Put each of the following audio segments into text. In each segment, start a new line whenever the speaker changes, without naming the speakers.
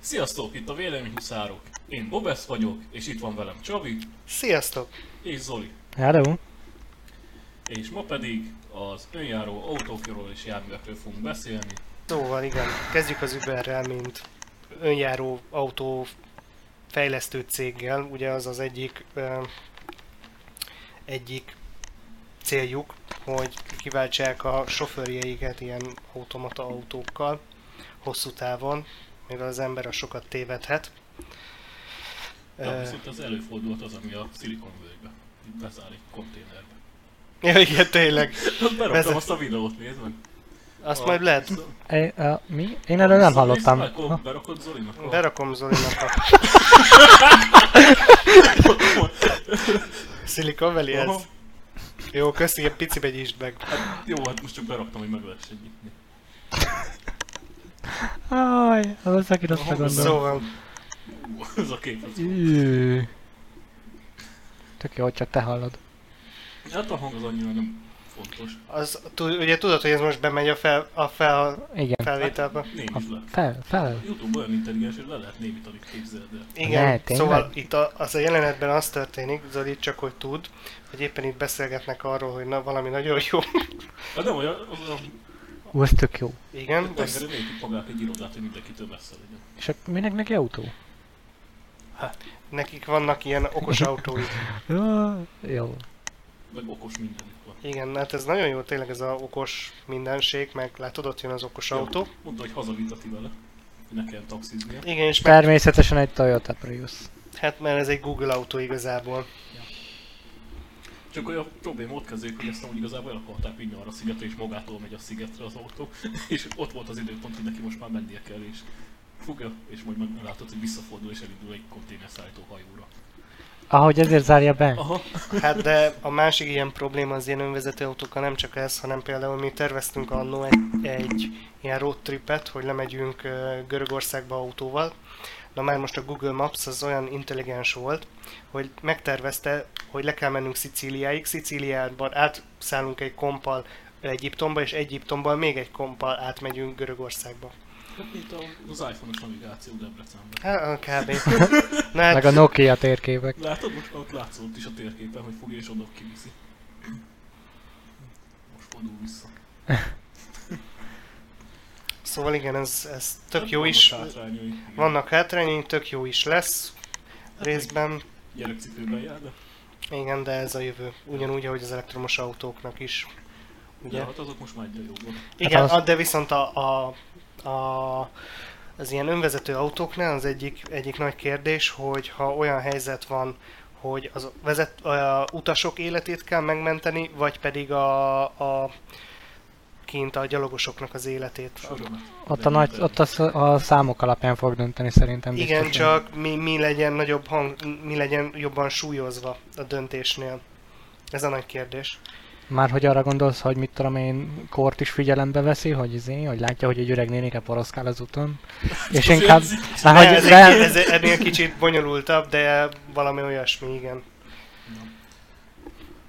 Sziasztok, itt a Véleményhuszárok. Én Bobesz vagyok, és itt van velem Csabi
Sziasztok!
és Zoli.
Hello!
És ma pedig az önjáró autókról és járművekről fogunk beszélni.
Jó van, Szóval igen. Kezdjük az Uberrel, mint önjáró autó fejlesztő céggel. Ugye az az egyik ö, egyik céljuk, hogy kiváltsák a sofőrjeiket ilyen automata autókkal hosszú távon, mivel az ember a sokat tévedhet.
De
Ö,
viszont az előfordulhat az, ami a Silicon Valley-be bezálik konténerbe.
Ja, igen, tényleg.
Ott Beraktam
Vezet-
azt a videót, nézd meg.
Azt
A-
majd lehet,
E, a, mi? Én erről nem
Viszont
hallottam.
nézd meg,
Ha,
akkor Berakod Zolinak a...
berakom Zolinak a Silicon Valley
Aha.
ezt. Jó, köszi, egy picibe nyisd meg.
Hát jó, hát most csak beraktam, hogy meg lehessen nyitni.
Aj, az a szakít azt a gondolom.
Szóval,
Ú, ez a kép, ez...
Ű. Tök jó, hogy csak te hallod.
Hát a hang az annyira nem fontos.
az, tu- ugye tudod, hogy ez most bemegy a, fel, a fel,
Igen.
felvételbe?
A,
Némi le.
fel, fel.
Youtube olyan intelligens, hogy le lehet némítani, képzeld el.
Igen,
Ne, tényleg?
szóval itt a, az a jelenetben az történik, Zoli csak hogy tud, hogy éppen itt beszélgetnek arról, hogy na, valami nagyon jó.
Hát nem olyan, az a
Ú, ez tök jó.
Igen,
tengeren
az,
épít magát egy irodát, hogy mindenkitől messze legyen.
És ak- minek neki autó?
nekik vannak ilyen okos autóik.
Jó, Jó.
Meg okos mindenük van.
Igen, hát ez nagyon jó tényleg ez a okos mindenség, meg látod, ott jön az okos
Jó.
autó.
Mondta, hogy hazavitati vele, hogy ne kell taxiznia.
Igen, és meg,
Természetesen egy Toyota Prius.
hát mert ez egy Google autó igazából.
Csak olyan probléma ott kezdődik, hogy ezt amúgy igazából el akarták vinni arra a szigetre, és magától megy a szigetre az autó. És ott volt az időpont, hogy neki most már mennie kell, és fogja, és majd meglátod, hogy visszafordul, és elindul egy konténerszállító hajóra.
Ahogy ezért zárja be.
Aha,
Hát de a másik ilyen probléma az ilyen önvezető autókkal nem csak ez, hanem például mi terveztünk annó egy, egy ilyen road tripet, hogy lemegyünk ö, Görögországba autóval. Na már most a Google Maps az olyan intelligens volt, hogy megtervezte, hogy le kell mennünk Szicíliáig, Szicíliában átszállunk egy kompal Egyiptomba, és Egyiptomban még egy kompal átmegyünk Görögországba.
hát mint a- az iPhone-os navigáció Debrecenben.
Hát, kb. Na, hát,
Meg a Nokia térképek.
Látod, most ott látszott is a térképen, hogy fogja és oda kiviszi. Most fordul vissza.
Szóval igen, ez, ez tök
Hát
jó
vannak
is.
hátrányai, igen.
Vannak hátrányai, tök jó is lesz
Hát meg
részben.
Gyerekcipőben jár, de
Igen, de ez a jövő. Ugyanúgy, ahogy az elektromos autóknak is.
ugye?
Ugye?
Ja, hát azok most már egyre jobbak.
Igen,
az-
az... de viszont a, a, a, az ilyen önvezető autóknál az egyik, egyik nagy kérdés, hogy ha olyan helyzet van, hogy az vezet, a utasok életét kell megmenteni, vagy pedig a, a kint a gyalogosoknak az életét.
Soromat.
Ott
De
a, nagy,
minden.
ott a, sz- a számok alapján fog dönteni szerintem.
Igen,
biztosan.
csak mi, mi legyen nagyobb hang, mi legyen jobban súlyozva a döntésnél. Ez a nagy kérdés.
Már hogy arra gondolsz, hogy mit tudom én, kort is figyelembe veszi, hogy izé, hogy látja, hogy egy öreg nénike poroszkál az úton. És inkább... Már
Ne, ez,
hogy
egy,
rá,
ez ennél kicsit bonyolultabb, de valami olyasmi, igen.
Na.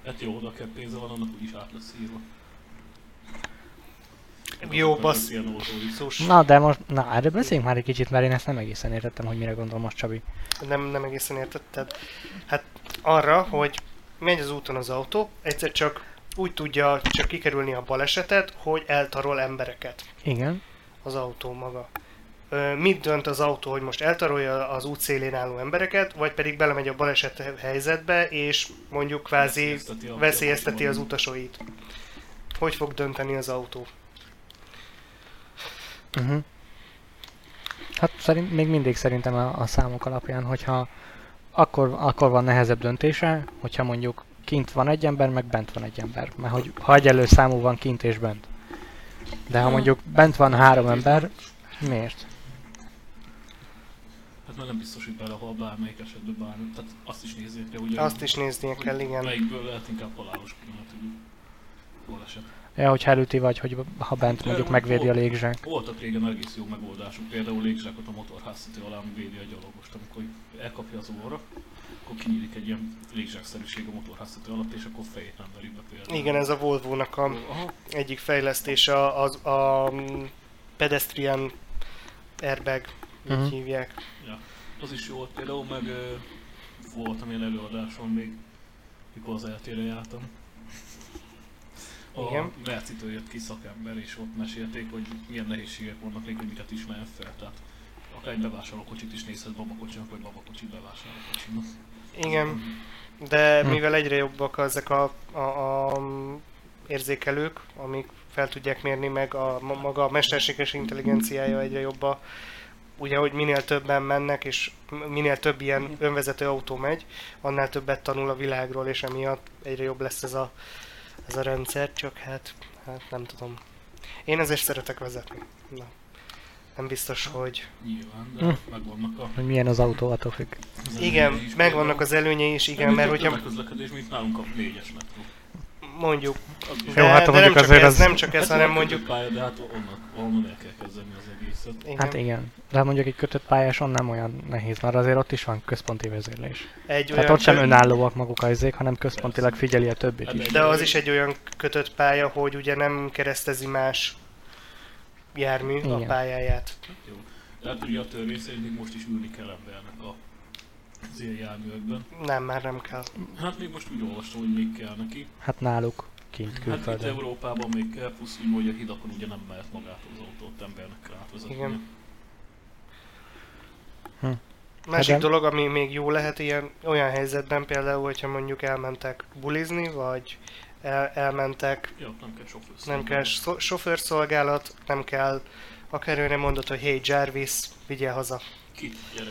Hát jó, oda kell pénze van, annak úgyis át lesz írva.
Jó, bassz.
Ilyen olcsó is.
Zus,
Na, de most, na, erről beszéljünk már egy kicsit, mert én ezt nem egészen értettem, hogy mire gondol most Csabi.
nem, nem egészen értetted. Hát arra, hogy megy az úton az autó, egyszer csak úgy tudja csak kikerülni a balesetet, hogy eltarol embereket
Igen.
az autó maga. Ö, Mit dönt az autó, hogy most eltarolja az út szélén álló embereket, vagy pedig belemegy a baleset helyzetbe, és mondjuk kvázi
Veszélyezteti a-
veszélyezteti az utasait? Hogy fog dönteni az autó?
Uh-huh. Hát szerint, még mindig szerintem a, a számok alapján, hogyha akkor, akkor van nehezebb döntése, hogyha mondjuk kint van egy ember, meg bent van egy ember. Mert hogy ha egyenlő számú van kint és bent. De ha mondjuk bent van három ember, miért?
Hát már nem biztos, hogy belehal bármelyik esetben bármi. Tehát azt is nézzék le, ugye.
Azt is néznie kell, igen.
Melyikből lehet inkább halálos kínálat, hogy baleset.
Ja, hogy előti vagy, hogy ha bent mondjuk megvédi a légzsák.
Voltak régen egész jó megoldások, például légzsákot a motorháztető alá védi a gyalogost, amikor elkapja az óra, akkor kinyílik egy ilyen légzsákszerűség a motorháztető alatt, és akkor fejét nem veri be például.
Igen, ez a Volvo-nak a
Aha,
egyik fejlesztése az a mm, pedestrian airbag így
Mhm.
hívják.
Az is jó volt például, meg ö, voltam én előadáson még, mikor az eltére jártam. A
Igen.
Mercitől jött ki szakember, és ott mesélték, hogy milyen nehézségek vannak még, hogy miket ismerjen fel. Tehát akár egy bevásárlókocsit is nézhet babakocsinak, vagy babakocsit bevásárlókocsinak.
Igen, de
Hm.
mivel egyre jobbak ezek a, a, a mm, érzékelők, amik fel tudják mérni, meg a ma- maga a mesterséges intelligenciája egyre jobb a, ugye, hogy minél többen mennek, és m- minél több ilyen önvezető autó megy, annál többet tanul a világról, és emiatt egyre jobb lesz ez a, ez a rendszer, csak hát, hát nem tudom. Én ezért szeretek vezetni. Na. Nem biztos, hogy...
Nyilván, de
Hm.
megvannak a...
Hogy milyen az autó, attól függ.
az
Igen,
előnyei is
megvannak
például.
az előnyei is, igen,
Nem,
mert
mint a
hogyha
tömegközlekedés, mint nálunk a négyes metró.
mondjuk,
Az is-
De,
Jó, hát
de
mondjuk
nem csak
azért
ez,
az-
nem csak ez, hanem
nem
mondjuk...
kötött Hát Pálya, de hát onnan, onnan el kell kezdeni az egészet.
Igen.
Hát igen. De mondjuk egy kötött pályáson nem olyan nehéz, mert azért ott is van központi vezérlés.
egy
Tehát ott sem
kö-
önállóak maguk a izék, hanem központilag figyeli a
Hát
többit is.
De az is egy olyan kötött pálya, hogy ugye nem keresztezi más jármű a
Igen.
pályáját.
Jó. De hát ugye a törvény szerint még most is ülni kell embernek a az ilyen járművekben.
Nem, már nem kell.
Hát még most úgy olvastam, hogy még kell neki.
Hát náluk kint
Hát itt
külföldön.
Európában még kell, plusz úgy, hogy a hidakon ugye nem mehet magától az autót embernek kell átvezetni.
Igen. Másik
Másik
dolog, ami még jó lehet ilyen, olyan helyzetben például, hogyha mondjuk elmentek bulizni, vagy el, elmentek,
Ja, nem kell sofőr.
nem kell so- sofőrszolgálat, nem kell akár ő nem mondott, hogy hey Jarvis, vigyél haza.
Ki? Gyere,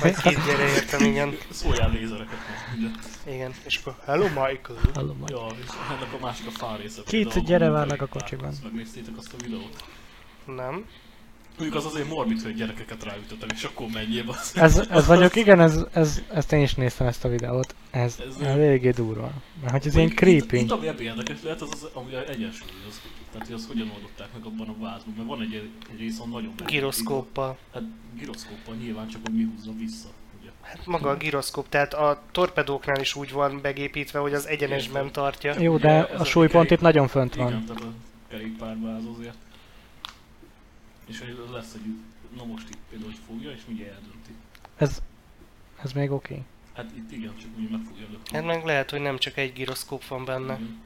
Vagy így gyere értem, igen.
szóljál lézereket most, ugye?
Igen, és akkor hello Michael.
Hallom majd.
Ja, és ennek a másik a fár része.
Két,
például,
gyere,
amikor
várlak a
beírták,
kocsiban.
azt Megnéztétek azt a videót?
Nem.
Mondjuk az azért morbid, hogy gyerekeket ráütöttem, és akkor menjél az.
Ez, ez vagyok, igen, ez, ez, ezt én is néztem ezt a videót. Ez,
Ez
ez
nem-
eléggé durva. Mert hogy ez ilyen
Itt,
creepy.
itt ami ebben érdekes lehet, az, az ami egyensúlyoz. Tehát, hogy azt hogyan oldották meg abban a vázban, mert van egy, egy rész, ahol nagyon megy.
Giroszkóppal.
Hát giroszkóppal nyilván csak, hogy mi húzza vissza. Ugye?
Hát maga a giroszkóp, tehát a torpedóknál is úgy van begépítve, hogy az egyenesben tartja.
Jó, de
Ja, ez
a
a
súlypont
kerék-
itt nagyon fönt
Igen,
van.
tehát a kerékpárváz azért. És hogy lesz egy, na most itt például, hogy fogja, és ugye eldönti.
Ez, ez még oké. Okay.
Hát itt igen, csak úgy meg fogja lökni.
Hát meg lehet, hogy nem csak egy giroszkóp van benne.
Igen.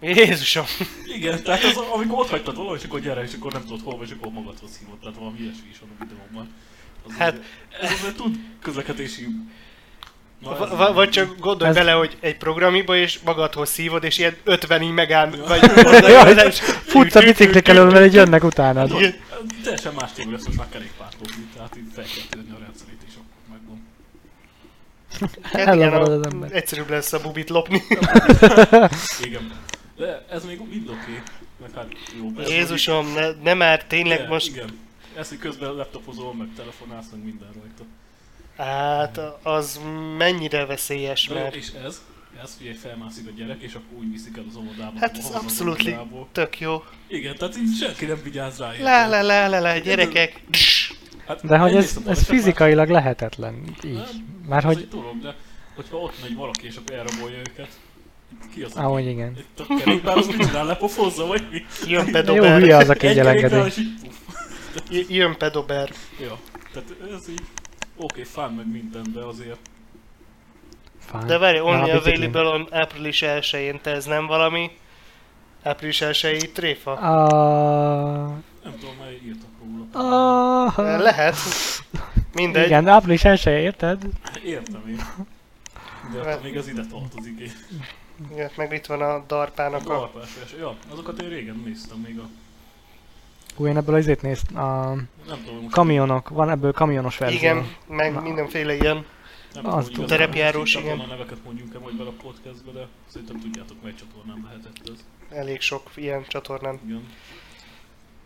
Jézusom!
Igen, tehát az, amikor ott hagytad valahol, és akkor gyere, és akkor nem tudod hova, és akkor magadhoz hívott, tehát valami ilyesmi is van a videóban. Az
Hát-
azért- ez azért tud közlekedési... Na, ez-
Va- va- vagy csak gondolj
Ez-
bele, hogy egy programiba és magadhoz szívod, és ilyen 50 így megáll,
Ja.
vagy oda- oda-
Futsz a biciklik elől, mert így jönnek utánad.
Hát, ott teljesen más tévú lesz most már kerékpártózni, tehát itt fel kell törni a rendszerét, és akkor megvan.
Hát igen,
Elmarad
a-
az ember.
egyszerűbb lesz a bubit lopni.
Igen. De ez még mind oké. Meg hát jó. persze,
Jézusom, ne, ne már
hogy-
tényleg
igen,
most...
Igen. Ez, hogy közben laptopozol, meg telefonálsz, meg minden rajta.
Hát az mennyire veszélyes,
De,
mert
és ez, ez ugye felmászik a gyerek, és akkor úgy viszik el az óvodába.
Hát
ahol
ez
van az
abszolút li-
óvodából.
tök jó.
Igen, tehát így senki nem vigyáz rá. érted?
Lá, lá, lá, lá, lá, gyerekek!
Hát
De hogy
egyrészt
ez,
a
ez
baleset már-
fizikailag lehetetlen, így.
Nem,
Már
Ez
hogy,
egy dolog, de hogyha ott megy valaki, és akkor elrabolja őket, ki az, aki
ahogy igen.
Itt a kerékpár az mindjárt lepofozza, vagy mi?
Jön
Jó
pedober!
hülye az, aki így
kerékpár,
elengedi.
és így... puff.
J- Jön pedober.
Ja, tehát ez így... Oké, fán meg minden, de azért...
Fán.
De várj, only
Na, a biciklin.
available on április 1-én, te ez nem valami? Április 1 tréfa?
Ah,
Nem tudom, már írtak róla.
ah,
Lehet. Mindegy.
Igen, április 1 érted?
Értem én. De
Mert-
hát még az ide tartozik én.
Igen. Meg itt van a
A
darpának a...
garpás vers. Ja, azokat én régen néztem még a...
Ú, én ebből azért néztem, a
Nem tudom, hogy most...
kamionok, van ebből kamionos verzió.
Igen, meg
Na.
mindenféle ilyen.
nem tudom,
azt
hogy igazán
terepjárós,
most itt
igen.
abban A neveket mondjunk-e majd bele a podcastbe, de szerintem tudjátok, mely csatornán lehetett ez.
Elég sok ilyen csatornán.
Igen.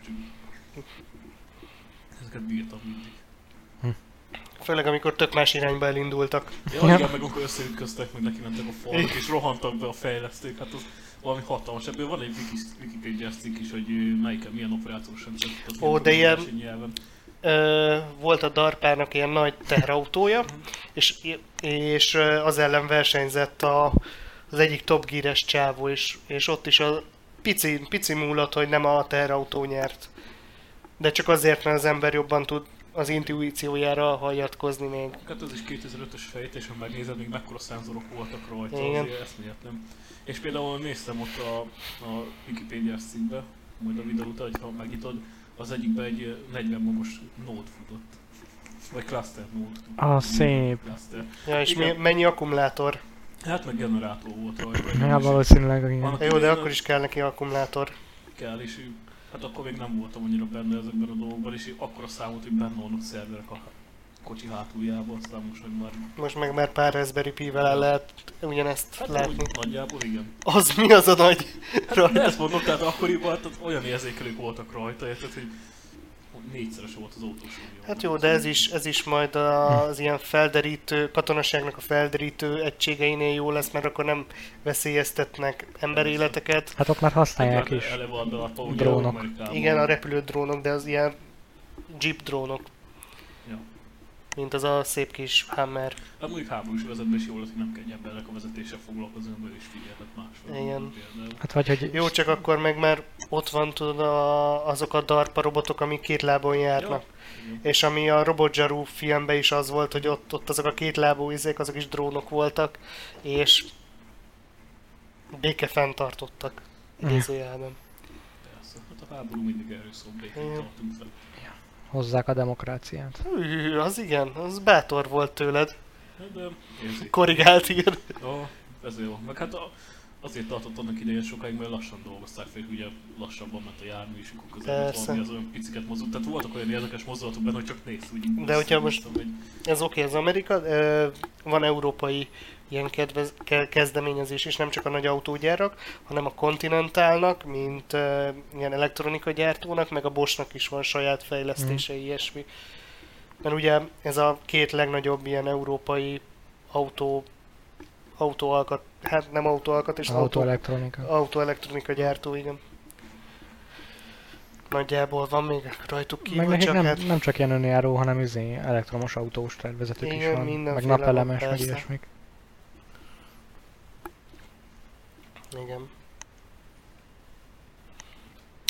Úgyhogy- Ezeket bírtam mindig.
Főleg amikor tök más irányba elindultak.
Ja, igen, meg akkor összeütköztek, meg neki mentek a falnak, és rohantak be a fejlesztők, hát az valami hatalmas. Ebből van egy wiki- Wikipedia-s cikk is, hogy ő melyik, milyen operációs rendszer. tudott
Ó, de
ilyen
ilyen-
programozási nyelven.
Ö, volt a darpának ilyen nagy teherautója, és, és ö, az ellen versenyzett a, az egyik top gíres csávó, és, és ott is a pici, pici múlott, hogy nem a teherautó nyert. De csak azért, mert az ember jobban tud az intuíciójára hagyatkozni még.
Hát ez is 2005-ös fejtés, ha megnézed, még mekkora szenzorok voltak rajta,
Igen.
azért ezt miért nem. És például néztem ott a, a Wikipedia-s szintbe, majd a videó után, hogyha megnyitod, az egyikben egy ö, 40 magas nód futott. Vagy cluster nód.
Ah, szép.
Cluster.
Ja, és mi,
Igen.
mennyi akkumulátor?
Hát meg generátor volt rajta.
Ja, valószínűleg igen.
Van-
Ja, jó, de akkor is kell neki akkumulátor.
kell, és így- hát akkor még nem voltam annyira benne ezekben a dolgokban, és így akkora számot, hogy benne vannak szerverek a kocsi hátuljában, aztán most, hogy már...
Most meg már pár Raspberry Pi-vel el lehet ugyanezt
Hát
látni.
úgy nagyjából igen.
Az mi az a nagy
De
rajta?
Hát ezt mondom, tehát akkoriban tehát olyan érzékelők voltak rajta, érted, hogy négyszeres volt az autósúlya.
Hát jó, de ez is, ez is majd az ilyen felderítő, katonaságnak a felderítő egységeinél jó lesz, mert akkor nem veszélyeztetnek emberéleteket.
Hát ott már használják
Hát
is.
Eleve a darab, ugye,
Drónok.
Amerikában.
Igen, a repülő drónok, de az ilyen jeep drónok,
Ja.
mint az a szép kis Hammer.
Hát mondjuk háborús vezetben is jó lett, hogy nem kell embernek a vezetéssel foglalkozni, mert is figyelhet másra.
Igen.
Például.
Hát vagy, hogy
Jó, csak akkor meg már ott van tudod a, azok a DARPA robotok, amik két lábon járnak.
Igen.
És ami a Robot Jaru filmben is az volt, hogy ott, ott azok a két lábú izék, azok is drónok voltak, és béke fenntartottak idézőjelben.
Persze. Hát a háború mindig erről szól, békén
Igen.
tartunk fel.
hozzák a demokráciát.
Hű, az igen, az bátor volt tőled.
Hát, de érzékeny.
Korrigált igen.
Ja, ez jó. Meg hát a, azért tartott annak idején sokáig, mert lassan dolgozták fel, ugye lassabban ment a jármű, és akkor közben
Persze.
valami az olyan piciket mozog. Tehát voltak olyan érdekes mozdulatok benne, hogy csak néz, úgy.
De hogyha
néztem, hogy-
Ez oké, az Amerika, ö, van európai ilyen kedvez, ke- kezdeményezés is, nem csak a nagy autógyárak, hanem a Continentalnak, mint ö, ilyen elektronikai gyártónak, meg a Boschnak is van saját
Mhm.
fejlesztései, ilyesmi. Mert ugye ez a két legnagyobb ilyen európai autó, autóalkat, hát nem autóalkat, és autó,
Autoelektronika.
autóelektronika gyártó, igen. Nagyjából van még rajtuk
Meg
kívül,
nekik
csak
nem,
hát
nem csak ilyen önjáró, hanem izé elektromos autós tervezetük is
Igen,
van. Meg
mindenféle van,
napelemes, meg
persze.
ilyesmik.
Igen.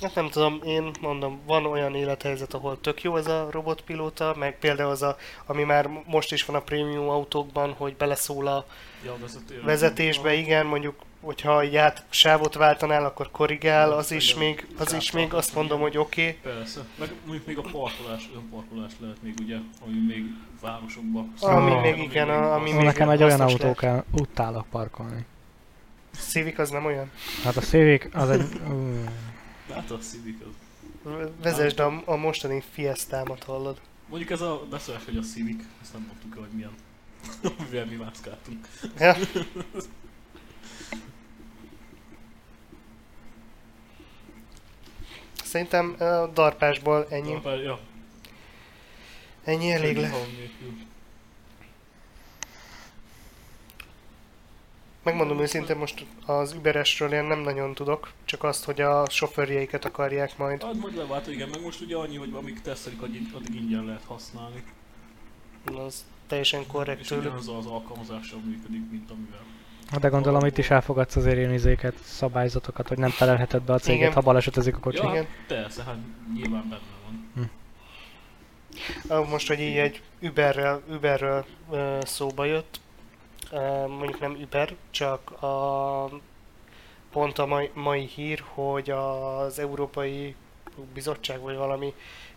Hát nem tudom, én mondom, van olyan élethelyzet, ahol tök jó ez a robotpilóta, meg például az a, ami már most is van a prémium autókban, hogy beleszól a
Ja, a vezető,
vezetésbe, igen, mondjuk hogyha így át sávot váltanál, akkor korrigál, az is még, az is még azt mondom, hogy oké. Okay.
Persze. Meg mondjuk még a parkolás, önparkolás lehet még ugye, ami még városokban.
Ami
Szóval,
még igen, a- ami
az-
még-
Nekem egy olyan
hasznos
autó kell, utálok parkolni.
Civic az nem olyan.
Hát a Civic az egy... ú,
Hát a Civic az.
Vezesd a, a mostani fiesztámat hallod.
Mondjuk ez a beszólás, hogy a Civic, ezt nem mondtuk el, hogy milyen, mivel mi mászkáltunk.
Ja. Szerintem a darpásból ennyi,
Ja, Szóval, ja,
ennyi elég le.
hang nélkül.
Megmondom őszintén, most az Uberesről én nem nagyon tudok, csak azt, hogy a sofőrjeiket akarják majd.
Hát majd leváltó, igen, meg most ugye annyi, hogy amíg tesztelik, addig addig ingyen lehet használni.
Az teljesen korrekt
És
tőlük.
ugyanaz az alkalmazással működik, mint amivel.
Hát de gondolom itt is elfogadsz azért ilyen izéket, szabályzatokat, hogy nem felelheted be a céget,
Igen.
ha balesetezik a kocsi.
Ja,
Igen.
hát persze, hát nyilván benne van.
Ah, Most, hogy így egy Uberrel, Uberről ö, szóba jött, Ö, mondjuk nem Uber, csak a, pont a mai, mai hír, hogy az Európai Bizottság vagy valami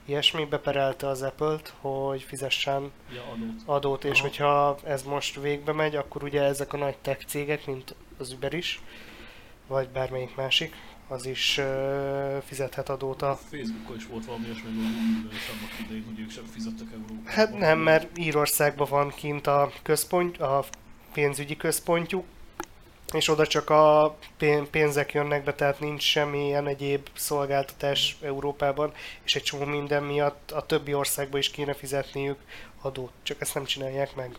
ilyesmi beperelte az Apple-t, hogy fizessen
Ja, adót.
adót, és
Aha.
hogyha ez most végbe megy, akkor ugye ezek a nagy tech cégek, mint az Uber is, vagy bármelyik másik, az is ö, fizethet adót
A
a
Facebookon is volt valami olyasmi, hogy Google is annak idején, hogy ők sem fizettek Európában.
Hát nem, mert Írországban van kint a központ, a pénzügyi központjuk, és oda csak a pén- pénzek jönnek be, tehát nincs semmilyen egyéb szolgáltatás Európában, és egy csomó minden miatt a többi országba is kéne fizetniük adót, csak ezt nem csinálják meg.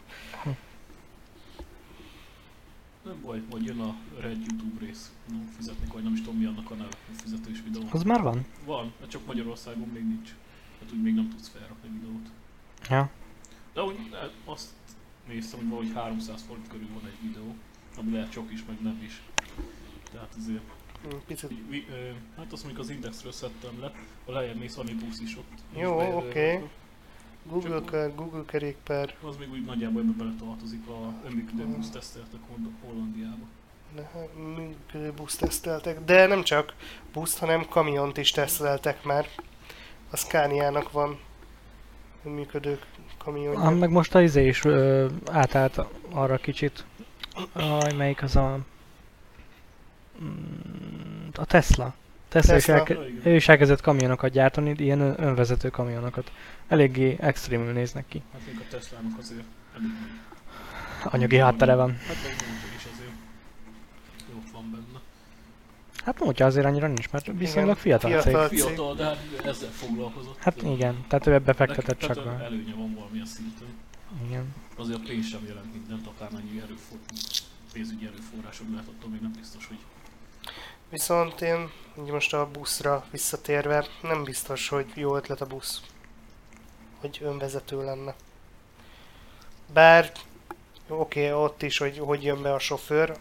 Nem baj, majd jön a Red YouTube rész. Nem fizetnek, vagy nem is tudom mi annak a neve, a fizetős videó.
Az már van?
Van, de csak Magyarországon még nincs. Hát úgy még nem tudsz felrakni videót.
Ja.
De úgy hát azt néztem, hogy valahogy 300 forint körül van egy videó, ami lehet sok is, meg nem is. Tehát azért
Picit.
Mi, ö, hát azt mondjuk az indexről szedtem le, a lejjebb még Sunny Puss is ott.
Jó,
Most be-
oké. Google,
Csak-
kör, Google kerékpár.
Az még úgy nagyjából ebbe beletartozik a önműködő
Mm.
busz teszteltek Hol- Hollandiába.
Ne- működő buszt teszteltek, de nem csak buszt, hanem kamiont is teszteltek már. A Scania-nak van működő kamionja.
Ám meg most a izé is ö, átállt arra kicsit. Aj, melyik az a... Mm, A Tesla. Tesla, Tesla.
Tesla.
Is elke- ő is elkezdett kamionokat gyártani, ilyen ön- önvezető kamionokat. Eléggé extrémül néznek ki.
Hát még a Teslának azért elég nagy.
Anyagi háttere van.
Hát meg motor is azért jó van benne.
Hát mondja azért annyira nincs, mert viszonylag fiatal,
fiatal.
fiatal.
Tetszik.
Fiatal, de hát ezzel foglalkozott.
Hát igen, tehát ő ebbe fektetett
Neki-
csak
tehát
be.
Előnye van valamilyen szinten.
Igen.
Azért a pénz sem jelent mindent, akármennyi erőfor, pénzügyi erőforrásod lehet, attól még nem biztos, hogy
Viszont én így most a buszra visszatérve, nem biztos, hogy jó ötlet a busz. Hogy önvezető lenne. Bár, jó, oké, okay, ott is, hogy hogy jön be a sofőr,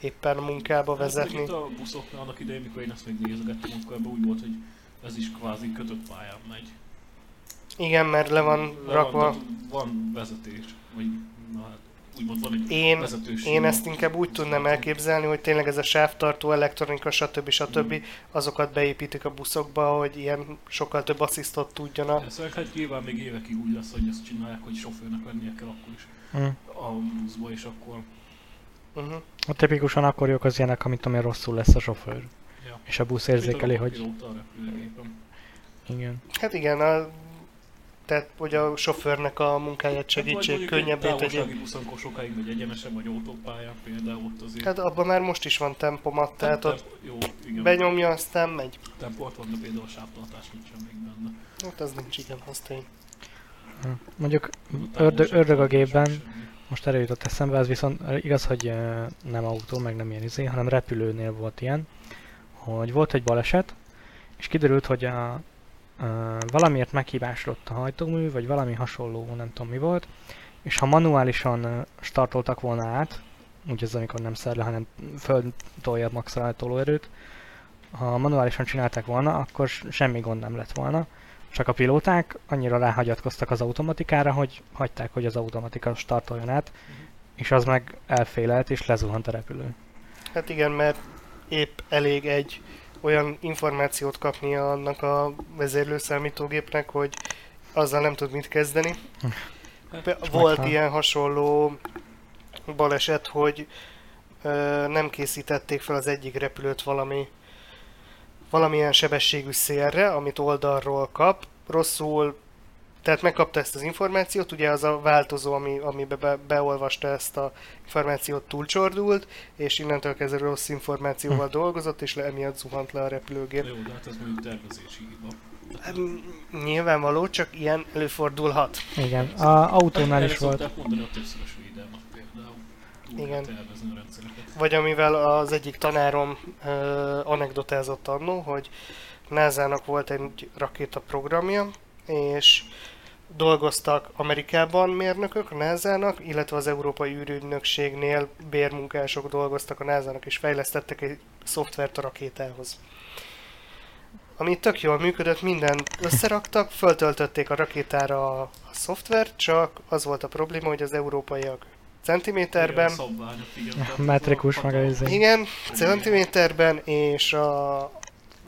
éppen a munkába
Hát,
vezetni.
itt a buszoknál annak idején, mikor én ezt még nézegettem, akkor ebben úgy volt, hogy ez is kvázi kötött pályán megy.
Igen, mert le van
Le
rakva.
Van, van vezetés, vagy na, hát, úgymond van egy
Én,
vezetős.
én
sima.
ezt inkább úgy tudnám elképzelni, hogy tényleg ez a sávtartó, elektronika, stb. stb. azokat beépítik a buszokba, hogy ilyen sokkal több asszisztot tudjanak.
Persze, hát nyilván még évekig úgy lesz, hogy ezt csinálják, hogy sofőrnek lennie kell akkor is
Mm.
a buszba, és akkor...
Uh-huh.
A Hát tipikusan akkor jók az ilyenek, amit tudom én rosszul lesz a sofőr.
Ja.
És a busz érzékeli,
Mit adok a
hogy...
pilóta a repülőgépen?
Igen.
Hát igen, a, tehát hogy a sofőrnek a munkáját
Hát
segítsék,
vagy mondjuk
könnyebbé
egy
tegyék.
Távolsági buszon, akkor sokáig megy egyenesen, vagy autópályán például ott azért.
Hát abban már most is van tempomat, tehát ott
temp- Jó, Hát, igen.
benyomja, aztán megy.
Temport van, de például a sávtartás nincsen még benne.
Mm,
Hát az nincs igen, az tény.
Hm. Mondjuk
Utána
ördög,
sem
ördög a
tartás,
gépben,
semmi.
most előjutott eszembe, az viszont ö, igaz, hogy ö, nem autó, meg nem ilyen izé, hanem repülőnél volt ilyen, hogy volt egy baleset, és kiderült, hogy a, a, valamiért meghibásodott a hajtómű, vagy valami hasonló, nem tudom mi volt, és ha manuálisan ö, startoltak volna át, úgy ez amikor nem szer le, hanem földtolja maxra a tolóerőt, ha manuálisan csinálták volna, akkor s- semmi gond nem lett volna. Csak a pilóták annyira ráhagyatkoztak az automatikára, hogy hagyták, hogy az automatika startoljon át,
Mhm.
és az meg elfélelt, és lezuhant a repülő.
Hát igen, mert épp elég egy olyan információt kapnia annak a vezérlőszámítógépnek, hogy azzal nem tud mit kezdeni. Pe- Volt
megtalál.
ilyen hasonló baleset, hogy ö, nem készítették fel az egyik repülőt valami valamilyen sebességű szélre, amit oldalról kap, rosszul, tehát megkapta ezt az információt, ugye az a változó, ami, amibe be, beolvasta ezt a információt túlcsordult, és innentől kezdve rossz információval dolgozott, és le, emiatt zuhant le a repülőgép.
Jó, de hát ez mondjuk tervezési hiba.
Hát, m- Nyilvánvaló, csak ilyen előfordulhat.
Igen, a autónál
Erre
is volt.
szokták mondani a többszörös védelmet például. Túl
Igen.
Igen. kell tervezni a rendszereket.
Vagy amivel az egyik tanárom ö, anekdotázott annó, hogy NASA-nak volt egy rakétaprogramja, és dolgoztak Amerikában mérnökök a NASA-nak, illetve az Európai űrügynökségnél bérmunkások dolgoztak a NASA-nak, és fejlesztettek egy szoftvert a rakétához. Ami tök jól működött, minden összeraktak, föltöltötték a rakétára a, a szoftvert, csak az volt a probléma, hogy az európaiak centiméterben,
Igen, szabványok, igen. tehát
Metrikus
ez
meg
hatalmas.
az izé.
igen, centiméterben és a,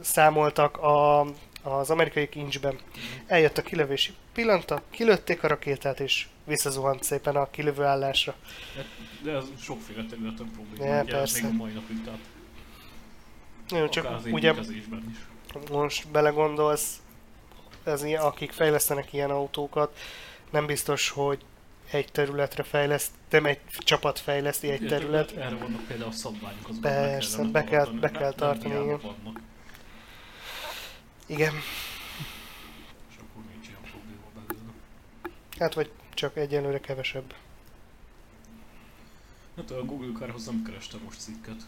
számoltak a, az amerikai kincsben. Eljött a kilövési pillanata, kilőtték a rakétát és visszazuhant szépen a kilövő állásra.
De ez sokféle területen probléma.
Ja,
Ja, persze.
persze.
Még a mai napig, tehát
Jó,
akár az
csak ugye
építkezésben is.
most belegondolsz, az ilyen, akik fejlesztenek ilyen autókat, nem biztos, hogy egy területre fejleszt, nem egy csapat fejleszti egy
Ugye,
terület.
Erre vannak például a szabványok, azokat
Persze,
kellene
be kell-
tartani.
be kell
Hát nem
tartani,
hiába
igen.
vannak,
Igen,
És akkor nincs ilyen probléma belőle.
hát vagy csak egyelőre kevesebb.
Hát a Google Carhoz nem kerestem most cikket.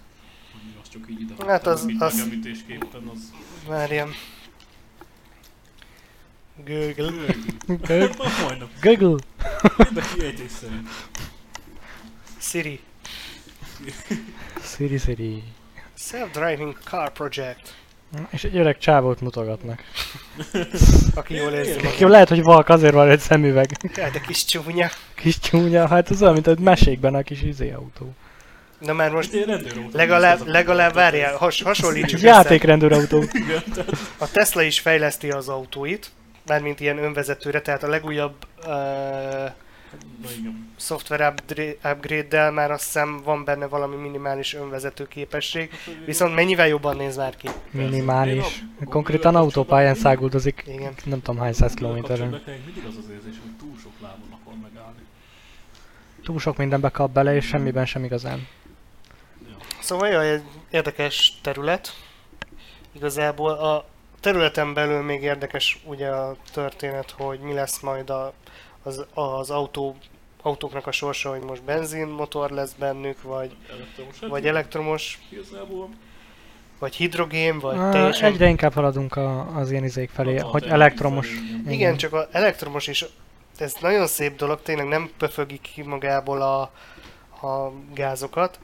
Annyira azt csak így ide
Hát
raktam,
az-
mint
az-
megemlítésképpen az...
Várjam. Google.
Majdnem.
Google!
De kiejtés szerint.
Siri.
Siri Siri.
Self-driving car project.
És egy öreg csávót mutogatnak.
Aki jól érzi
Igen.
Aki
magát.
lehet, hogy valk, azért van egy szemüveg.
Jaj, de kis csúnya.
Kis csúnya, hát ez olyan, mint egy mesékben a kis izé autó.
Na már
Most
most
én rendőr
legalább, legalább várjál, has, hasonlítsuk
Egy
össze.
játékrendőrautó.
A Tesla is fejleszti az autóit, mármint ilyen önvezetőre, tehát a legújabb uh,
Na igen.
szoftver updra- upgrade-del már azt hiszem van benne valami minimális önvezető képesség, viszont mennyivel jobban néz már ki.
Minimális. Konkrétan autópályán száguldozik.
Igen.
Nem tudom hány száz
Ezzel
kilométeren.
kapcsolatban nekem mindig az az érzés, hogy túl sok lábon akar megállni.
Túl sok mindenbe kap bele, és semmiben sem igazán.
Szóval jaj, egy érdekes terület. Igazából a területen belül még érdekes ugye a történet, hogy mi lesz majd a, az, az autó, autóknak a sorsa, hogy most benzinmotor lesz bennük, vagy,
Elektromos
vagy elektromos,
hát Igazából
vagy hidrogén, vagy
Á,
teljesen...
Egyre inkább haladunk a, az ilyen izék felé,
ott a
hogy
technikai
elektromos.
felé, igen.
Igen, csak az elektromos is, ez nagyon szép dolog, tényleg nem pöfögi ki magából a, a gázokat,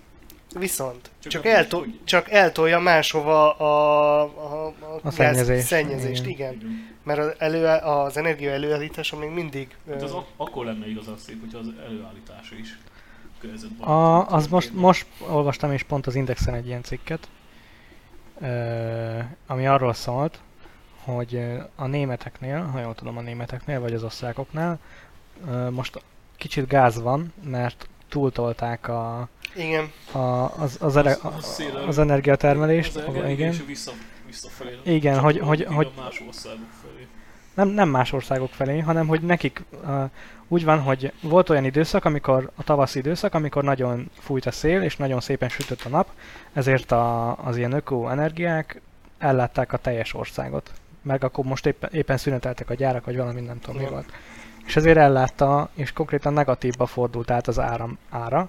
viszont
Csak
csak,
akkor most
elto-
hogy?
csak eltolja máshova a, a, a,
A szennyezést.
szennyezést, igen. igen. Mert az, elő, az energia előállítása még mindig...
Hát
ö,
az ak- akkor lenne igazán szép, hogyha az előállítása is környezetbarát.
A, az most,
Történne.
most olvastam is pont az Indexen egy ilyen cikket, ö, ami arról szólt, hogy ö, a németeknél, ha jól tudom a németeknél, vagy az osztrákoknál, ö, most kicsit gáz van, mert túltolták a,
Igen,
a, az, az, ele,
Az- az szél
a,
elő.
az energiatermelést.
Az
ahova-
elég,
igen.
És vissza, visszafelé.
Igen,
Csak
hogy-
úgy,
hogy-
igen,
hogy-
Más országok felé.
nem, nem más országok felé, hanem hogy nekik uh, úgy van, hogy volt olyan időszak, amikor a tavaszi időszak, amikor nagyon fújt a szél, és nagyon szépen sütött a nap, ezért a, az ilyen öko energiák ellátták a teljes országot. Meg akkor most éppen, éppen szüneteltek a gyárak, vagy valami nem tudom mi
Igen.
volt. És ezért ellátta, és konkrétan negatívba fordult át az áram ára.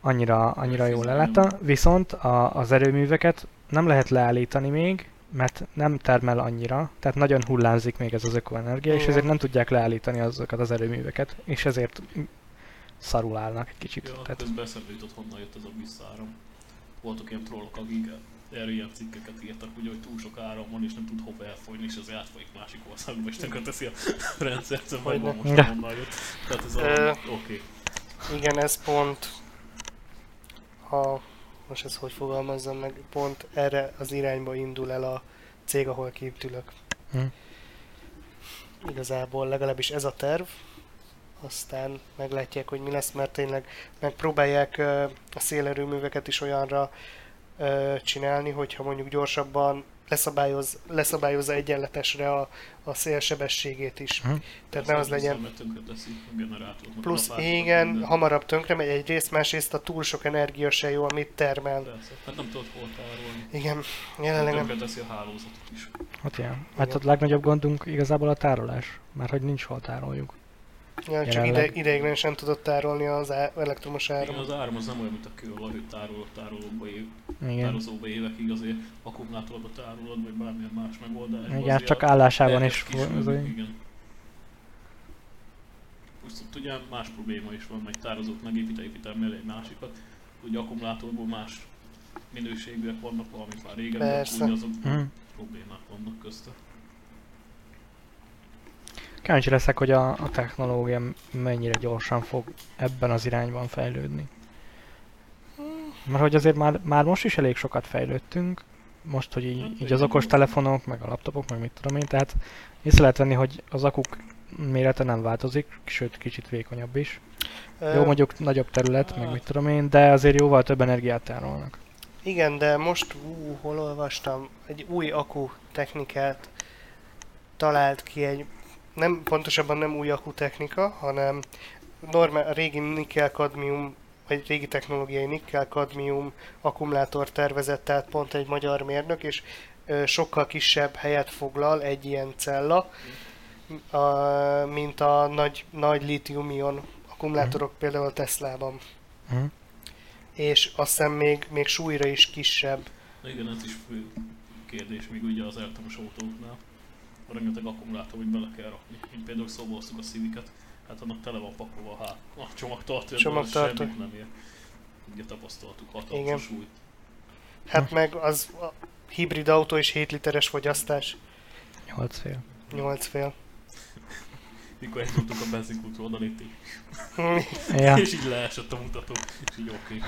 Annyira, annyira jól
Fizetelem.
ellátta. Viszont a, az erőműveket nem lehet leállítani még, mert nem termel annyira, tehát nagyon hullámzik még ez az ökoenergia, és
Igen.
ezért nem tudják leállítani azokat az erőműveket, és ezért szarul állnak egy kicsit.
Ja,
tehát,
közben eszembe jutott, honnan jött ez a visszáram. Voltak ilyen trollok, akik erről ilyen cikkeket írtak, ugye, hogy túl sok áram van, és nem tud hova elfogyni, és ezért átfolyik másik országba, és tönkreteszi a rendszert, szóval majd
Hogyne.
van most
Ja.
honnan jött. Tehát ez
Ö.
a... Oké.
igen, ez pont a... Most ezt hogy fogalmazzam meg? Pont erre az irányba indul el a cég, ahol kint ülök.
Hm.
Igazából legalábbis ez a terv. Aztán meglátják, hogy mi lesz, mert tényleg megpróbálják ö, a szélerőműveket is olyanra ö, csinálni, hogyha mondjuk gyorsabban leszabályoz, leszabályozza egyenletesre a, a szélsebességét is.
Hm.
Tehát ne az legyen
Mert tönkreteszi hát a generátort. meg
Plusz
a napárokat,
igen,
mindent.
hamarabb tönkre megy egyrészt, másrészt a túl sok energia se jó, amit termel.
Persze. Hát nem tudod hol tárolni.
Igen, jelenleg nem.
Tönkreteszi a hálózatot is.
Hát ilyen. Hát a legnagyobb gondunk igazából a tárolás, mert hogy nincs hol tároljuk.
Ja, csak
jelenleg.
ide, ideiglen sem tudott tárolni az á- elektromos
Igen,
áramot.
az áram az nem olyan, mint a kőolaj, hogy tárolod, tárolóba év,
Igen.
tározóba évekig azért akkumulátorba tárolod, vagy bármilyen más megoldásba.
Igen,
azért
csak
a-
állásában
elkezd
is.
kisülni,
az-
Igen. Viszont ugye más probléma is van, meg tározót megépítek, építem mellé egy másikat. Ugye akkumulátorból más minőségűek vannak, valamik már régen,
Persze.
ugye azok
Mm.
problémák vannak köztük.
Kíváncsi leszek, hogy a, a technológia mennyire gyorsan fog ebben az irányban fejlődni. Mert hogy azért már, már most is elég sokat fejlődtünk, most, hogy
Hát
így, így
igen,
az okostelefonok, meg a laptopok, meg mit tudom én, tehát észre lehet venni, hogy az akuk mérete nem változik, sőt kicsit vékonyabb is.
Ö,
Jó, mondjuk nagyobb terület, meg mit tudom én, de azért jóval több energiát tárolnak.
Igen, de most, ú, hol olvastam, egy új akku technikát talált ki egy, nem, pontosabban nem új akku technika, hanem normál, a régi nikkel-kadmium, vagy régi technológiai nikkel-kadmium akkumulátor tervezett, tehát pont egy magyar mérnök, és ö, sokkal kisebb helyet foglal egy ilyen cella, a, mint a nagy, nagy litium-ion akkumulátorok például a Teslában
Mhm.
és azt hiszem még, még súlyra is kisebb.
Na igen, ez is fő kérdés, még ugye az elektromos autóknál. Rengeteg akkumulátor, hogy bele kell rakni. Mint például szóba hoztuk a Civic-et, hát annak tele van pakolva a, hát, a csomagtartó,
Csomagtartó.
semmit nem ér. Ugye tapasztaltuk hatalmas
Igen.
súly.
Hát meg az a hibrid autó és 7 literes fogyasztás,
8 fél.
8 fél.
Mikor eltudtuk a benzinkútról oda lépték,
Ja.
és így leesett a mutató, és így oké. Okay.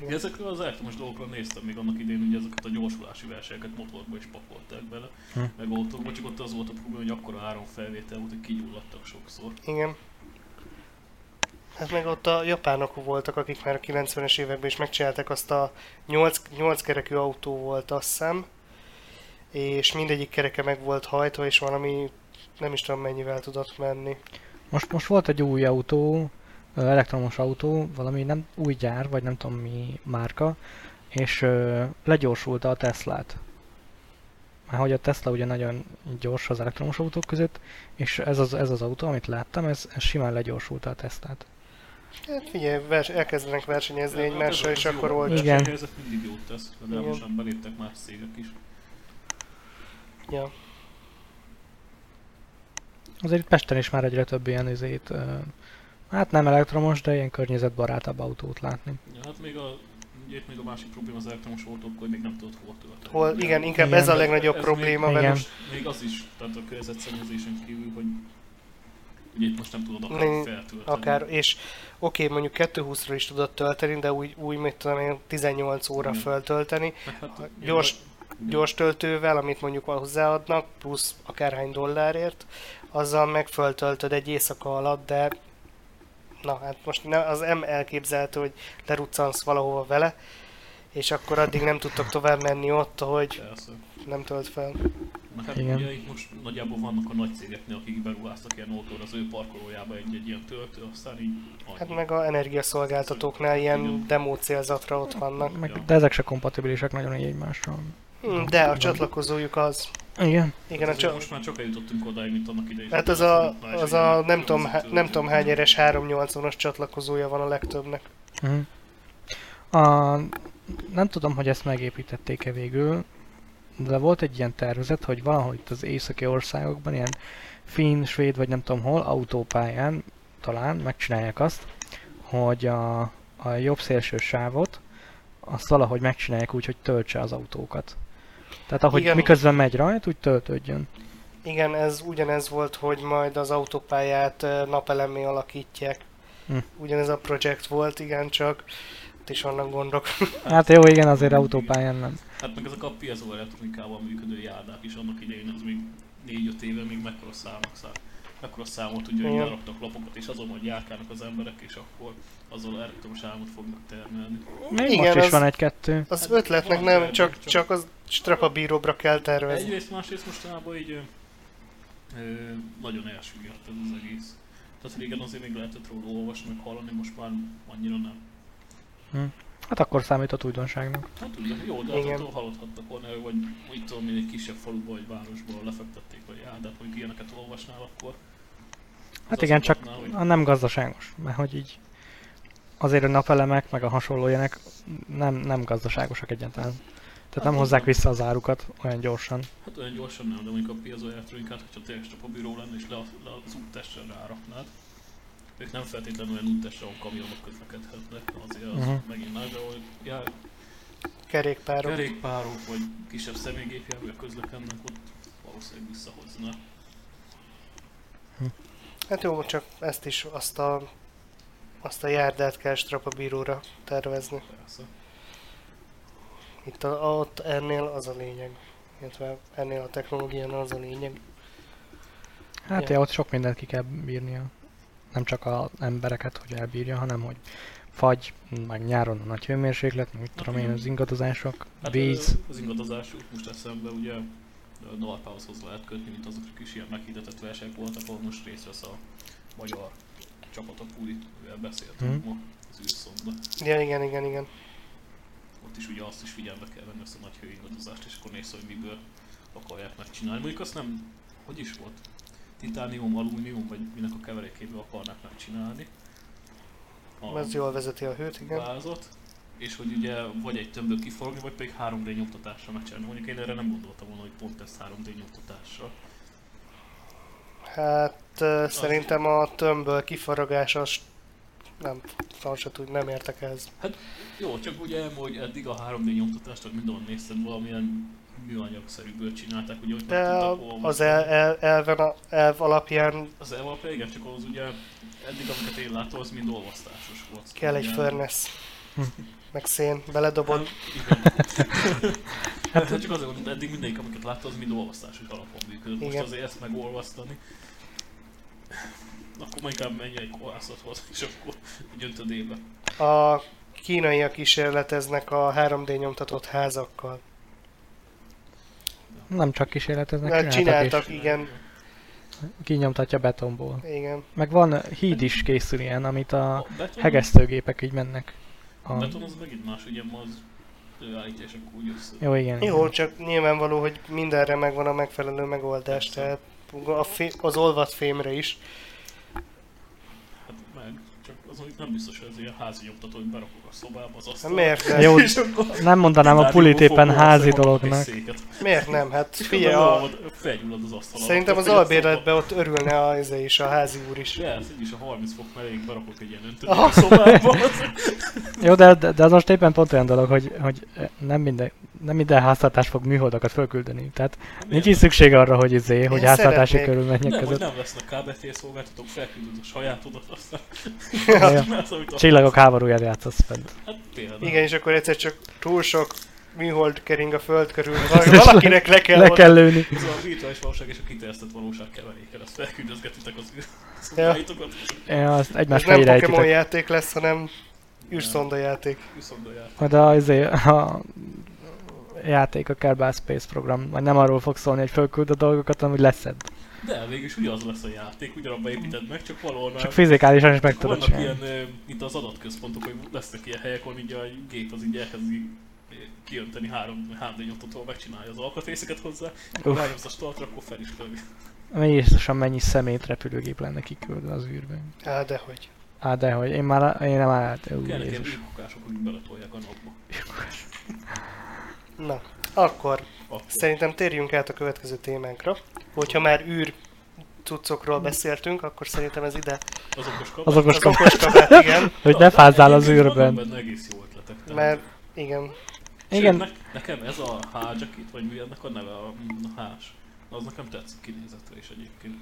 Igen.
Ezekről az elektromos dolgokról néztem még annak idén, ugye ezeket a gyorsulási versenyeket motorba is pakolták bele,
Hm.
meg autókba, csak ott az volt a probléma, hogy akkora három felvétel volt, hogy kigyulladtak sokszor.
Igen. Hát meg ott a japánok voltak, akik már a 90-es években is megcsinálták azt a 8, 8 kerekű autó volt, azt hiszem, és mindegyik kereke meg volt hajtva, és valami nem is tudom mennyivel tudott menni.
Most, most volt egy új autó, ö, elektromos autó, valami nem új gyár, vagy nem tudom mi márka, és ö, legyorsulta a Teslát. Már hogy a Tesla ugye nagyon gyors az elektromos autók között, és ez az, ez az autó, amit láttam, ez, ez simán legyorsulta a Teslát.
Hát figyelj, vers- elkezdenek versenyezni
Hát
egymással,
ez- ez
és
jó,
akkor
a
volt.
Igen.
versenyhelyzet mindig jót tesz, de
Igen.
most beléptek más cégek is.
Ja.
Azért itt Pesten is már egyre több ilyen izét, ö, hát nem elektromos, de ilyen környezetbarátabb autót látni.
Ja, hát még a, ugye itt még a másik probléma az elektromos autókkal, hogy még nem tudod hol tölteni.
Hol,
Ugye,
igen, inkább
Igen.
ez a legnagyobb
Ez
probléma
még,
Igen.
velük.
Most még az is, tehát a környezetszennyezésen kívül, hogy ugye itt most nem tudod
Né,
akár feltölteni.
Akár, és oké, mondjuk 220-ra is tudod tölteni, de úgy, úgy mit tudom én, 18 óra
Igen.
föltölteni,
Mhm. Hát,
ha
ugye,
gyors,
igen.
gyors töltővel, amit mondjuk hozzáadnak, plusz akárhány dollárért, azzal meg föltöltöd egy éjszaka alatt, de na hát most ne, az M elképzelhető, hogy leruccansz valahova vele, és akkor addig nem tudtok tovább menni ott, hogy
Persze.
nem tölt fel.
Na hát
Igen.
ugye itt most nagyjából vannak a nagy cégeknél, akik beruháztak ilyen autóra az ő parkolójába egy-egy ilyen töltő, aztán így annyi.
Hát meg a energiaszolgáltatóknál ilyen demo célzatra ott vannak.
Meg,
Ja.
de ezek se kompatibilisek nagyon így egymással.
Hm, De a csatlakozójuk az.
Igen.
Igen, a
Hát Azért
csat...
most már csak eljutottunk odáig, mint annak idején.
Hát az a, az a nem, tudom, há- nem tudom hány eres 380-as csatlakozója van a legtöbbnek.
Mhm. A, nem tudom, hogy ezt megépítették-e végül, de volt egy ilyen tervezet, hogy valahol itt az északi országokban, ilyen finn, svéd, vagy nem tudom hol, autópályán talán megcsinálják azt, hogy a, a jobb szélső sávot, azt valahogy megcsinálják úgy, hogy töltse az autókat. Tehát ahogy
Igen. Hát-
Igen. miközben megy rajt, úgy töltődjön.
Igen, ez ugyanez volt, hogy majd az autópályát ö, napelemmé alakítják.
Hm.
Ugyanez a projekt volt, igen, csak ott is vannak gondok.
Hát jó, igen, azért autópályán nem.
Hát meg ezek a piezoelektronikával működő járdák is annak idején, az még 4-5 éve még mekkora számok szám. Mekkora számot ugye
Igen.
Igen. leraktak lapokat, és azon majd járkálnak az emberek, és akkor azzal elektromos áramot fognak termelni.
Még
Igen,
most is
az-
van egy-kettő.
Az
Hát,
ötletnek
van
nem,
benne,
csak,
csak-
csak az strapabíróbra kell tervezni.
Egyrészt, másrészt mostanában így ö, ö, nagyon elsüllyedt ez az egész. Tehát régen azért még lehetett róla olvasni, meg hallani, most már annyira nem.
Hát akkor számított újdonságnak.
Hát ugye, jó, de
Igen.
hát attól hallothattak volna, vagy mit tudom, én, egy kisebb faluban vagy városban lefektették a járdát, mondjuk hát, ilyeneket olvasnál akkor. az
Hát
azt
igen, csak
mutatná, hogy-
a nem gazdaságos, mert hogy így azért a napelemek, meg a hasonló ilyenek nem, nem gazdaságosak egyáltalán. Tehát nem
Hát
hozzák
igen.
vissza az árukat olyan gyorsan.
Hát olyan gyorsan nem, de mondjuk a piezoelektronikát, hogyha teljes csapabíró lenne és le, a- le az úttestre ráraknád, ők nem feltétlenül olyan úttestre, ahol kamionok közlekedhetnek, azért az
Mhm.
uh-huh. megint más, de hogy jár,
Kerékpárok.
kerékpárok vagy kisebb személygépjárművek közlekednek, ott valószínűleg visszahozná.
Hát jó, csak ezt is, azt a, azt a járdát kell strapabíróra tervezni.
Persze.
Itt a, ott ennél az a lényeg. Illetve ennél a technológiánál az a lényeg.
Hát
Igen.
ja. ott sok mindent ki kell bírnia. Nem csak az embereket, hogy elbírja, hanem hogy fagy, meg nyáron a nagy hőmérséklet, meg mit
Hát
tudom én,
igen.
az ingadozások,
Hát
víz.
ö, Az ingadozás úgy most eszembe ugye ö, Norpához lehet kötni, mint azok a kis ilyen meghirdetett versenyek voltak, ahol most részt vesz a magyar csapat a Puri, amivel beszéltünk
Mhm.
ma az űrszondba.
Ja, igen, igen, igen.
Ott is ugye azt is figyelme kell venni, ezt a nagy hőingadozást, és akkor nézd, hogy miből akarják megcsinálni. Mondjuk azt nem, hogy is volt? Titánium, alumínium, vagy minek a keverékéből akarnák megcsinálni. A-
Ez jól vezeti a hőt, igen.
vázat, és hogy ugye vagy egy tömbből kiforgni, vagy pedig 3D nyomtatásra megcsinálni. Mondjuk én erre nem gondoltam volna, hogy pont ezt 3D nyomtatásra.
Hát ö, szerintem a tömbből kifaragás az s- nem farsat úgy nem értek ehhez.
Jó, csak ugye, hogy eddig a 3D nyomtatást, tehát mindenhol néztem, valamilyen műanyagszerűből csinálták, ugye, hogy
De
nem tudtak
a-
hol-
az el, el, elven a, elv alapján
Az EVP, igen, csak az ugye eddig, amiket én látom, az mind olvasztásos volt.
kell egy
Ugye,
furnace. Meg szén, beledobod.
Hát, igen. hát, csak azért mondom, eddig mindegyik, amiket láttam, az mind olvasztásos alapon működött. Most
Igen.
azért ezt megolvasztani. Akkor majd inkább menj egy kohászathoz, és akkor gyöntöd ébe.
A kínaiak kísérleteznek a 3D nyomtatott házakkal.
Nem csak kísérleteznek,
Na,
csináltak, csináltak.
csináltak, igen,
és kinyomtatja betonból.
igen.
Meg van híd is készül ilyen, amit a
A beton,
hegesztőgépek így mennek.
a
A...
beton az megint más, ugye ma az állítja, és akkor úgy össze.
Jó, igen.
Jó,
igen.
csak nyilvánvaló, hogy mindenre megvan a megfelelő megoldás, tehát a fé- az olvat fémre is.
Hát meg, csak az, hogy nem biztos, hogy ez ilyen házi nyomtató, hogy berakok a szobába az
Hát
asztalra.
miért nem?
Jó,
És akkor
Nem mondanám a
Kivágjuk
pulit éppen
fogóval,
házi
összepakolok egy
dolognak.
széket.
Miért nem? Hát
És
figyelj,
akkor
a,
leolvad- felgyullad az asztal alatt.
szerintem az
Akkor egy
albérletben ott örülne a, az is, a házi úr is.
szobba- De, ez így is a 30 fok meleg berakok egy ilyen öntött
Aha.
a szobába.
Jó, de, de, de az most éppen pont olyan dolog, hogy, hogy nem minden, nem minden háztartás fog műholdakat fölküldeni. Tehát nincs is szükség arra, hogy izé, hogy
Én
háztartási
szeretnék.
körülmények
Nem, hogy
között
nem lesznek kábeltér szolgáltatók, felküldöd a sajátodat, aztán
Ja.
csinálsz, amit akarsz.
csillagok háborúját játszasz fent.
Hát tényleg.
Igen, és akkor egyszer csak túl sok műhold kering a föld körül, val- valakinek le kell,
Le kell lőni.
Ez a virtuális valóság és a kiterjesztett valóság keveréke, ezt felküldözgetitek az
Ja.
szobáitokat, és
Ja, azt egymás
Ez nem
fejére
Pokémon
ejtitek.
játék lesz, hanem űrszonda játék.
viszont a
Majd a, izé, a játék, a Kerbal Space program, majd nem arról fog szólni, hogy fölküld a dolgokat, hanem hogy leszed.
De végül is ugyanaz lesz a játék, ugyanabba építed meg, csak valahol már
Csak fizikálisan is meg tudod
Vannak
csinálni.
ilyen, ö, mint az adatközpontok, hogy lesznek ilyen helyek, ahol így a gép az így elkezdi ö, kijönteni három hd nyomtatóval megcsinálja az alkatrészeket hozzá, akkor
Uff.
rányomsz a startra, akkor fel is lövi.
Jézusom, mennyi szemét repülőgép lenne kiküldve az űrbe.
Á, dehogy.
Á, de hogy én már, én már át, ú,
Kellnek ilyen
Jézus.
űrkukások, hogy beletolják a napba.
Na, akkor
Akkor.
szerintem térjünk át a következő témánkra. Hogyha már űr
Mm.
cuccokról beszéltünk, akkor szerintem ez ide
Az okos kabát.
Az okos
az okos kabát, igen,
hogy
Na,
ne
de
fázzál az
egyébként vannak
űrben.
Benne egész jó ötletek. tehát-
mert igen,
Sőt,
Igen.
Ne, nekem ez a hájakit, vagy mi ennek a neve, a mm, a hás, az nekem tetszik kinézetre is egyébként.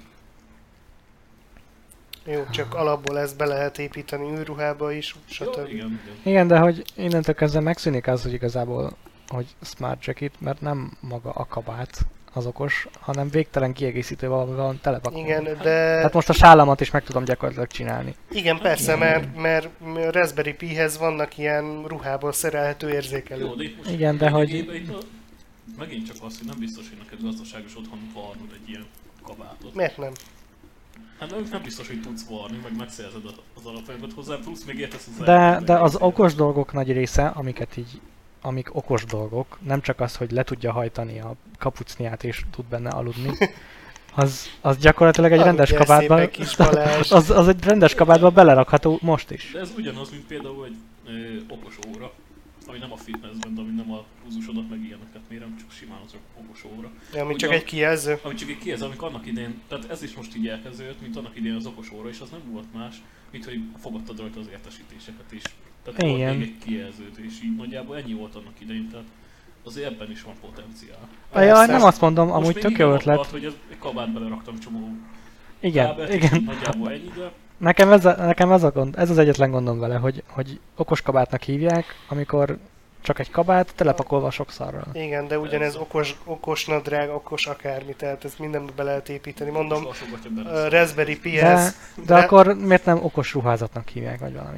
jó, csak alapból ezt be lehet építeni űrruhába is,
Jó,
stb.
igen, igen.
Igen, de hogy innentől kezdve megszűnik az, hogy igazából, hogy Smart Jacket, mert nem maga a kabát az okos, hanem végtelen kiegészítő valamivel van telepakolva.
Igen, de
Hát most a sálamat is meg tudom gyakorlatilag csinálni.
igen, persze, mert, mert a Raspberry Pi-hez vannak ilyen ruhából szerelhető érzékelők.
Jó, de itt most
Igen, de hogy-
lényegében itt a- Megint csak az, hogy nem biztos, hogy neked gazdaságos otthon varnod egy ilyen kabátot.
Miért nem?
Hát nem, nem biztos, hogy tudsz varni, meg megszerzed a- az alapanyagot hozzá, plusz még értesz hozzá.
De,
egy-
de az
egy-
okos dolgok nagy része, amiket így, amik okos dolgok, nem csak az, hogy le tudja hajtani a kapucniát és tud benne aludni, az, az gyakorlatilag egy rendes
Aludjál
kabátba,
szépen, kis Balázs.
az, az egy rendes kabátba belerakható most is.
De ez ugyanaz, mint például egy ö, okos óra, ami nem a fitnessben, de ami nem a húzusodat meg ilyeneket mérem, csak simán az okos óra.
Ami csak
Ugyan-
egy kijelző.
Ami csak így ki ez, amik annak idén, tehát ez is most így elkezdődött, mint annak idén az okos óra, és az nem volt más, mint hogy fogadtad rajta az értesítéseket is. Tehát
Igen.
volt még egy kijelződés, így nagyjából ennyi volt annak idején, tehát azért ebben is van potenciál.
Ja,
Persze.
nem azt mondom,
Most
amúgy
még
tök
igen
jó
ott
ötlet.
volt, hogy ez egy kabát beleraktam csomó
Igen,
kábelt, és
igen.
így Nagyjából ennyi, de
Nekem ez, a, nekem ez a gond, ez az egyetlen gondom vele, hogy, hogy okos kabátnak hívják, amikor csak egy kabát telepakolva sok szarral.
Igen, de ugyanez okos, okos nadrág, okos akármi, tehát ezt mindenbe be lehet építeni. Mondom,
sorsogatja
a
bele.
Raspberry
De,
Pi-hez
de akkor miért nem okos ruházatnak hívják, vagy valami?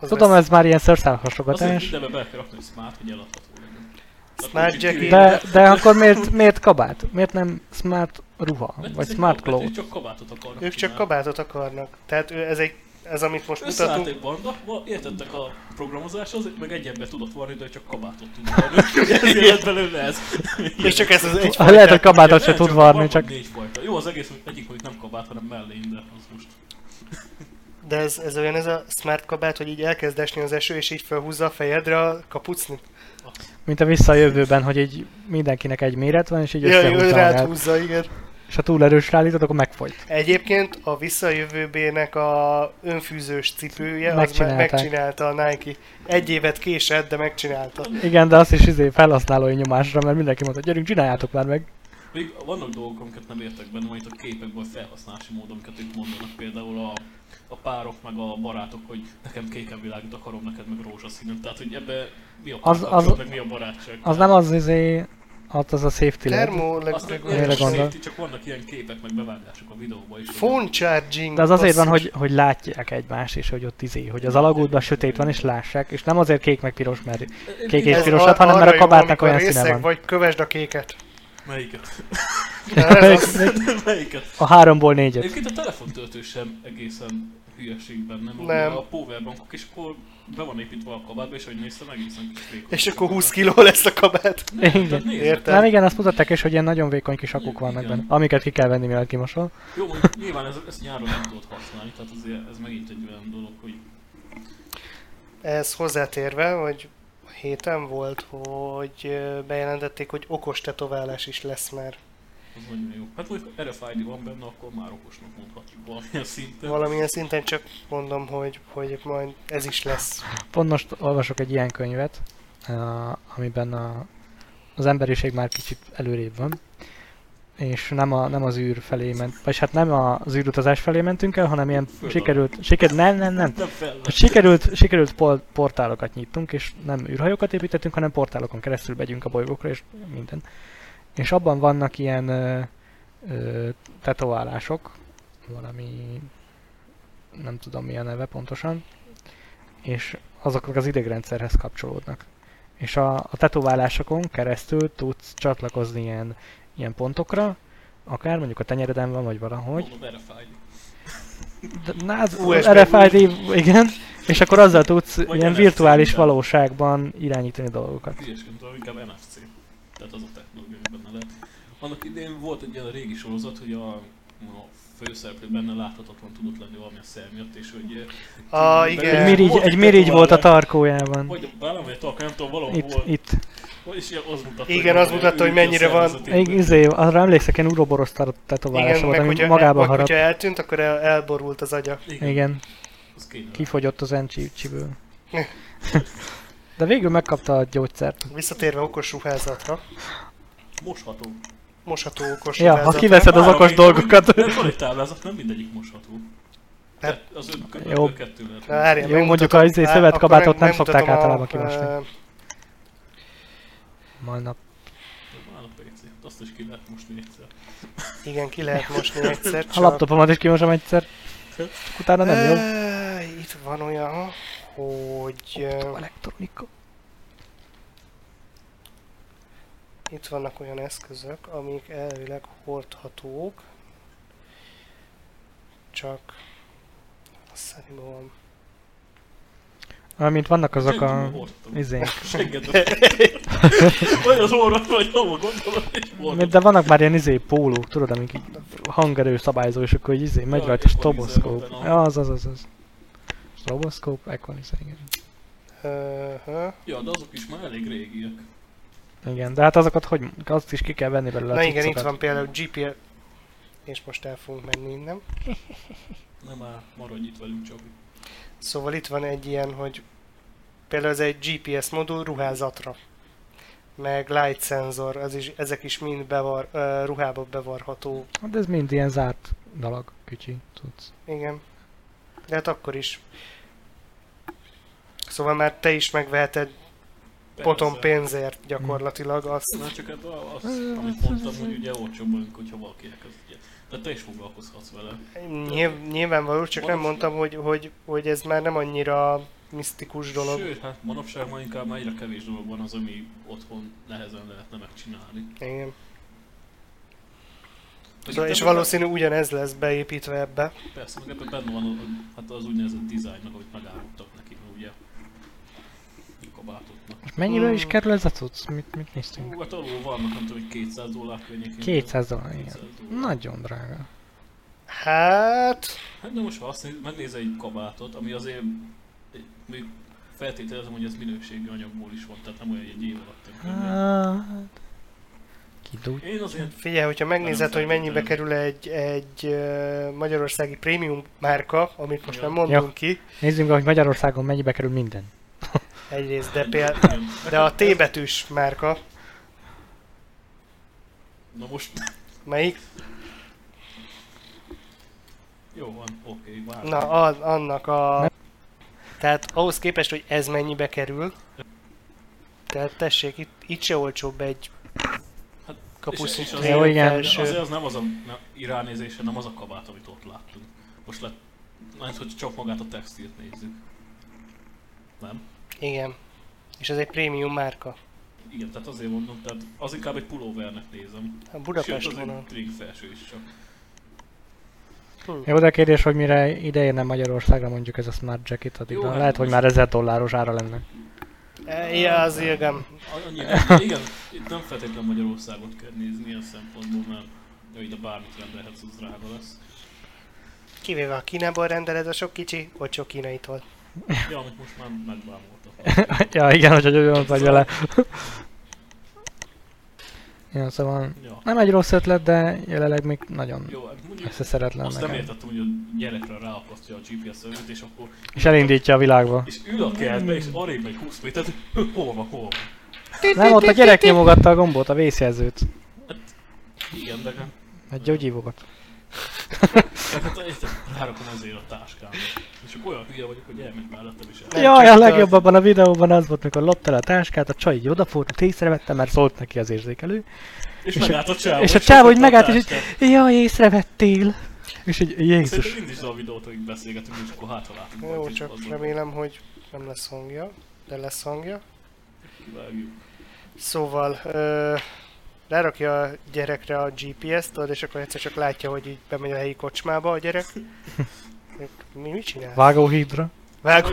az
Tudom,
lesz
ez már ilyen szörszál
Azért
hasogatás,
idebe be kell rakni a smart, hogy eladható legyen. Tehát
Smart
úgy
jacket.
így-
de, de akkor miért, miért kabát? Miért nem smart ruha,
Mert
vagy
ez egy
smart
kabát,
cloth?
Ők csak kabátot akarnak
Ők csak
csinálni.
kabátot akarnak. Tehát ő, ez, egy, ez amit most
Összeállt
mutatunk,
egy banda, va- értettek a programozáshoz, meg egy ember tudott varni, de csak kabátot tud varni. Ezért lett belőle ez.
és csak ez az egy
Ah, Lehet, hogy
fajta.
kabátot se
Nem,
tud
van
varni, csak
Négy fajta. Jó, az egész, hogy egyik mondjuk nem kabát, hanem mellé, de az most.
De ez, ez olyan ez a smart kabát, hogy így elkezd esni az eső, és így felhúzza a fejedre a kapucnit.
mint a vissza a jövőben, hogy így mindenkinek egy méret van, és így
Ja,
összehúzza
ő rád
magát.
húzza, igen.
és ha túl erősre állítod, akkor megfolyt.
Egyébként a visszajövőbének a önfűzős cipője, az me-
Megcsinálták.
megcsinálta a Nike. Egy évet késett, de megcsinálta.
Igen, de azt is izé felhasználói nyomásra, mert mindenki mondta, gyerünk, csináljátok már meg.
Még vannak dolgok, amiket nem értek benne, majd itt a képekből felhasználási mód, amiket itt mondanak, például a, a párok, meg a barátok, hogy nekem kéken világít akarom, neked meg rózsaszínen. Tehát, hogy ebbe mi a
Az-
párkapcsolat,
az-
meg mi a barátság.
Az nem az izé, az az a safety led.
Termo
Azt meg
Mire
értem,
gondol?
safety, csak vannak ilyen képek, meg bevágások a videóban is. hogy-
Phone charging.
De az azért van,
basszus.
hogy, hogy látják egymást is, hogy ott izé, hogy az alagútban sötét van és lássák, és nem azért kék meg piros, mert kék és
Ez
pirosat,
ar-
hanem
arra
mert a
jó,
kabátnak
amikor
olyan színe
részeg
van.
Vagy kövesd a kéket.
Melyiket?
Na, ez az-
Melyiket?
A háromból négyet.
Egyébként a telefontöltő sem egészen hülyeség benne,
Nem.
nem. a powerbankok, és akkor be van építve a kabátba, és ahogy néztem, egészen kis vékony.
És akkor 20 kiló lesz a kabát.
Nem,
Igen.
tehát Hát nézd,
Érted?
Nem igen, azt mutatták is, hogy ilyen nagyon vékony kis akuk vannak
Igen.
benne, amiket ki kell venni, mielőtt kimosol.
Jó, mondjuk nyilván ez, ezt nyáron nem tudod használni, tehát azért ez megint egy olyan dolog, hogy
Ez hozzátérve, hogy a héten volt, hogy ö, bejelentették, hogy okos tetoválás is lesz már.
az nagyon jó. Hát mondjuk ha RFID van benne, akkor már okosnak mondhatjuk valamilyen szinten.
Valamilyen szinten csak mondom, hogy, hogy majd ez is lesz.
Pont most olvasok egy ilyen könyvet, eh, amiben a, az emberiség már kicsit előrébb van, és nem, a, nem az űr felé ment, vagy hát nem a- az űrutazás felé mentünk el, hanem ilyen
Föld
sikerült, sikerült, nem, nem, nem,
Nem fel.
Hát sikerült, sikerült pol- portálokat nyitunk, és nem űrhajókat építettünk, hanem portálokon keresztül megyünk a bolygókra, és minden. És abban vannak ilyen ö, ö, tetoválások, valami, nem tudom mi a neve pontosan, és azok az idegrendszerhez kapcsolódnak. És a, a tetoválásokon keresztül tudsz csatlakozni ilyen, ilyen pontokra, akár mondjuk a tenyereden van, vagy valahogy,
Mondom, RFID.
de- Na, az
USB
RFID, igen, és akkor azzal tudsz ilyen
NFC,
virtuális
nem?
valóságban irányítani dolgokat.
Hülyesként Hát tudom, inkább NFC. Tehát az a technológia, ami benne lehet. Annak idén volt egy olyan régi sorozat, hogy a, a főszereplő benne láthatatlan tudott lenni valamilyen szem miatt, és hogy... eh,
Ah, igen.
Egy mirigy, egy mirigy volt a tarkójában.
Vagy vállam, vagy talk, nem tudom, valahol
Itt,
volt.
itt.
Vagyis ilyen az mutatta,
Igen, az mutatta, hogy mennyire van.
Egy, izé, arra emlékszek, ilyen uroborosztára tetoválása
Igen,
volt,
meg
ami
hogyha,
magába
meg
harap.
hogyha eltűnt, akkor el, elborult az agya.
Igen,
Igen,
az kéne.
kifogyott az encsiből. De végül megkapta a gyógyszert.
Visszatérve okos ruházatra,
Mosható.
mosható okos
Ja, ha
ruházatra.
kiveszed az
Várom
okos
én.
dolgokat.
Nem van egy táblázat, nem mindegyik mosható. Tehát az ön
Jó.
könyvből kettő lehet.
Na, várjál,
Jó, mondjuk
megmutatom.
az izé
Á,
szövetkabátot
akkor meg-
nem szokták
megmutatom
általában
a-
kimosni.
ö,
Majd nap.
Áll a PC. Azt is ki lehet mosni egyszer.
Igen, ki lehet mosni egyszer.
A laptopomat is kimosom egyszer. Csak
E-
utána nem jó.
Ö, Itt van olyan, hogy ö,
Elektronika.
itt vannak olyan eszközök, amik elvileg hordhatók, csak azt szerintem van.
Amint vannak azok
Senki
a...
nem hordható.
Izé.
Segged a Vagy az orrod, vagy hova gondolod, és
Mert
hordod.
De vannak már ilyen izé pólók, tudod, amik így hangerő szabályozó, és akkor így izé megy
Ja,
rajta stroboszkóp.
equalizer
Ja, az, az, az, az. Stroboszkóp, equalizer, igen.
Ö-hö.
Ja, de azok is már elég régiek.
Igen, de hát azokat hogy, azt is ki kell venni belőle a
Na igen, itt
cuccokat.
van például GPL, és most el fogunk menni innen.
Nem már maradj itt velünk, Csabi.
Szóval itt van egy ilyen, hogy például ez egy GPS modul ruházatra, meg light szenzor, ez is, ezek is mind bevar, ö, ruhába bevarható,
Hát ez mind ilyen zárt dalag, kicsi, tudsz.
igen. De hát akkor is. Szóval már te is megveheted potom
Persze.
pénzért gyakorlatilag azt.
Na csak hát az, amit mondtam, hogy ugye olcsóbb, hogyha valaki elkezd ugye. Tehát te is foglalkozhatsz vele.
Nyilv, nyilvánvaló, csak nem mondtam, hogy, hogy, hogy ez már nem annyira misztikus dolog.
Sőt, hát manapság már inkább már egyre kevés dolog van az, ami otthon nehezen lehetne megcsinálni.
Igen.
Meg
Szóval,
itt
és
ebben-
valószínű ugyanez lesz beépítve ebbe.
Persze, meg ebben benne van a- hát az úgynevezett dizájnnak, amit megálmodtak neki, ugye? A kabátotnak.
Most mennyibe is
Mm.
kerül ez a cucc? Mit, mit néztünk?
Hú, hát alul vannak, nem tudom, hogy 200 dollár környékén.
200 dollár, igen.
200 dollár.
Nagyon drága.
Hát...
Hát de most ha azt néz, megnéz egy kabátot, ami azért egy- még feltételezem, hogy ez minőségi anyagból is van, tehát nem olyan hogy egy év alatt. tönkre megy.
Hát... Így úgy.
Én azért
Figyelj, hogyha megnézed,
Nem
hogy mennyibe
szerintem.
kerül egy, egy ö, magyarországi prémium márka, amit most
Ja.
nem mondunk ki,
Nézzünk, hogy Magyarországon mennyibe kerül minden.
egyrészt, de, péld,
nem.
de a T betűs márka,
Na most,
melyik?
jó van, oké, várj.
Na, az, annak a... Tehát ahhoz képest, hogy ez mennyibe kerül, tehát tessék, itt, itt se olcsóbb egy
Hát,
kapuszint.
és- és
Jó, igen.
De azért az nem az a nem, iránézése, nem az a kabát, amit ott láttunk. Most lett, mert hogy csak magát a textilt nézzük. Nem?
Igen. És ez egy prémium márka.
Igen, tehát azért mondom, tehát az inkább egy pulóvernek nézem.
A
Sőt,
Budapest
az
vonal. Hm.
egy trink felső is csak.
Jó, de a kérdés, hogy mire ide érne Magyarországra mondjuk ez a Smart Jacket,
Jó,
addigra
hát
lehet, hogy
most-
már 1000 dolláros ára lenne.
E, Ja, az igen.
Annyi, nem- igen, itt nem feltétlenül Magyarországot kell nézni ilyen szempontból, mert jó, ide bármit rendelhetsz, az drága lesz.
Kivéve a Kínából rendeled a sok kicsi, ott sok kínait volt.
Ja, amit most már megbámultak.
ja, igen, hogyha gyógyulom vagy vele. ja, szóval
Ja.
nem egy rossz ötlet, de jelenleg még nagyon
Jó, hát mondjuk
összeszeretlen
azt nem
nekem.
értettem, hogy a gyerekre ráakasztja a GPS övét, és akkor
És elindítja a világba.
És ül a kertbe, és arrébb megy 20 métert, hogy hol van, hol van.
Nem, ott a gyerek nyomogatta a gombot, a vészjelzőt.
Igen, de hát,
Egy gyógyívókat.
de hát érted, rárakom azért a táskámba. És akkor olyan hülye vagyok, hogy elmegy mellettem is el.
Nem
Jaj,
csak
a
tudod.
legjobb abban a videóban az volt, mikor lopta el a táskát, a csaj így odafúrt, hogy észrevette, mert szólt neki az érzékelő.
És,
és a-
megállt a csávó.
és a csávó így
ott a
megállt, és így-
táskát.
Jaj, észrevettél! És így,
Szerintem
Jézus.
indítsd a videót, hogy beszélgetünk, és akkor hátra látunk.
Jó, csak remélem, hogy nem lesz hangja, de lesz hangja. Szóval, ö, lerakja a gyerekre a GPS-t, tudod, és akkor egyszer csak látja, hogy így bemegy a helyi kocsmába a gyerek. Mi, mit csinál?
Vágóhídra.
Vágó,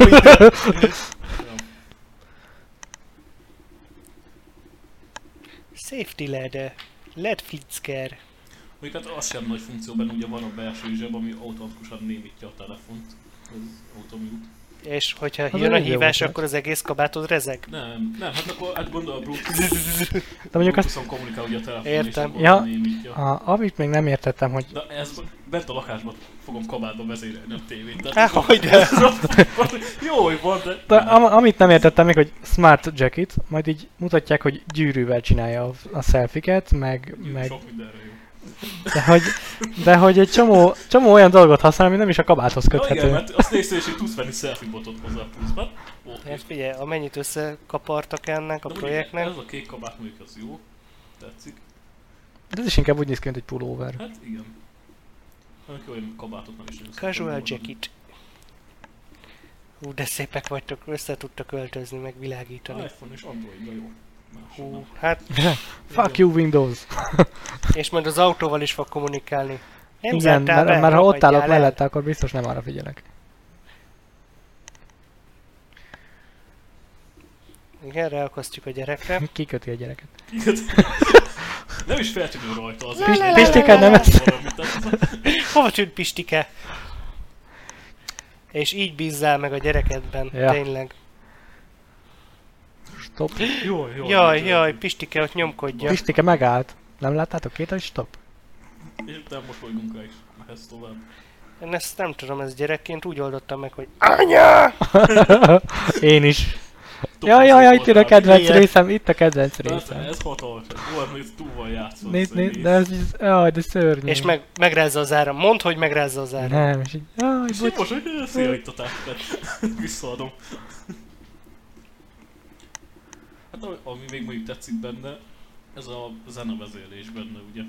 safety lede, led flicker.
Még hát az sem nagy funkció benne, ugye van a belső zseb, ami automatikusan némítja a telefont. Ez automute.
És hogyha
Az
jön a
elég Hát jó
hívás,
ötlet.
akkor az egész kabátod rezeg.
Nem, nem, hát akkor hát gondolom a Bluetooth.
De mondjuk azt,
Bluetooth-on kommunikál ugye a telefon, és
Értem.
akkor
Ja.
némítja.
a, amit még nem értettem, hogy
Na ez bent a lakásban fogom kabátba vezérelni a tévét. de-
Há, hogy de.
Jó, hogy van, de...
De am- amit nem értettem még, hogy smart jacket, majd így mutatják, hogy gyűrűvel csinálja a, a selfiket, meg,
Jó,
meg
Sok mindenre jó.
de, hogy, de hogy egy csomó, csomó olyan dolgot használ, ami nem is a kabáthoz
Na igen,
köthető.
mert azt nézted, és így tudsz venni selfie botot hozzá pluszban. Oké.
Hát figyelj, amennyit összekapartak ennek a
De mondjuk
projektnek,
Ez a kék kabát mondjuk az jó. Tetszik.
De ez is inkább úgy néz ki, mint egy pulóver.
Hát igen. Neki olyan kabátot nem is nagyon szoktam
casual
hordani.
jacket. Hú, de szépek vagytok, össze tudtak öltözni, meg
Ah,
világítani.
iPhone és Android, de jó. Máshogy
Hú,
nem.
hát,
Fuck you Windows!
és majd az autóval is fog kommunikálni. Nem
Igen,
zártál
mert,
be,
mert ha ott
hagyjál
állok
el.
mellette, akkor biztos nem arra figyelek.
Igen, ráakasztjuk a gyerekre.
Kiköti a gyereket.
Igen. Nem is feltűnő rajta az.
Pist- Pistikád nem ezt?
Hova tűnt Pistike? És így bízzál meg a gyerekedben,
Ja.
tényleg.
Stop.
Jó, jó.
Jaj, jaj, Pistike ott nyomkodja.
Pistike megállt. Nem láttátok két, hogy stop?
És utána mosolygunk rá is. Mehetsz tovább.
Én ezt nem tudom, ez gyerekként úgy oldottam meg, hogy
Én is.
Top
Jaj, jaj, jaj, itt jön a
voltál.
kedvenc
Ilyen.
részem, itt a kedvenc
Hát,
részem.
Ez hatalmas, volt, hogy túl van játszva.
Nézd, nézd, de ez is, jaj, de szörnyű.
És meg, megrázza az áram. Mondd, hogy megrázza az áram.
Nem, és így, jaj,
És
bocs.
most, hogy szél itt a társadalmat. Visszaadom. Hát ami- ami még mondjuk tetszik benne, ez a zenevezélés benne, ugye.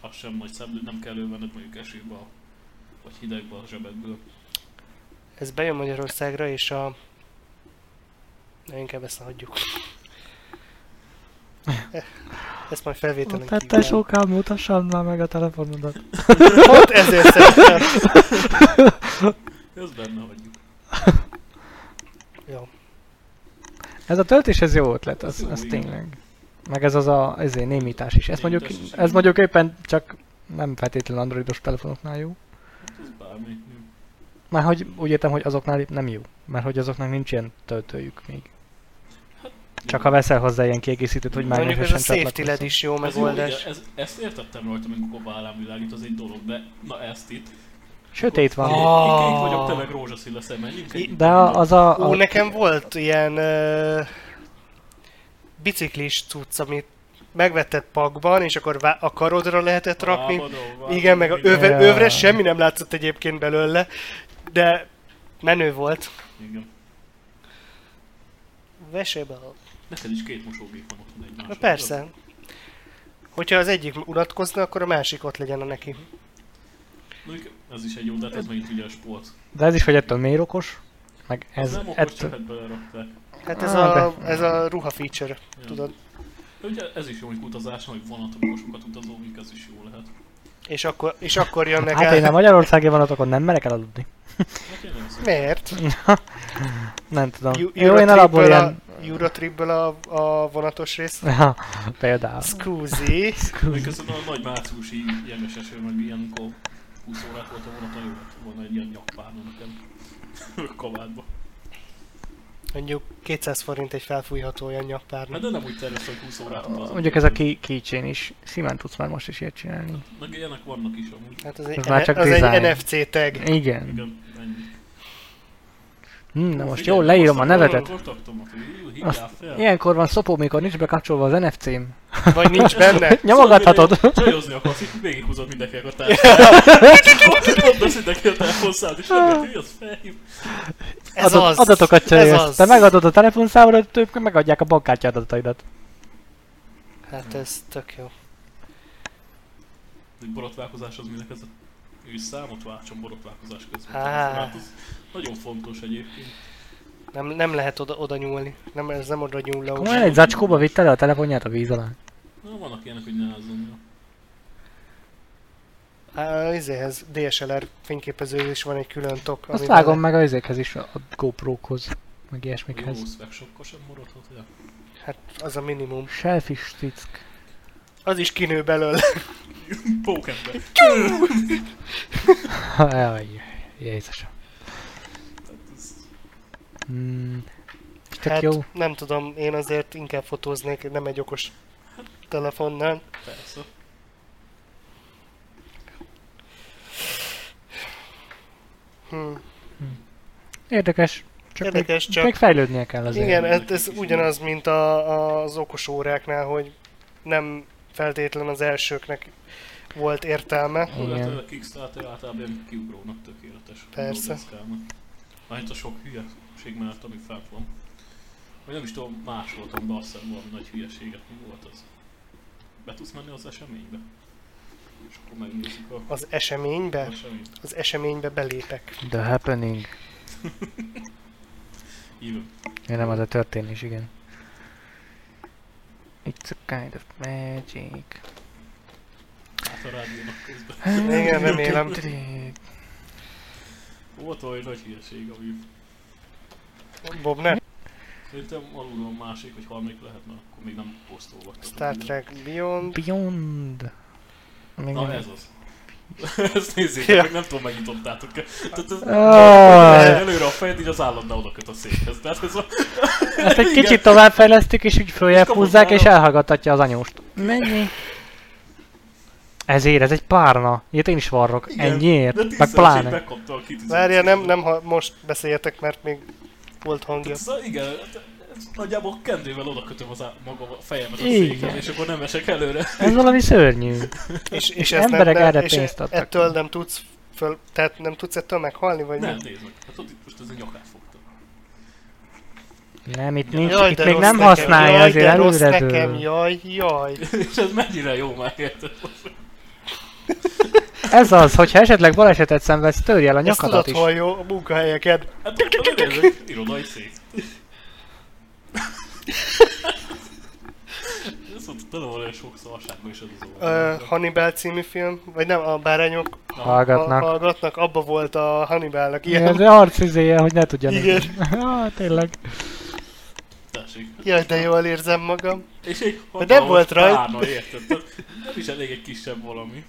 Az sem nagy szemlő, nem kell elővenned mondjuk esőbe, a- vagy hidegbe a zsebedből.
Ez bejön Magyarországra, és a... Na, inkább ezt ne hagyjuk. Ezt majd felvételen
Hát te soká mutassam már meg a telefonodat.
Pont ezért szerettem.
Ez benne hagyjuk.
Jó.
Ez a töltés, ez jó ötlet,
Ez
ez,
jó,
ez
igen.
tényleg. Meg ez az a ezért, némítás is. Ez mondjuk,
Némítás is,
ez
igen.
mondjuk éppen csak nem feltétlenül androidos telefonoknál jó.
Hát ez bármi.
Már hogy úgy értem, hogy azoknál nem jó. Mert hogy azoknak nincs ilyen töltőjük még. Csak ha veszel hozzá ilyen kiegészítőt, hogy már
Mondjuk ez a
nyerhesen
safety led is jó
Ez úgy,
megoldás.
ez, ezt értettem rajta, amikor a vállám világít, az egy dolog, de na ezt itt.
Sötét van.
Ah.
Kék vagyok, te meg rózsaszín leszel, menjünk egy-
De a- az a...
Ó,
a
nekem volt ilyen ö, biciklis cucc, amit megvetted pakban, és akkor vá- a karodra lehetett rakni.
Vámadó, vámadó,
Igen, meg a
minden.
öve,
Ja.
övre semmi nem látszott egyébként belőle, de menő volt.
Igen.
Vesébe
Neked is két mosógép van otthon egymásra.
Na persze. Hogyha az egyik unatkozna, akkor a másik ott legyen a neki.
Mondjuk ez is egy jó, de hát ez megint ugye a sport.
De ez is, hogy ettől miért okos, meg
Ez
ez...
nem okos,
ettől...
csak hát belerakták.
Hát ez,
Á,
a, ez a ruha feature,
Ja.
tudod.
De Ugye ez is jó, hogy utazás, hogy vonaton sokat utazunk, ez is jó lehet.
És akkor, és akkor jönnek
Hát én a
el.
magyarországi vonatokon nem merek elaludni.
Hát én nem szó.
Miért?
Nem tudom.
Ju-
Jó, én alapból
Eurotripből a,
ilyen...
Eurotripből a, a vonatos rész.
Ja, például.
Scusi.
Még közben a nagy márciusi jeges eső, meg ilyenkor 20 órát volt a vonaton, jó lett volna egy ilyen nyakpárna nekem. Kavádba.
Mondjuk 200 forint egy felfújható olyan
Hát
nyakpárna.
de nem úgy terveztem, hogy 20 órát utazom.
Mondjuk ez a ki- keychain is. Simán tudsz már most is ilyet csinálni.
Meg ilyenek vannak is amúgy.
Hát az egy,
Ez már
N-
csak
az egy
design.
NFC tag.
Igen.
Igen, ennyi.
Hm, na most
Figyelj,
jól leírom a
hoztam
nevedet.
arra kontaktomat, hogy jú, hívjál
Azt-
fel.
Ilyenkor van szopó, mikor nincs bekapcsolva az NFC-m.
Vagy nincs benne.
Nyomogathatod.
Szóval, mire Csajozni akarsz, itt végighúzod mindenkinek a társadalmat. Ott lesz mindenki a telefonszád, és nem lehet, hogy az felhív.
Ez
Adat-
az.
Adatokat
ez
cserélsz.
az.
Te megadod a telefonszámodat, ők megadják a bankkártya adataidat.
Hát ez tök jó.
Egy borotválkozás az minek ez a ő számot váltson borotválkozás közben.
Á.
Hát ez nagyon fontos egyébként.
Nem, nem lehet oda, oda nyúlni. Nem, ez nem oda nyúló.
Komolyan egy zacskóba vitte le a telefonját a víz alá.
Na, vannak ilyenek, hogy ne ázzon. ja.
Á, izé, izéhez DSLR fényképező is van egy külön tok.
Azt
amivel-
vágom meg a izékhez is, a GoPro-hoz, meg hát-
Hogy
ilyesmikhez.
jó szveg sokkal sem maradhat, ja.
Hát az a minimum.
Selfish stick.
Az is kinő belőle.
Pókember.
Jaj, Jézusom.
Tehát ez-
Mm, és tök
Hát
jó.
nem tudom, én azért inkább fotóznék, nem egy okos telefonnal.
Persze.
Hm.
Érdekes. Csak
Érdekes,
még,
csak-
még fejlődnie kell azért.
Igen, ez,
ennek
ez
is
ugyanaz, mint a, a, az okos óráknál, hogy nem feltétlen az elsőknek volt értelme.
Hol a Kickstarter általában ilyen kiugrónak tökéletes.
Persze.
Mert a sok hülyeség mellett, ami fent van. Vagy nem is tudom, más voltam be, azt hiszem valami nagy hülyeséget, mi volt az. Be tudsz menni az eseménybe? És akkor megnézzük a
Az eseménybe?
eseményt.
Az eseménybe belépek.
The happening.
Even.
Ja, nem az a történés, igen. It's a kind of magic.
Hát a rádiónak közben.
Igen, remélem.
Volt valami nagy hülyeség, ami
Bobner?
szerintem alulról a másik, vagy harmadik lehet, mert akkor még nem posztolgattam.
Star Trek Beyond?
Beyond. Még
Na
nem-
ez az. Ezt nézzétek,
Ja.
meg nem tudom, megnyitottátok -e. Tehát ez...
Ah.
Előre a fejed, így az állandó oda köt a székhez. Tehát ez a...
Ezt egy
Igen.
kicsit tovább fejlesztük, és úgy följebb
kapunk
húzzák, és
nála.
elhallgathatja az anyóst. Mennyi? Ezért, ez egy párna. Ilyet én is varrok.
Igen, De
Ennyiért, meg
tízszer is így
pláne.
megkapta a kitűzött
Várja, nem,
címet.
nem ha most beszéljetek, mert még volt hangja.
Tehát ez a- igen, hát ez nagyjából kendővel oda kötöm az á- magam a fejemet a
Igen.
székhez, és akkor nem esek előre.
Ez valami szörnyű.
És, és
És
ez
emberek
nem,
erre
és
pénzt adtak.
ettől nem tudsz föl, tehát nem tudsz ettől meghalni, vagy
Nem,
mi?
nézd meg. Hát ott itt most ez a nyakát fogtam.
Nem, itt nincs,
Jaj,
itt
de
még
rossz
nem
nekem,
használja,
jaj,
azért
de rossz
előre
nekem,
dől.
jaj, jaj.
És ez mennyire jó már érted?
Ez az, hogyha esetleg balesetet szenvedsz, törj el a
Ezt
nyakadat
tudod,
is.
hol jó a munkahelyeken.
Hát ott ez egy irodai szék. Ez ott tele van olyan sok szarságban is ez az
Ö,
oldal.
Hannibal című film, vagy nem, a bárányok
Hallgatnak.
ha- hallgatnak, abba volt a Hannibalnak
Igen,
ilyen.
az arc izéje, hogy ne tudja
Igen.
nézni. Ah, tényleg.
Tessék.
Jaj, de jól érzem magam.
És egy
De nem volt rajt.
párna, érted? Tehát Nem is elég egy kisebb valami.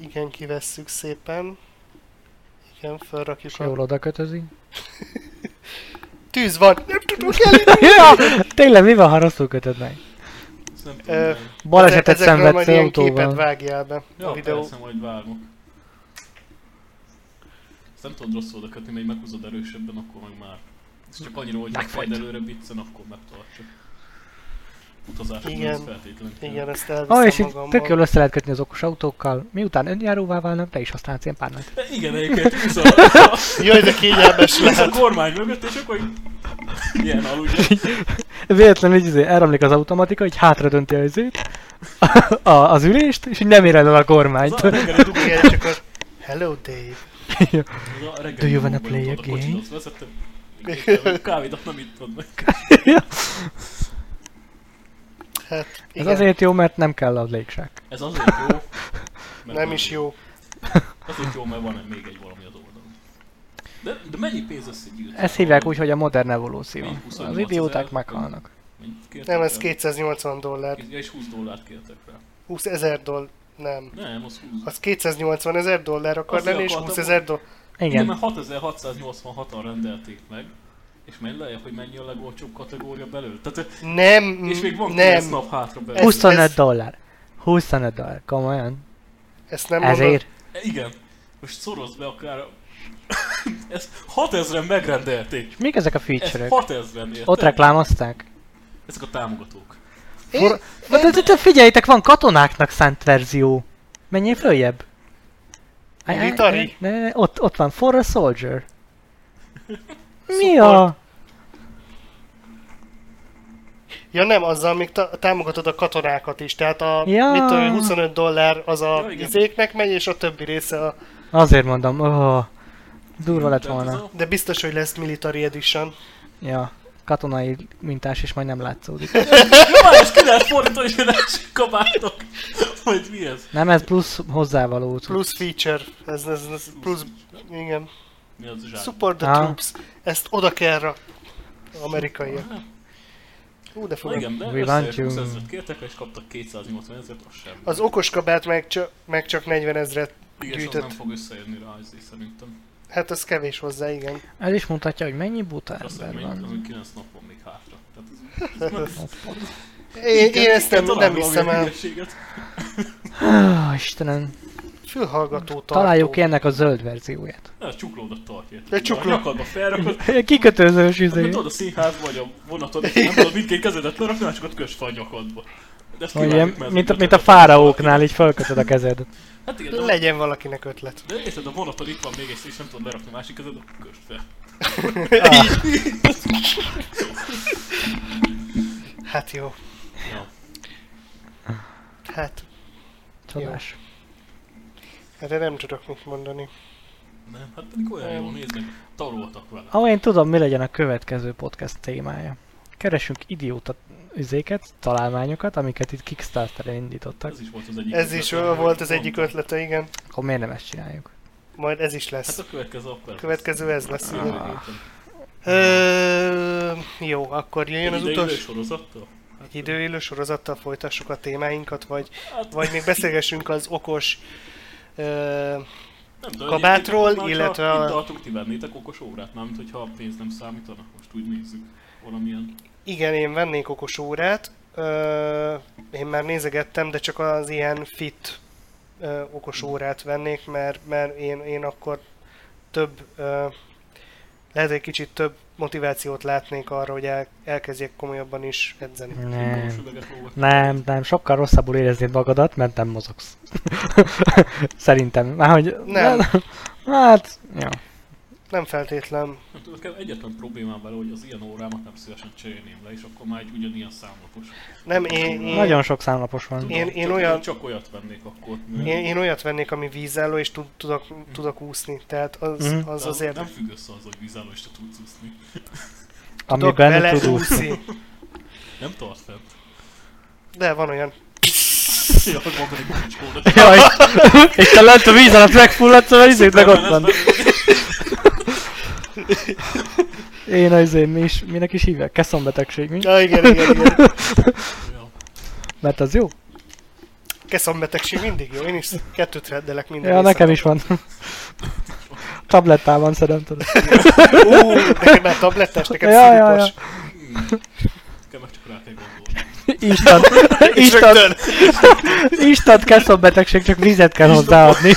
Igen, kivesszük szépen. Igen, felrakjuk
És
a...
jól oda kötözi.
tűz van, nem tudok elindulni.
ja, tényleg mi van, ha rosszul kötöd meg?
Ezt nem tudom.
Ö,
nem.
Balesetet
Ezekről majd
szenvedsz
ilyen képet
autóval.
vágjál be
Ja,
a videó.
persze, majd vágok. Ezt nem tudod rosszul oda kötni, mert meghúzod erősebben, akkor meg már. Ez csak annyira, hogy megfejt előre viccen, akkor megtartsa. Utazás
Igen.
ez feltétlenül. kell.
Igen, ezt
Ah, és
elviszem
itt tök jól
magammal.
össze lehet kötni az okos autókkal. Miután önjáróvá válnak, te is használsz ilyen párnát.
De igen, egyébként ülsz a,
Jaj, de kényelmes
ülsz a
lehet.
kormány mögött, és akkor így... Ilyen aludj.
Véletlenül így izé, elromlik az automatika, így hátra dönti az izét, a, az ülést, és így nem ér el a kormányt.
Az a reggeli dugó-
Igen, csak az... Hello Dave.
az a reggeli
Do you wanna
dugóba
play
jutott
a
kocsit,
game?
azt vezettem. Még Kávédat nem itt van meg.
Hát,
Ez
igen,
azért jó, mert nem kell a légsák.
Ez azért jó. mert
nem is jó.
Azért jó, mert van még egy valami az oldalon. De, de mennyi pénz összegyűjt?
Ezt hívják úgy, hogy a modern evolúció.
28
Az
ezer,
idióták
vagy-
meghalnak.
Mennyit kértek
Nem, ez
rá?
280 dollár.
Ja, és 20 dollárt kértek rá.
20 ezer dollár. Nem.
Nem, az 20.
Az 280 ezer dollár akar
Azt
lenni, és
akartam
20 ezer dollár.
Igen,
Igen.
mert 6686-an rendelték meg. És menj lejjebb, hogy mennyi a legolcsóbb kategória belül. Tehát,
Nem,
és még van 9
nem.
nap hátra belül.
Ez-
25
ez-
dollár. 25 dollár, komolyan.
Ezt nem mondod.
Ezért?
Igen. Most szoroz be akár... a- ezt 6000-en megrendelték.
Mik ezek a
Ezt
feature-ök?
6000-en érted?
Ott reklámozták.
Ezek a támogatók.
Fur... De, de, de, de figyeljétek, van katonáknak szánt verzió. Menjél följebb. Aj, aj,
Military?
aj, Ne, ne, ne, ott, ott van, for a soldier. Mi
Support.
a...
Ja nem, azzal még ta- támogatod a katonákat is, tehát a
Ja.
ja. mit tudom, én, 25 dollár az a
Ja,
ja,
igen.
izéknek megy, és a többi része a...
Azért mondom, oh, durva lett
Tehát ez
volna.
a-
De biztos, hogy lesz Military Edition.
Ja, katonai mintás is majd nem látszódik.
Jó, ezt ki lehet fordítani, hogy ne esik kabátok. Hogy mi ez?
Nem, ez plusz hozzávaló. cucc.
Plusz feature, ez, ez, ez plusz... Igen.
Mi az zsák?
Support the
Ah.
troops. Ezt oda kell rak... Amerikaiak. Ú, de
Na
fogom.
igen, de
We
összejött
want you.
20 ezeret kértek, és kaptak 280 ezeret, az sem.
Az okoskabát meg, csak meg csak 40 ezret
Igen, és az nem
gyűjtött.
fog összejönni rá, azért szerintem.
Hát az kevés hozzá, igen.
Ez is mutatja, hogy mennyi buta
És Azt
ember
mondja, hogy
van.
azon 9 nap van még hátra. Tehát ez-
Én, én
Kell-
ezt
kell
nem,
találni
nem
valami
hiszem el.
hülyeséget.
Ah, Istenem,
Fülhallgató tartó.
találjuk ki ennek a zöld verzióját.
Ne, a csuklódat tartja.
De csukló.
A nyakadba felrakod,
Kikötőzős
mint
izé.
Hát, tudod a színház vagy a vonaton, és nem tudod mindkét kezedet lerakni, a másikat kösd fel a nyakadba. De ezt
Hogy
kivágjuk,
ilyen,
mert ez
mint, a,
egy
mint a
ötlet.
fáraóknál, így fölkötöd a kezed.
Hát igen, de,
Legyen valakinek ötlet.
de érted, a vonaton itt van még egy, és nem tudod lerakni a másik kezed, akkor kösd fel.
Hát jó.
Ja.
Hát,
Csodás.
erre nem tudok mit mondani.
Nem, hát pedig olyan
Nem.
jól néznek, taroltak vele.
Ahol én tudom, mi legyen a következő podcast témája. Keresünk idióta üzéket, találmányokat, amiket itt Kickstarteren indítottak.
Ez is volt az egyik.
Ez is
ötlet,
volt az
mondtam.
egyik ötlete, igen.
Akkor miért nem ezt csináljuk?
Majd ez is
Hát
lesz.
a következő akkor.
Következő ez lesz,
Jövő
igen.
Ah.
héten.
Ö, jó, akkor jöjjön az
Idei
utolsó
sorozattal? Hát,
időélő sorozattal folytassuk a témáinkat, vagy,
hát,
vagy még beszélgessünk az okos ö,
nem tudom,
kabátról,
egyébként már
illetve
csak
a-
Itt tartunk, ti vennétek okos órát, mármint hogyha a pénz nem számítana, most úgy nézzük. Valamilyen.
Igen, én vennék okos órát. Ö, én már nézegettem, de csak az ilyen fit ö, okos órát vennék, mert, mert én, én akkor több, ö, lehet egy kicsit több motivációt látnék arra, hogy el, elkezdjek komolyabban is edzeni.
Nem.
Nem. Nem, nem, sokkal rosszabbul éreznéd magadat, mert nem mozogsz. Szerintem. Már hogy...
Nem.
Hát, jó.
Nem feltétlen.
Nem tudod, kell egyetlen problémám vele, hogy az ilyen órámat nem szívesen cserélném le, és akkor már egy ugyanilyen számlapos.
Nem, én, én,
Nagyon sok számlapos van.
Tudom,
Hát Én- én
csak,
olyan-
Csak olyat vennék akkor. mert-
én, én olyat vennék, ami vízálló, és tud, tudok, tudok úszni. Tehát az,
Mhm.
az
De
azért...
Nem függ össze az, hogy vízálló és te tudsz úszni.
Tudok
Amiben
vele
tudunk.
úszni.
Nem tart fent.
De van olyan.
Ja, hogy van pedig bocskóra.
Jaj, és te lent a víz alatt megfulladsz, a izét meg ott van. Én az én, mi is, minek is hívják? Keszombetegség, mi?
Ja, igen, igen, igen.
Ja.
Mert az jó?
Keszombetegség mindig jó, én is kettőt rendelek minden
Ja, nekem is van. tablettában szedem, tudod.
Ú, nekem már tablettás, nekem
Ja, ja, ja.
szirupos.
Kell meg csak rá kell gondolni.
Instant,
És
instant,
rögtön.
instant keszop betegség, csak vizet kell hozzáadni.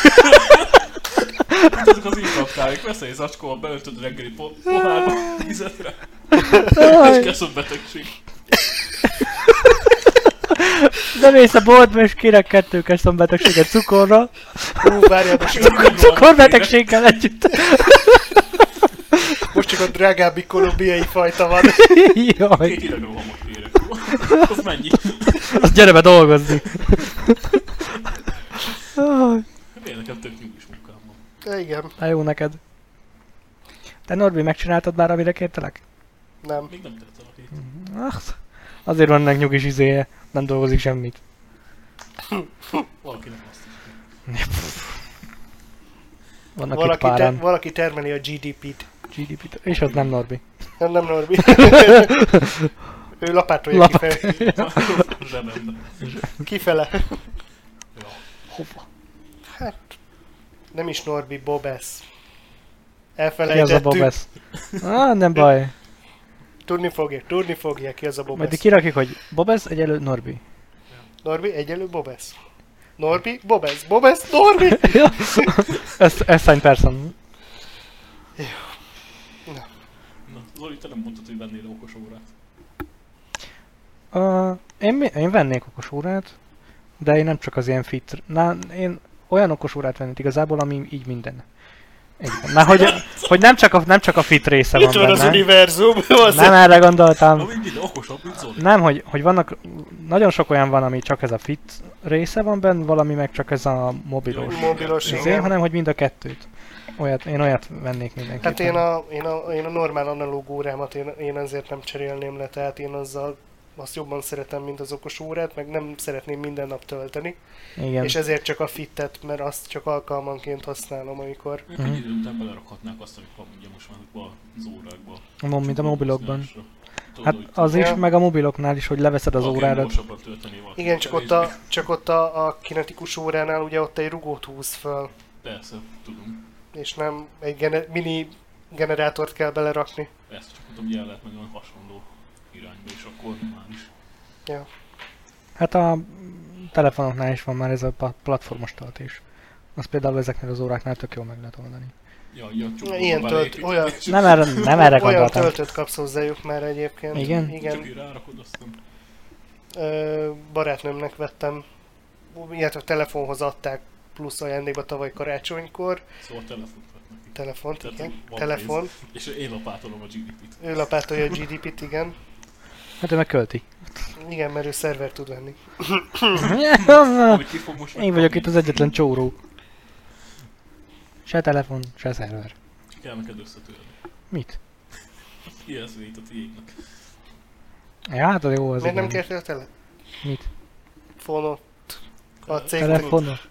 Hát azok az inkaptáik, veszel egy zacskóval, beöntöd a reggeli po- pohárba, vizet rá, és
Jaj,
kesz a betegség.
De mész a boltba és kérek kettő keszom betegséget cukorra,
Ú, várjál, most,
cukorbetegséggel együtt.
most csak a drágábbi kolumbiai fajta van.
Jaj,
Két idegen rohamot érek. Az mennyi?
az gyere be dolgozni. Jaj.
Miért nekem tök nyugis munkám van?
Igen,
Na jó neked. Te Norbi, megcsináltad már, amire kértelek?
nem.
Még nem tettem a hét.
Ah, azért van ennek nyugis izéje, nem dolgozik semmit.
Valakinek azt is. kell.
Vannak itt
Valaki, te,
páran.
valaki termeli a GDP-t.
GDP-t. És az nem Norbi.
Nem, nem Norbi. ő lapátolja
Lapát-
kifele.
Zsebembe.
kifele.
Ja.
Hova?
Hát, nem is Norbi, Bobesz.
Ki az a
Elfelejtettük.
Bobesz? Ah, nem baj.
Tudni fogja, tudni fogja, ki az a Bobesz.
Majd kirakjuk, hogy Bobesz, egyelő Norbi.
Norbi, egyelő Bobesz. Norbi, Bobesz, Bobesz, Norbi!
Ez assign person.
Na, Zoli, te nem mondtad, hogy vennél okos órát.
Uh, én, mi- én vennék okos órát, de én nem csak az ilyen fit... Na, én olyan okos órát vennék igazából, ami így minden. Egyben. Már hogy, hogy nem, csak a, nem csak a fit része
Itt
van
van az
benne.
univerzum.
Nem erre gondoltam.
Ami minden okosabb, mint Zoli.
Nem, hogy, hogy vannak, nagyon sok olyan van, ami csak ez a fit része van benne, valami meg csak ez a mobilos.
Mobilos,
izé,
igen.
hanem hogy mind a kettőt. Olyat, én olyat vennék mindenképpen.
Hát én a, én a, én a normál analóg órámat én, én azért nem cserélném le, tehát én azzal azt jobban szeretem, mint az okos órát, meg nem szeretném minden nap tölteni,
Igen.
és ezért csak a fittet, mert azt csak alkalmanként használom, amikor...
Mhm.
Ők egy idő után belerakhatnák azt, amit van ugye most már ebbe az órákba.
Mondom, mint a mobilokban.
Tudod,
Hát
hogy
az
Ja.
is, meg a mobiloknál is, hogy leveszed az
valaki
órádat.
gyorsabban tölteni valaki
Igen, csak ott, a, csak ott a, a kinetikus óránál ugye ott egy rugót húz föl,
Persze, tudom.
és nem egy gener- mini generátort kell belerakni.
Ezt csak mondom, hogy el lehet menni olyan hasonló irányba, és akkor már is.
Ja.
Hát a telefonoknál is van már ez a pa- platformos töltés. Az például ezeknél az óráknál tök jól meg lehet oldani.
Ja, ja, csomó
Ilyen tölt, olyan,
Nem erre, nem erre
olyan
gondoltam.
töltőt kapsz hozzájuk már egyébként.
Igen?
Igen. Csak
Igen,
így rárakod, aztán
ö, barátnőmnek vettem, illetve a telefonhoz adták plusz ajándékba tavaly karácsonykor.
szóval telefont vett neki.
Telefont,
Tehát
igen.
van
Telefon.
És én lapátolom a GDP-t.
Ő lapátolja a GDP-t, igen.
Hát ő meg költi.
Igen, mert ő szerver tud lenni.
Amit ki fog most
Ah, Én vagyok itt az egyetlen csóró. Se telefon, se szerver.
Kell neked összetörni.
Mit?
Ilyeszve itt a tiéknek.
Ja, hát az jó az
Miért nem
igen.
kértél tele?
Mit?
Fonot. A cégnek.
Telefonos?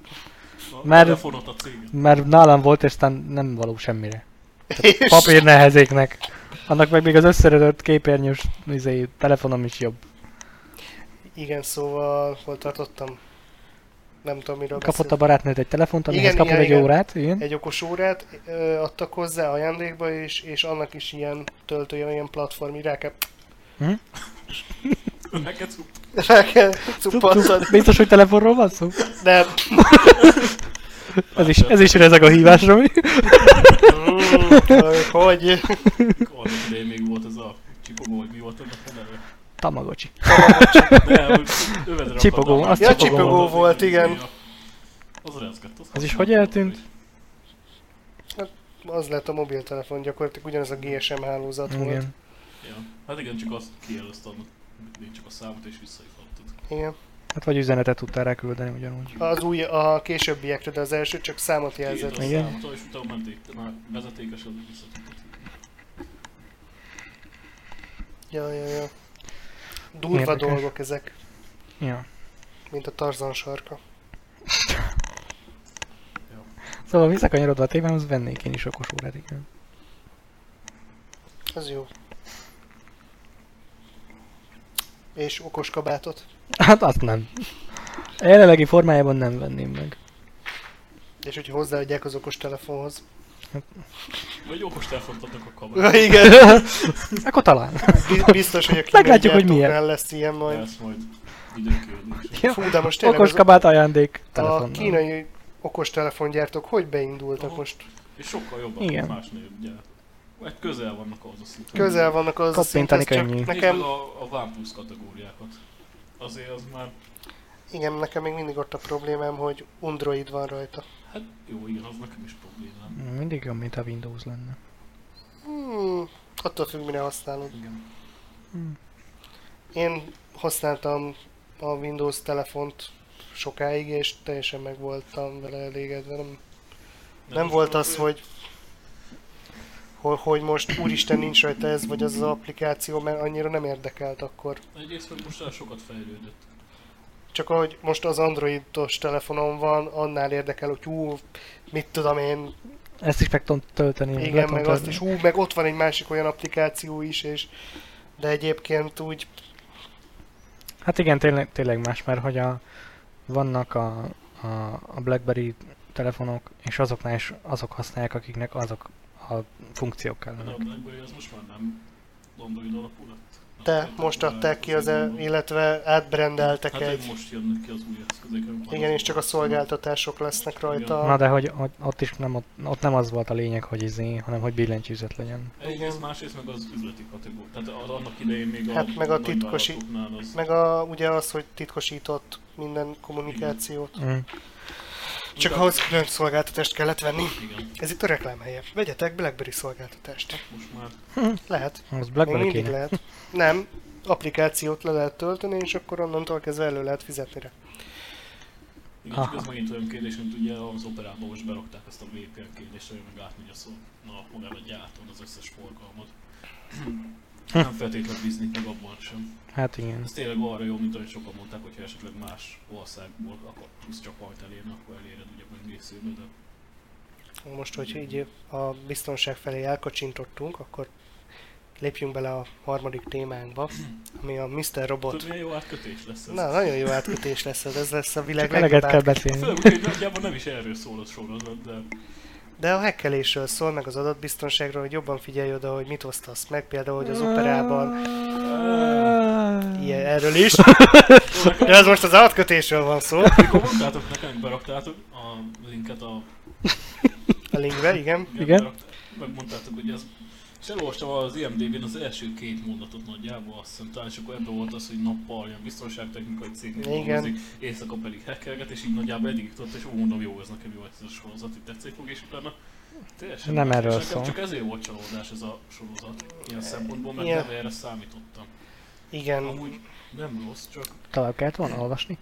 Na,
Mert-
Telefonot a céget.
Mert nálam volt, és aztán nem való semmire.
És
Papír nehezéknek. Annak meg még az összerödött képernyős izé, telefonom is jobb.
Igen, szóval hol tartottam? Nem tudom, miről
Kapott a
beszéltem.
barátnőd egy telefont, amihez
Igen,
kapod
igen,
egy
igen.
órát, igen.
Egy okos órát ö, adtak hozzá ajándékba, és, és annak is ilyen töltője, ilyen platform, így rá kell,
Neked szó.
rá kell
Cup, cup.
cuppantani.
Biztos, hogy telefonról van szó?
Nem.
Ez is, ez is rezeg a hívás, Romi.
Mm, ö, hogy?
Annak idején még volt ez a csipogó, hogy mi volt annak a neve.
Tamagocsi.
Hát
Nem, övedre
Csipogó,
akadtam.
azt
Ja, csipogó csipogó volt,
volt,
igen.
ja. Az rezgett.
Az is hogy eltűnt?
Az lett a mobiltelefon, gyakorlatilag ugyanaz a GSM hálózat volt.
Igen.
Ja. Hát igen, csak azt kijelözte annak még csak a számot és visszaifattad.
Igen.
Hát vagy üzenetet tudtál rá küldeni ugyanúgy.
Az új, a későbbiekre, de az első csak számot jelzett.
Kiírta a
Igen.
számot, és utána menték, már vezetékes az vissza tudtad.
Ja, ja, ja. Durva
Érdekes.
dolgok ezek,
Ja.
mint a Tarzan sarka.
Szóval visszakanyarodva a témához, vennék én is okos órát, igen.
Ez jó. És okos kabátot.
Hát azt nem. A jelenlegi formájában nem venném meg.
És hogy hozzáadják az okos telefonhoz.
Vagy okos telefont adnak a
Ja,
kamerát.
igen,
Akkor talán.
Bi- biztos, hogy a
Meglátjuk, hogy milyen.
kínai lesz ilyen majd.
Ez majd időkérdés.
Ja.
Fú, de most tényleg
Okos
az,
kabát ajándék
a
telefonnal.
kínai okostelefongyártók hogy beindultak
Aha.
most?
És sokkal jobban
Igen.
Igen. másnél gyárt. Hát közel vannak ahhoz a szinten.
Közel vannak az a
Kattintani
szinthez, csak
könnyű.
nekem,
Nézd meg a, a Vámpusz kategóriákat. Azért az már,
igen, nekem még mindig ott a problémám, hogy Android van rajta.
hát jó, igen, az nekem is problémám.
Mindig jobb, mint a Windows lenne.
Hmm, attól függ, mire használod.
Igen.
Hmm. Én használtam a Windows telefont sokáig, és teljesen meg voltam vele elégedve. Nem,
De
nem
most
volt
már
az,
olyan-
hogy hol- hogy most úristen nincs rajta ez vagy az az applikáció, mert annyira nem érdekelt akkor.
Egyrészt, hogy most már sokat fejlődött.
Csak ahogy most az androidos telefonom van, annál érdekel, hogy hú, mit tudom én,
Ezt is meg tudom tölteni. le
igen,
tudom
meg azt
tölteni.
is, hú, meg ott van egy másik olyan applikáció is, és de egyébként úgy,
Hát igen, tényleg, tényleg más, mert hogy a, vannak a, a, a BlackBerry telefonok, és azoknál is azok használják, akiknek azok a funkciók
De Hát, a
kellenek.
Blackberry az most már nem hát- Android alapú lett.
te most adták ki az, el- illetve átbrendeltek
Hát
egy.
egy... most jönnek ki az új eszközök. amik
Igen, és
azok
csak a szolgáltatások lesznek
Na
rajta.
de hogy, hogy ott is nem, ott, ott nem az volt a lényeg, hogy izé, hanem hogy billentyűzet legyen.
Egyrészt, másrészt meg az üzleti kategória. Tehát az annak idején még a
Hát meg a titkosi-
nagyvállalatoknál Az...
Meg a, ugye az, hogy titkosított minden kommunikációt.
Mm.
Csak ahhoz külön szolgáltatást kellett venni.
Igen,
Ez itt a reklámhelye. Vegyetek BlackBerry szolgáltatást.
most már
Lehet.
Az
Még
BlackBerry
mindig
kéne.
lehet. Nem. Applikációt le lehet tölteni, és akkor onnantól kezdve elő lehet fizetni rá.
Igen,
Aha.
csak ez megint olyan kérdés, mint ugye az operában most berakták ezt a VPN kérdést, hogy meg átmegy a szó na, magán a gyártón az összes forgalmat. Nem feltétlenül bíznék meg abban sem.
Hát igen.
Ez tényleg arra jó, mint ahogy sokan mondták, hogyha esetleg más országból, akkor plusz csak hajt elérni, akkor eléred ugye böngészőbe, de
Most, hogy így a biztonság felé elkacsintottunk, akkor lépjünk bele a harmadik témánkba, ami a Mr.
tudod
Robot.
milyen jó átkötés lesz ez?
Na, nagyon jó átkötés lesz ez, ez lesz a világ
Csak eleget
legjobb
kell beszélni.
Főleg, úgy, hogy nagyjából nem is erről szól a sorozat, de
De a hekkelésről szól, meg az adatbiztonságról, hogy jobban figyelj oda, hogy mit osztasz meg, például, hogy
Mm.
az operában ilyen, erről is. De ez most az átkötésről van szó,
mikor mondtátok nekem, beraktátok a linket a
a linkbe, igen.
Igen.
mert Megmondtátok, hogy ez... És elolvastam az IMDb-n az első két mondatot nagyjából, azt hiszem talán, és akkor ebben volt az, hogy nappal ilyen biztonságtechnikai cégnél
Igen.
dolgozik, éjszaka pedig hackerget, és így nagyjából eddig jutott, és úgy mondom, jó, ez nekem jó, ez a sorozat, itt tetszék fog, és utána teljesen
Nem
más. És
erről
nekem
szól.
Csak ezért volt csalódás ez a sorozat, ilyen szempontból, mert
Ilyen.
nem erre számítottam.
Igen,
Amúgy nem rossz, csak
Tovább kellett volna olvasni.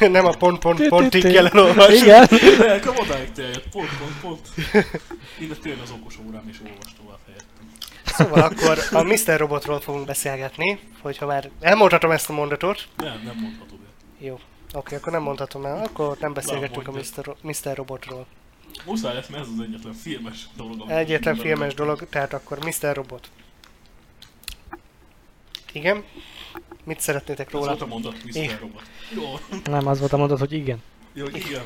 nem a pont-pont-pontig kell elolvasni.
Igen.
Lelkem odáig teljött, pont, pont, pont. Én a tényleg az okos órám és olvas tovább helyettem.
Szóval akkor a Mr. Robotról fogunk beszélgetni, hogyha már elmondhatom ezt a mondatot.
Nem, nem mondhatod el.
Jó, oké, akkor nem mondhatom el, akkor nem beszélgetünk a
mondjad.
Mr. Ro- Mr. Robotról.
Muszáj lesz, mert ez az egyetlen filmes dolog. amit
Egyetlen
tudok
filmes
belőle.
dolog, tehát akkor Mr. Robot. Igen? Mit szeretnétek
Ez
róla?
volt a mondat,
Igen.
Mr. Robot. Jó,
Nem, az volt a mondat, hogy igen.
jó, igen.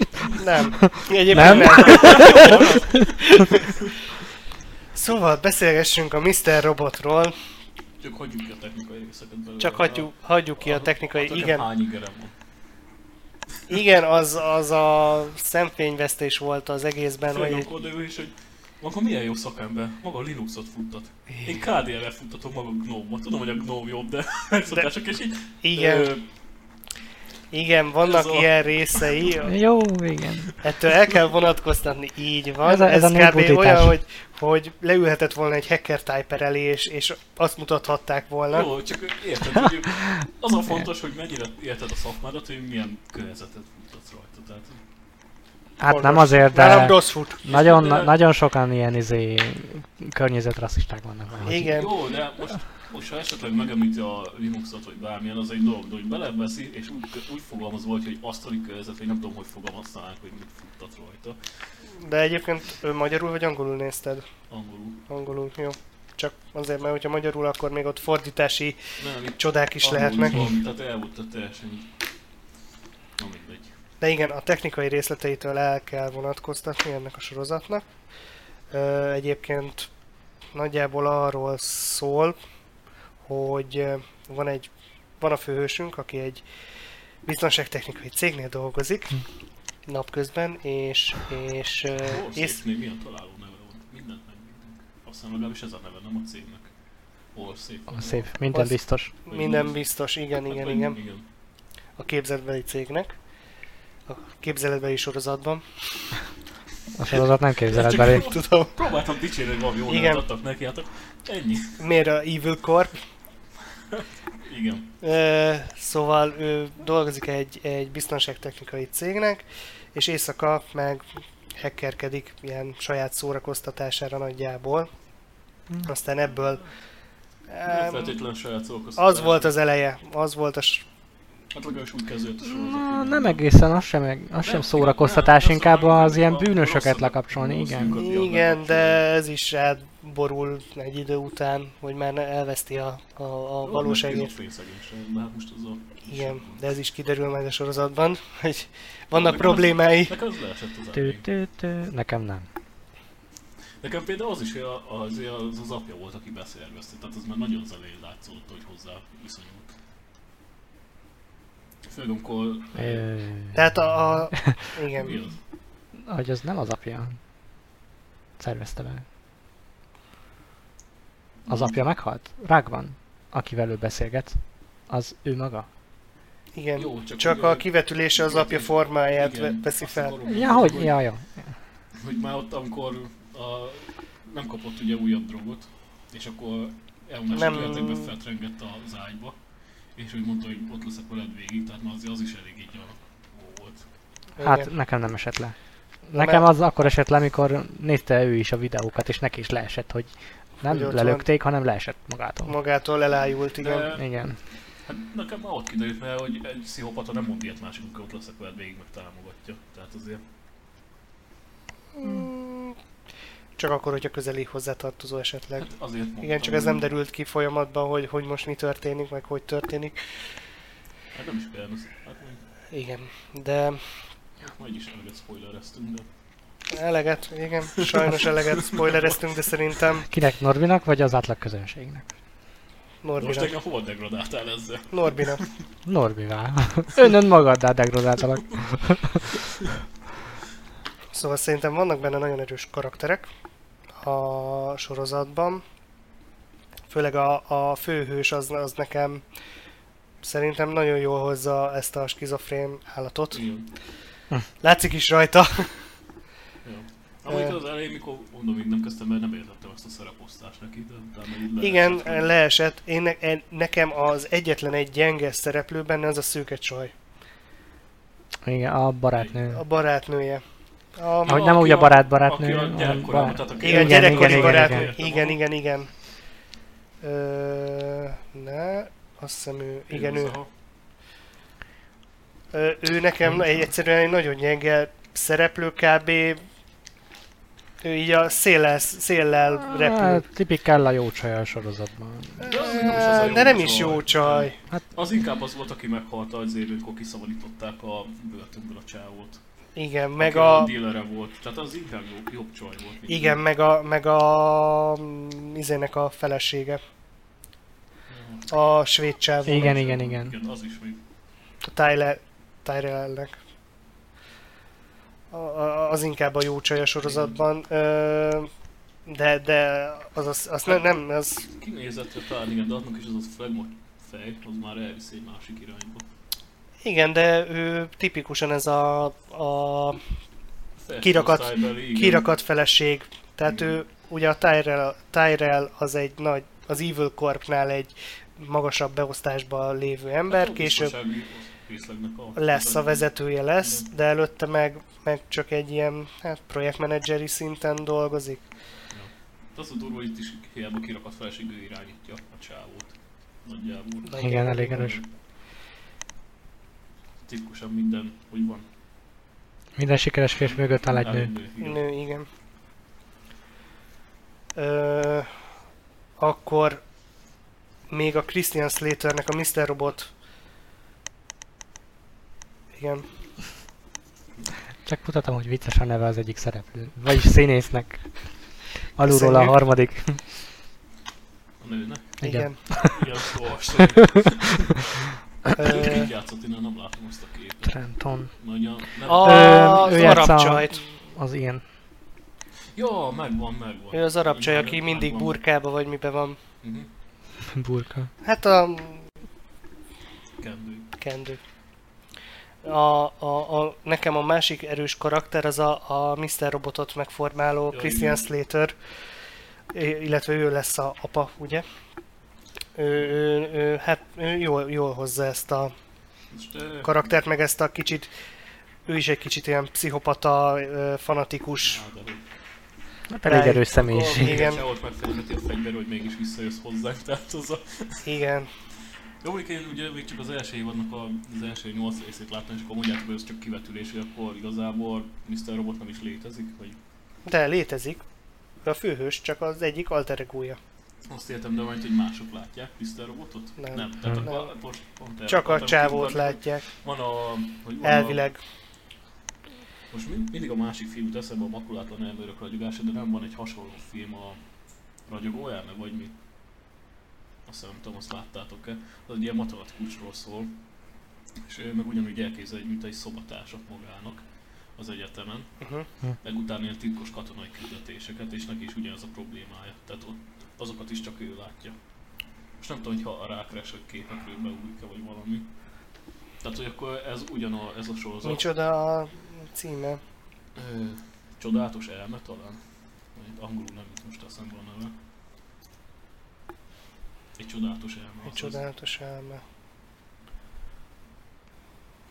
Nem. Egyébként nem.
Nem?
Szóval beszélgessünk a Mr. Robotról,
Csak hagyjuk ki a technikai részeket belőle.
csak hagyjuk, hagyjuk ki a
Attól
technikai,
nekem
igen, Hát,
Hány ingerem van.
igen, az, az a szemfényvesztés volt az egészszben,
Főleg
hogy
akkor dövő is, hogy maga milyen jó szakember, maga Linuxot futtat. Én KDL-re futtatom maga Gnome-ot. Tudom, hogy a Gnome jobb, de megszokások, és így...
igen,
ö,
igen, vannak
ez a-
ilyen részei,
Jó, igen.
Ettől el kell vonatkoztatni, így van. Ez,
Ez
a,
a-
ez,
ez a
ez kb.
népbutítás.
olyan, hogy, hogy leülhetett volna egy hacker typer elé, és, és azt mutathatták volna.
Jó, csak érted, hogy az a fontos, hogy mennyire érted a szakmádat, hogy milyen környezetet futtatsz rajta. Tehát,
Hát nem
Orvos.
azért,
Nálam
de
rossz fut.
nagyon,
De-
nagyon sokan ilyen izé környezetrasszisták vannak. már, hogy-
Igen.
Jó, de most, most ha esetleg megemlíti a Linuxot, vagy bármilyen, az egy dolog, de hogy beleveszi, és úgy, úgy fogalmaz volt, hogy asztali környezet, hogy nem tudom, hogy fogalmazták, hogy mit futtat rajta.
De egyébként ő magyarul vagy angolul nézted?
Angolul.
Angolul, jó. Csak azért, mert hogyha magyarul, akkor még ott fordítási
Nem, itt
csodák is
angolul
lehetnek.
Van, tehát el volt a teljesen így. Na mindegy.
De igen, a technikai részleteitől el kell vonatkoztatni ennek a sorozatnak. Ö, Egyébként nagyjából arról szól, hogy ö, van egy van a főhősünk, aki egy biztonságtechnikai cégnél dolgozik napközben, és, és, ö,
Hol
Eh, ész,
szép név, milyen találó neve volt? Mindent megvédünk. Aztán legalábbis ez a neve, nem a cégnek. Hol szép. Hát,
A szép, minden
Az-
biztos.
minden biztos, igen, igen, igen.
igen.
a képzeletbeli cégnek, a képzeletbeli sorozatban,
A sorozat nem képzeletbeli.
Csak
tudom.
Próbáltam dicsérni, hogy valami jó
Igen.
nevet adtak neki, hát ennyi.
Miért a Evil Corp?
Igen.
Ö, szóval ő dolgozik egy, egy biztonságtechnikai cégnek, és éjszaka meg hackerkedik ilyen saját szórakoztatására nagyjából. Aztán ebből...
Nem
Em,
feltétlenül saját szórakoztatás.
az volt az eleje, az volt a s-
Hát legalábbis úgy kezdődött a
Na,
sorozat.
nem egészen, az sem, az sem
igen,
szórakoztatás,
nem,
inkább
az a-
az ilyen
a
bűnösöket
rosszabbat-
lekapcsolni, igen.
rosszabbat jól
Igen, de
lekapcsolni.
ez is átborul egy idő után, hogy már elveszti a, a, a
Jó,
valóságét.
nem szkizofrénszegénység, de hát most az a...
Igen, de ez is kiderül majd a sorozatban, hogy vannak
Nekem az-
problémái.
Nekem az leesett az
Tü,
elején.
tü, tü. Nekem nem.
Nekem például az is hogy a- az, az, az apja volt, aki beszélgezte, tehát az már nagyon az elején látszódott, hogy hozzá viszonyult. Főleg amikor...
Ö,
Tehát a... a
Mi
igen,
az?
Hogy az nem az apja. Szervezte be. Az
Mhm.
apja meghalt? Rákban? Akivel ő beszélget, az ő maga?
igen.
Jó,
Csak
ugye-
a kivetülése az apja formáját ve- veszi
azt akarom
fel.
mondani,
Ja, hogy? Ja, jó.
hogy már ott, amikor a, nem kapott ugye újabb drogot, és akkor
Nem.
elmásik életében feltrengett az ágyba, és úgy mondta, hogy ott leszek veled végig, tehát már azért az is elég így a volt.
Hát
Igen.
nekem nem esett le. Nekem az akkor esett le, amikor nézte ő is a videókat, és neki is leesett, hogy nem
Hogy ott
lelökték, hanem leesett magától.
Magától elájult, igen.
De
Igen.
hát nekem már ott kiderült, mert hogy egy pszichopata nem mond ilyet másik, amikor ott leszek veled végig, meg támogatja. Tehát azért
Mm, Csak akkor, hogyha közeli hozzátartozó esetleg.
hát azért mondtam,
Igen, csak ez nem
hogy-
derült ki folyamatban, hogy, hogy most mi történik, meg hogy történik.
Hát nem is kell, ez- hát majd,
Igen, de
majd is eleget spoilereztünk, de
eleget, igen, sajnos eleget spoilereztünk, de szerintem
Kinek Norbinak, vagy az átlag közönségnek?
most
Norbinak.
tegnap hova degradáltál ezzel?
Norbinak.
Norbival. Önön magaddá degradáltalak.
Szóval szerintem vannak benne nagyon erős karakterek a sorozatban. Főleg a, a főhős az, az nekem szerintem nagyon jól hozza ezt a skizofrén állatot.
Igen.
Látszik is rajta.
Ja. Amikor az elején, mikor mondom, még nem kezdtem, mert nem értettem ezt a szereposztást neki, de utána így leesett.
Igen, leesett. Én, ne- en- nekem az egyetlen egy gyenge szereplő benne az a szőke csaj.
Igen, a barátnő.
A barátnője. A,
Ahogy nem úgy
Aki
a
a-
barát barátnő.
aki a gyerekkorában, tehát aki-
igen,
Ah, igen,
gyerekkori
igen,
barátnő.
igen.
Igen, igen, igen. Ö, ne, azt hiszem ő, igen, ő.
Aha.
Ö, ő nekem egy, egyszerűen egy nagyon gyenge szereplő kb. Ő így a széllel, széllel repül.
Hát, Tipikál a jó csaj a sorozatban.
De az nem is az a jó
De nem is
csaj.
jó csaj.
Az inkább az volt, aki meghalt az évben, amikor kiszabadították a börtönből a csávót.
Igen, meg
Aki a
a...
dílere volt, tehát az inkább jobb, jobb csaj volt. mint-
Igen, meg a... Meg a... mm, Izének a felesége. A svéd csávó.
Igen, igen, igen.
Igen, az is még.
A Tyler... Tyrellnek. A- a- Az inkább a jó csaj a sorozatban. Ö, De, de az, az, az nem, nem, az
Kinézetre talán igen, de annak is az a flagmot fej, az már elviszi egy másik irányba.
igen, de ő tipikusan ez a, a
Felső
Kirakat-
osztálybeli, igen.
kirakat feleség. Tehát
Igen.
ő, ugye a Tyrell, Tyrell az egy nagy, az Evil Corpnál egy magasabb beosztásban lévő
Hát
ember,
a
később
biztonsági részlegnek a-
lesz a vezetője lesz, de előtte meg, meg csak egy ilyen hát, projektmenedzseri szinten dolgozik.
Az a durva, hogy itt is hiába kirakat feleség, ő irányítja a csávót. Nagyjából.
Nagy-
Igen, elég erős.
Tipikusan minden, hogy van.
Minden sikeres férfi mögött áll egy nő.
igen.
Nő, igen. Ö, akkor még a Christian Slaternek a Mr. Robot igen.
Csak mutatom, hogy vicces a neve az egyik szereplő. Vagyis színésznek. Alulról a
Köszönjük.
harmadik.
A nőnek.
Igen.
Igen.
Igen, azt olvastam.
Ö,
Kit játszott, én nem látom azt a képet.
Trenton.
Nagyon. Nem...
A,
Ö,
az
ő játsza-
arab csajt.
Az ilyen.
Ja, megvan, megvan.
Ő az arab csaj, aki
Megvan,
mindig
megvan.
burkába vagy mibe van.
Mhm.
Burka.
Hát a
Kendő.
kendő. A, a, a, nekem a másik erős karakter az a, a Mr. Robotot megformáló
Jaj,
Christian
igen.
Slater, I- illetve ő lesz a apa, ugye? Ő, ő, ő, hát ő jól, jól hozza ezt a
Most, eh,
karaktert, meg ezt a kicsit, ő is egy kicsit ilyen psihopata, ö, fanatikus,
á, de hogy-
Hát elég
Ráj-
erős
Akkor
személyiség.
igen. ott megfelelheti a fegyver, hogy mégis visszajössz hozzánk, tehát az a...
igen,
Jó, mondjuk én ugye még csak az első évadnak a, az első nyolc részét láttam, és akkor mondjátok, hogy ez csak kivetülés, hogy akkor igazából Mr. Robot nem is létezik, vagy
de létezik. Ő a főhős, csak az egyik alter egója.
azt értem, de majd, hogy mások látják Mr. Robotot?
Nem.
nem. Tehát
Nem.
akkor most pont erre
Csak a
akartam
csávót
kiukadni, hogy
látják,
Van a... Hogy van
elvileg.
A, most mind, mindig a másik filmut eszembe a makulátlan elmőrök ragyogása, de nem van egy hasonló film a ragyogó elme, vagy mi? Azt nem tudom, azt láttátok-e. Az egy ilyen matematikusról szól. És ő meg ugyanúgy elképzel egy, mint egy szobatársat magának az egyetemen,
Uh-huh.
meg utána ilyen titkos katonai küldetéseket, és neki is ugyanaz a problémája. Tehát ott azokat is csak ő látja. Most nem tudom, hogyha a rákres, hogy képekről beújik vagy valami. Tehát, hogy akkor ez ugyanaz, ez a sorozat.
Micsoda a címe?
Ö, csodálatos elme talán. Vagy Angolul nem jut most eszembe a neve. Egy csodálatos elme. hát
Egy
azaz.
csodálatos elme.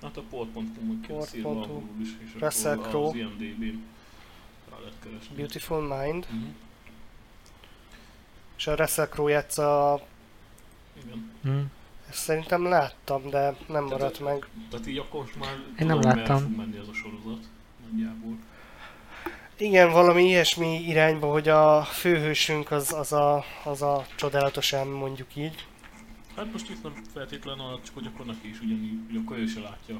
Hát a port.hu-n
Port.hu,
kérdezik angolul is, és
Russell
akkor az
Crowe.
IMDb-n rá lehet keresni.
Beautiful Mind,
Mhm.
és a Russell Crowe játsza,
Igen.
Mm.
ezt szerintem láttam, de nem maradt meg.
Tehát így akkor most már
nem
tudom, merre
láttam.
fog menni ez a sorozat. Nagyjából.
Igen, valami ilyesmi irányba, hogy a főhősünk az, az, a, az a csodálatos elme, mondjuk így.
Hát most itt nem feltétlen, a- csak hogy akkor neki is ugyanígy, hogy akkor ő se látja.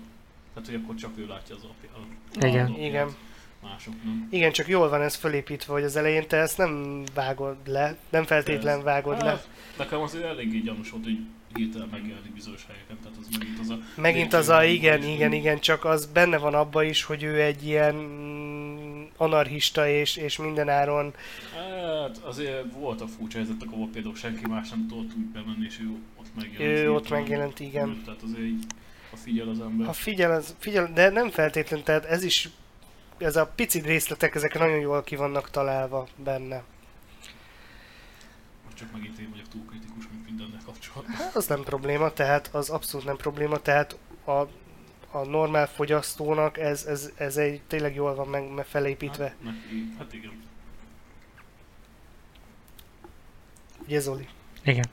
Hát, hogy akkor csak ő látja az apja. a-
Igen.
az apját.
Igen.
Mások nem.
Igen, csak jól van ez fölépítve, hogy az elején te ezt nem vágod le, nem feltétlen vágod le.
Hát, Nekem azért eléggé gyanús volt, hogy hirtelen megjelenik bizonyos helyeken, tehát az megint az a...
Megint az a igen, igen, igen, csak az benne van abba is, hogy ő egy ilyen mm, anarchista és, és mindenáron
Hát azért volt a furcsa helyzet, akkor például senki más nem tudott úgy bemenni, és ő ott megjelent.
ő ott
hirtelen.
megjelent, igen.
Tehát azért így, ha figyel az ember.
Ha figyel, az, figyel, de nem feltétlenül, tehát ez is, ez a pici részletek, ezek nagyon jól ki vannak találva benne.
Most csak megint én vagyok túl kritikus, mint mindennel kapcsolatban.
Hát az nem probléma, tehát az abszolút nem probléma, tehát a, a normál fogyasztónak ez, ez, ez egy tényleg jól van meg, meg felépítve.
Hát, neki, hát igen.
Ugye Zoli?
Igen.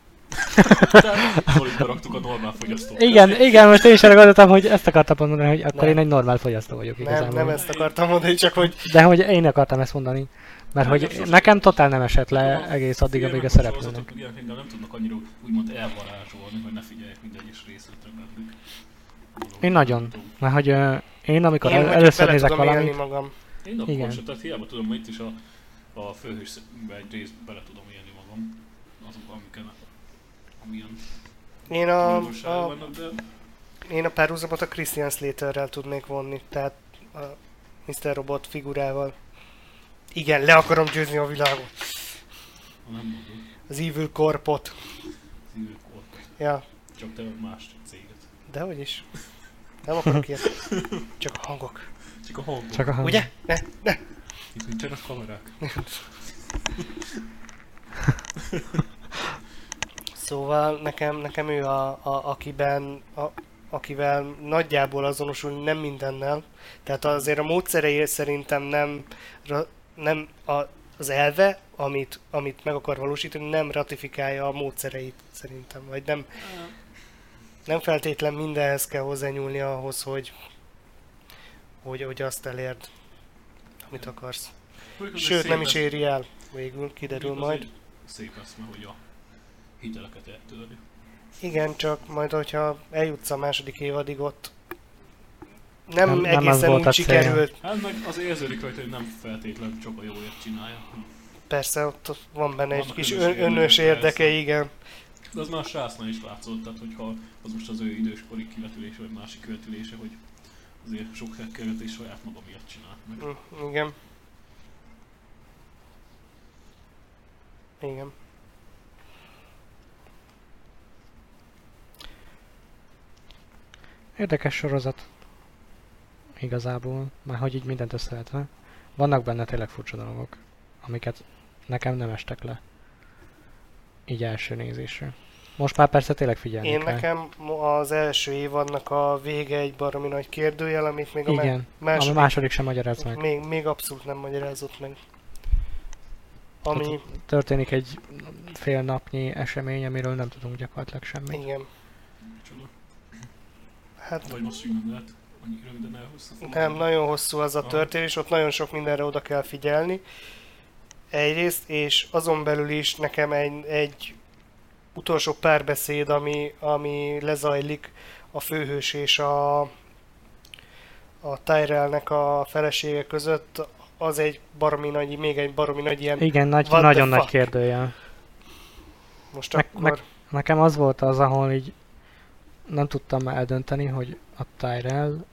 Zolitba raktuk a normál fogyasztót.
Igen, igen, most én is arra gondoltam, hogy ezt akartam mondani, hogy akkor
Nem.
én egy normál fogyasztó vagyok
Nem,
igazából.
nem ezt akartam mondani, csak hogy
De hogy én akartam ezt mondani. Mert hogy nekem totál nem esett le egész addig, amíg a szereplőnek.
Ugye engem nem tudnak annyira úgymond elvarázsolni, hogy ne figyeljek minden egyes részletre bennük.
Én nagyon. Mert hogy ö, én amikor
én
el,
mondjuk
először
bele
nézek
tudom élni
valamit,
magam.
Én akkor
Igen.
Igen. sem, tehát hiába tudom, hogy itt is a, a főhős szembe egy részt bele tudom élni magam. Azok, amiken, amilyen
Én
a,
a,
a...
a,
vannak, de
én a párhuzamot a Christian Slaterrel tudnék vonni, tehát a Mr. Robot figurával. Igen, le akarom győzni a világot.
ha nem mondod,
Az Evil Corpot.
az írők ott,
Ja,
csak te más céget.
dehogy is. Nem akarok ilyet. Csak a hangok.
Csak a hangok,
csak a
Ugye? Ne, ne.
itt nincsenek kamerák.
Szóval nekem, nekem ő a, a akiben, a, akivel nagyjából azonosul, nem mindennel. Tehát azért a módszerei szerintem nem, ra- nem a, az elve, amit, amit meg akar valósítani, nem ratifikálja a módszereit szerintem, vagy nem, nem feltétlen mindenhez kell hozzányúlni ahhoz, hogy, hogy, hogy azt elérd, amit akarsz.
Mondjuk az egy
Sőt,
szép
nem is
esz-
éri el. Végül kiderül
mondjuk az
majd.
egy Szép eszme, hogy a hiteleket eltörni.
Igen, csak majd, hogyha eljutsz a második évadig, ott nem,
Nem-
nem
nem az
egészen
volt
úgy
a cél.
sikerült.
Hát meg az érződik rajta, hogy nem feltétlenül csak a jóért csinálja.
Persze, ott van benne egy
Vannak
kis
önös
ön,
érdekei,
önös érdeke,
persze.
igen.
De az már a srácnál is látszott, tehát hogyha az most az ő időskori kivetülése, vagy másik követülése, hogy azért sok hekkerőt és saját maga miatt csinált meg.
Mm, Igen. Igen.
Érdekes sorozat. Igazából, már hogy így mindent összevetve. Vannak benne tényleg furcsa dolgok, amiket nekem nem estek le. Így első nézésre. Most már persze tényleg figyelni
Én
kell.
nekem mo- az első évadnak a vége egy baromi nagy kérdőjel, amit még a me-
Igen,
második,
második.
Mhm.
ami második sem magyaráz meg.
Még, még abszolút nem magyarázott meg. Ami,
Történik egy fél napnyi esemény, amiről nem tudunk gyakorlatilag semmit.
igen,
Micsoda.
hát
Vagy most szűnöm lehet, annyi röviden elhúzta.
nem, nagyon hosszú az a
Mhm. Aha.
történés, ott nagyon sok mindenre oda kell figyelni. Egyrészt, és azon belül is nekem egy, egy utolsó párbeszéd, ami, ami lezajlik a főhős és a, a Tyrellnek a felesége között, az egy baromi nagy, még egy baromi nagy ilyen,
Igen, nagy,
What the
nagyon nagy
fuck?
kérdőjel.
most
meg-
akkor...
meg- Nekem az volt az, ahol így nem tudtam már eldönteni, hogy a Tyrell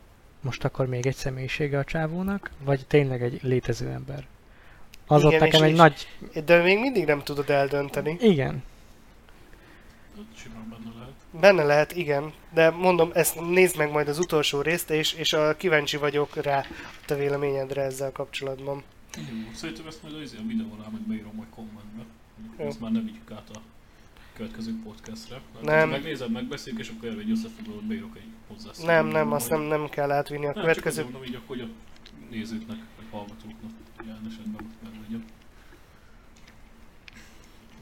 most akkor még egy személyisége a csávónak, vagy tényleg egy létező ember. Az
Igen,
ott
és-
nekem egy
és-
nagy...
De még mindig nem tudod eldönteni.
Igen,
Hát Simán benne lehet.
Benne lehet, igen, de mondom, ezt nézd meg majd az utolsó részt, és, és a kíváncsi vagyok rá a te véleményedre ezzel kapcsolatban.
Jó, szerintem ezt majd az a videó alá meg beírom majd kommentbe.
Jó.
Ezt már nem vigyük át a következő podcastre.
Nem.
Hát, Megnézed, megbeszéljük, és akkor erre egy összefoglalót beírok egy hozzászólót.
Nem, nem, azt
Majd-
nem, nem kell átvinni a
Nem, csak azért
Hát következő.
mondom így, akkor, hogy a nézőknek, vagy hallgatóknak ilyen esetben ott benne legyen.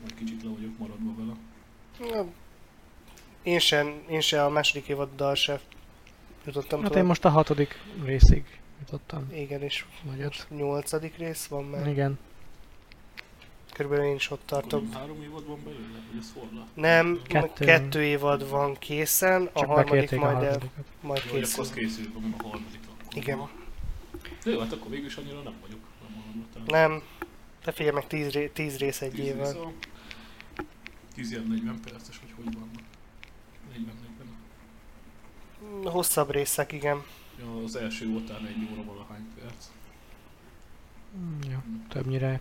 Majd kicsit le vagyok maradva vele.
Na, Én sem, én sem a második évaddal se jutottam
hát én
tovább.
most a hatodik részig jutottam,
Igen, és
vagy öt.
nyolcadik rész van már.
Igen.
Körülbelül én is ott tartok.
Akkor három évad van belőle, hogy ez hol lát?
Nem,
Kettő.
kettő, kettő évad van készen, a
Csak
harmadik
bekérték a
majd, el,
harmadikat.
majd
Jó, hogy akkor
készül.
az készül, ami a harmadik akkor.
Igen.
Aha. De jó, hát akkor végül is annyira nem vagyok lemaradva. tehát
Nem, te figyelj meg, tíz, ré- tíz rész egy
10 rész
évvel.
a- 10 ilyen 40 perces, hogy hogy vannak. 40-40.
Hosszabb részek, igen.
Ja, az első után egy óra valahány perc.
Mm, Jó, többnyire
Ja.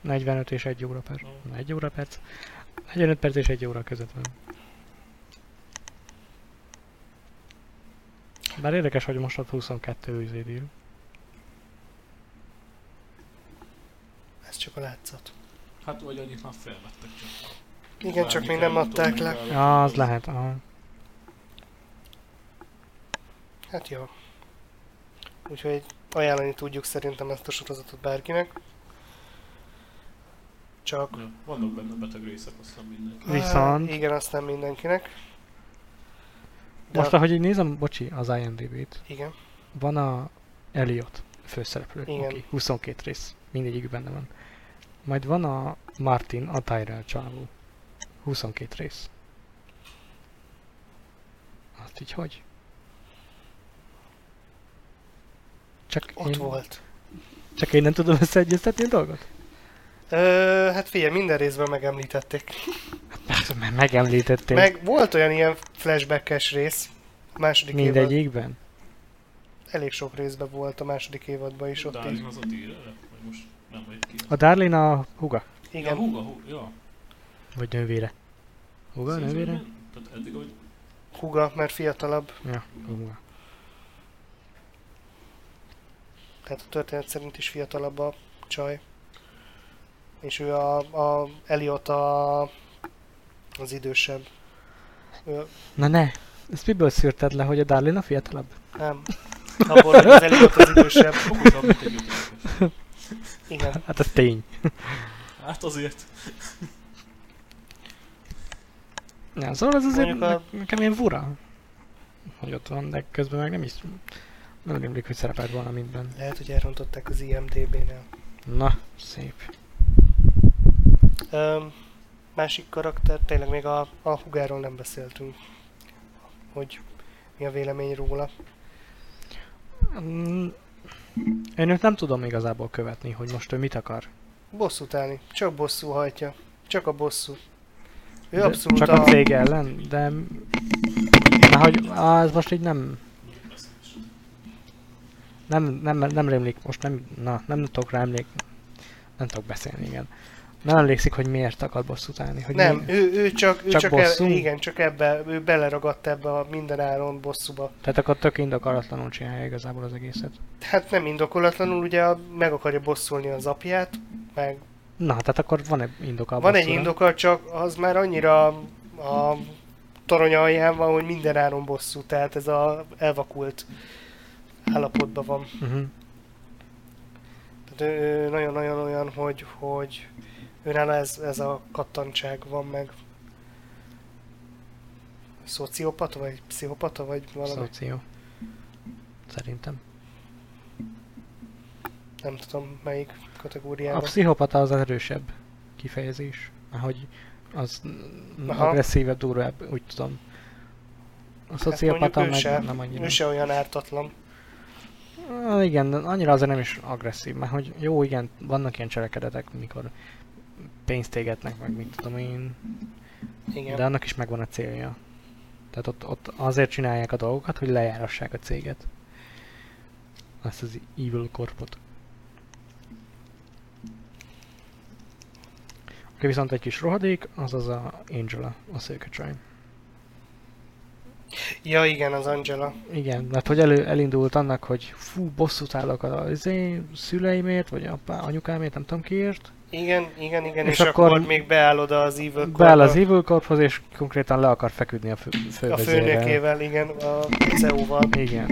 45 és 1 óra per.
Ó.
1 óra perc. 45 perc és 1 óra között van. Bár érdekes, hogy most ott izé 22 üzédíj.
Ez csak a látszat.
Hát vagy annyit már felvettek csak.
Igen, csak
Bármi
még nem
kell,
adták
tudom,
le.
meg kell,
Ja, az lehet, aha.
Hát jó. Úgyhogy ajánlani tudjuk szerintem ezt a sorozatot bárkinek. Csak...
Ja, vannak benne beteg részek, azt nem mindenki.
Viszont-
Á, igen, azt nem mindenkinek. De
Most ahogy így nézem, bocsi, az IMDb-t.
Igen.
Van a Elliot főszereplő,
Igen.
aki 22 rész, mindegyik benne van. Majd van a Martin, a Tyrell csávó, 22 rész. Azt így hogy? Csak
Ott
én,
volt.
Csak én nem tudom összeegyeztetni a dolgot?
Ö, hát figyelj, minden részben megemlítették.
Persze, mert megemlítették Meg
Meg volt olyan ilyen flashbackes rész. A második évad.
mindegyikben.
Elég sok részben volt a második évadban is ott. Így.
Darling az a díjre, vagy most nem vagy ki.
A Darlin a huga,
Ja,
Igen.
húga, húga, ja.
vagy nővére. Huga,
Season
nővére?
ben? Tehát eddig, hogy
Huga, mert fiatalabb.
Ja, huga.
Tehát a történet szerint is fiatalabb a csaj. És ő a, a Eliot a, az idősebb. Ő,
Na ne, ezt miből szűrted le, hogy a Darlin a fiatalabb?
nem. Abból, hogy az Eliot az idősebb.
okosabb, mint egy ötödikes.
Igen.
Hát ez tény.
Hát azért.
Nem, szóval ez azért
Mondjuk a-
ne- nekem ilyen fura, hogy ott van, de közben meg nem is... Nem emlékszem, hogy szerepelt volna mindben.
Lehet, hogy elrontották az IMDB-nél.
Na, szép.
Öm, másik karakter, tényleg még a, a hugáról nem beszéltünk. Hogy mi a vélemény róla.
Mm, Én őt nem tudom igazából követni, hogy most ő mit akar.
Bosszút állni. Csak bosszú hajtja. Csak a bosszú. Ő
De-
abszolút
Csak a cég ellen, de... Már hogy á, ez most így nem... Nem, nem, nem rémlik, most nem, na, nem tudok rá emlék... Nem tudok beszélni, igen. Nem emlékszik, hogy miért akar bosszút állni. Hogy
Nem,
Mi...
ő, ő csak, ő
Csak
csak,
bosszú?
El, igen, csak ebbe, ő beleragadt ebbe a mindenáron bosszúba.
Tehát akkor tök indokolatlanul csinálja igazából az egészet.
Hát nem indokolatlanul, ugye a- meg akarja bosszulni az apját, meg
Na, tehát akkor van egy indok a
van egy
bosszúra.
indoka, csak az már annyira a torony alján van, hogy mindenáron bosszú, tehát ez a elvakult állapotban van.
Uh-huh.
Tehát ő- ő nagyon-nagyon olyan, hogy, hogy őnála ez, ez a kattantság van meg. Szociopata vagy pszichopata vagy valami,
Szoció. Szerintem.
nem tudom melyik
A
kategóriában.
pszichopata az az erősebb kifejezés, ahogy az n-
Aha. Hát
agresszívebb, durvább, úgy tudom. A szociopata
mondjuk ő se-
meg nem annyira.
Ő se olyan ártatlan.
Ah, igen, de annyira azért nem is agresszív, mert hogy jó, igen, vannak ilyen cselekedetek, mikor pénzt égetnek, meg mit tudom én,
Igen.
de annak is megvan a célja. Tehát ott, ott azért csinálják a dolgokat, hogy lejárassák a céget. Azt az Evil Corpot. Oké, viszont egy kis rohadék, az az a Angela, a szőke csaj.
Ja igen, az Angela.
Igen, mert hogy elő, elindult annak, hogy fú, bosszút állok a izé, szüleimért, vagy apá, anyukámért, nem tudom kiért.
Igen, igen, igen,
És
és, akkor,
akkor
még beáll oda az Evil Corp-ba.
Beáll az Evil Corphoz, és konkrétan le akar feküdni a fő,
A
fővezérrel.
főnökével, igen, a CEO-val.
Igen.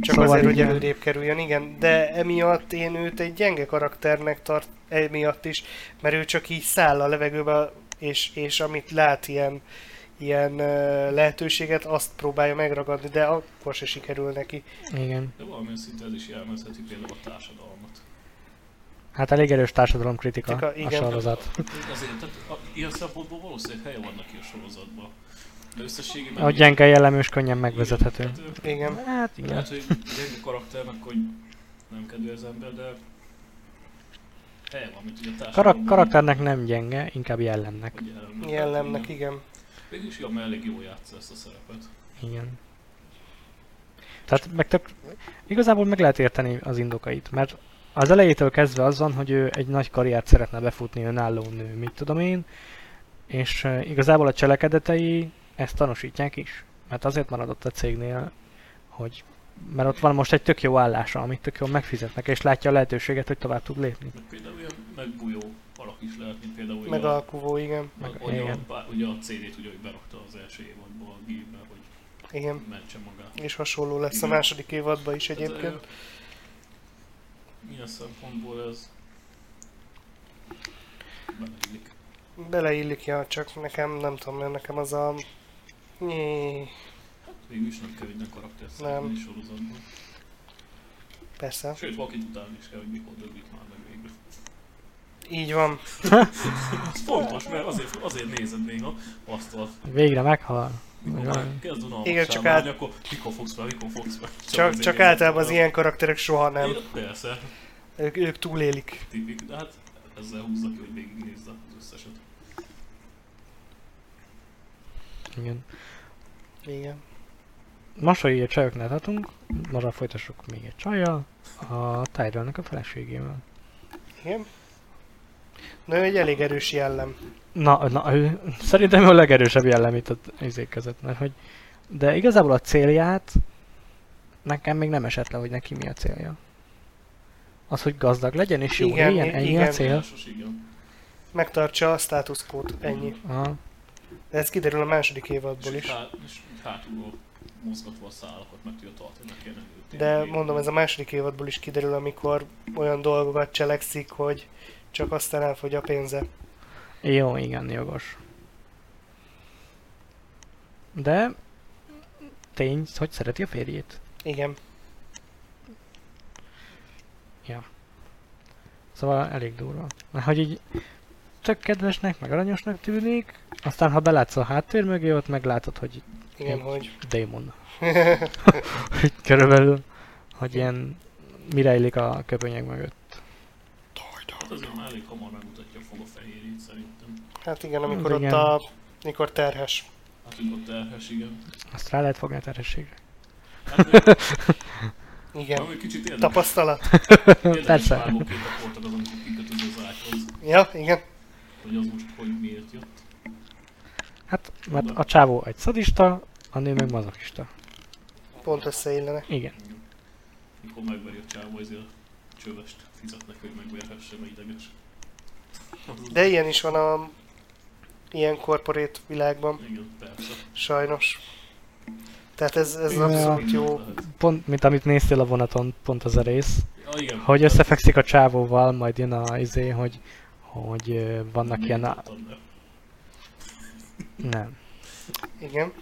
Csak szóval
Szóval
azért,
igen.
hogy előrébb kerüljön, igen. De emiatt én őt egy gyenge karakternek tart, emiatt is, mert ő csak így száll a levegőbe, és, és amit lát ilyen, ilyen ö, lehetőséget, azt próbálja megragadni, de akkor se sikerül neki.
Igen.
De valamilyen szinte ez is jelmezheti például a társadalmat.
Hát elég erős társadalomkritika
Kritika,
a
igen.
sorozat.
Azért, tehát a, ilyen szempontból valószínűleg helye van neki a sorozatban. De összességében...
A gyenge jellemű és könnyen megvezethető.
Igen, tehát,
Igen.
Hát
ö,
igen.
Lehet, hogy gyenge karakternek, hogy nem kedvő az ember, de... Helye van, mint ugye a
Karak-
társadalomban.
karakternek nem gyenge, inkább jellemnek.
hogy jellemnek.
Jellemnek, igen.
Mégis jó, mert elég jól játsza ezt a szerepet.
Igen. Tehát meg tök, igazából meg lehet érteni az indokait, mert az elejétől kezdve az van, hogy ő egy nagy karriert szeretne befutni, önálló nő, mit tudom én, és eh, igazából a cselekedetei ezt tanúsítják is. Mert azért maradott a cégnél, hogy mert ott van most egy tök jó állása, amit tök jól megfizetnek, és látja a lehetőséget, hogy tovább tud lépni.
Meg például ilyen megbújó alak is lehet, mint például ugye
Meg
a,
a kuvó, igen.
a,
meg-
ugye, a,
igen.
pá- ugye a CD-t ugye, hogy berakta az első évadba a gépbe, hogy
Igen.
mentse magát.
És hasonló lesz a
Igen.
második évadban is
Tehát,
egyébként.
ö, Milyen szempontból ez beleillik.
Beleillik, ja, csak nekem, nem tudom, nekem az a... Nyí,
Végül is nem kell minden karakter szerepelni sorozatban.
persze.
Sőt, valakit utálni is kell, hogy mikor döglik már meg végül.
Így van.
Ez fontos, mert azért, azért nézed néha azt a...
Végre meghal.
Mikor már kezd
Igen,
unalmassá
csak
válni, akkor mikor fogsz fel, mikor fogsz fel.
Csak,
azért
csak
nézed.
általában az ilyen karakterek soha nem.
Én- Persze,
Ők, ők túlélik.
tipik, de hát ezzel húzza ki, hogy végignézze az összeset.
Igen.
Igen.
Most, hogy így a csajoknál tartunk, most folytassuk még egy csajjal, a Tyrellnek a feleségével.
Igen. Na, ő egy elég erős jellem.
Na, na ő, szerintem ő a legerősebb jellem itt az izék között, mert hogy... De igazából a célját nekem még nem esett le, hogy neki mi a célja. Az, hogy gazdag legyen és jó
Igen,
éljen, ennyi a
igen.
cél.
Sos, igen.
Megtartsa a státuszkót, ennyi.
Aha.
De ez kiderül a második
És,
évadból
így
is.
hát, és így hátulról mozgatva a szálakat meg tudja tartani, meg kéne őt.
De mondom, ez a második évadból is kiderül, amikor olyan dolgokat cselekszik, hogy csak aztán elfogy a pénze.
Jó, igen, jogos. De tény, hogy szereti a férjét.
Igen.
Szóval elég durva. Mert hogy így tök kedvesnek, meg aranyosnak tűnik, aztán ha belátsz a háttér mögé,
Hm.
ott meglátod, hogy
Igen, hogy...
démon. Így Körülbelül. hogy ilyen mi rejlik a köpönyeg mögött.
Hát azért már elég hamar megmutatja a fog a fehérjét szerintem.
Hát igen, amikor
igen.
ott a... Mikor terhes.
Hát hogy ott terhes, igen.
Azt rá lehet fogni a terhességre.
Hát,
Igen.
ami kicsit érdekes.
Tapasztalat?
Érdekes
Persze.
vágó képek voltak azon, amikor kikötöző az ágyhoz,
Ja, igen.
hogy az most hogy miért jött.
Hát, mert a csávó egy szadista, a nő meg mazokista.
Pont összeillenek.
Igen.
Mikor megveri a csávó, ezért a csövest fizetnek, hogy megverhesse, mert ideges.
De ilyen is van a... Ilyen korporét világban,
Igen, persze.
sajnos. Tehát ez, ez
Ja.
abszolút jó.
Szóval Lehet.
Pont, mint amit néztél a vonaton, pont az a rész.
Ja, igen.
Hogy összefekszik a csávóval, majd jön a izé, hogy, hogy ö, vannak
Még
ilyen... A...
tudtam, de-
Nem.
Igen.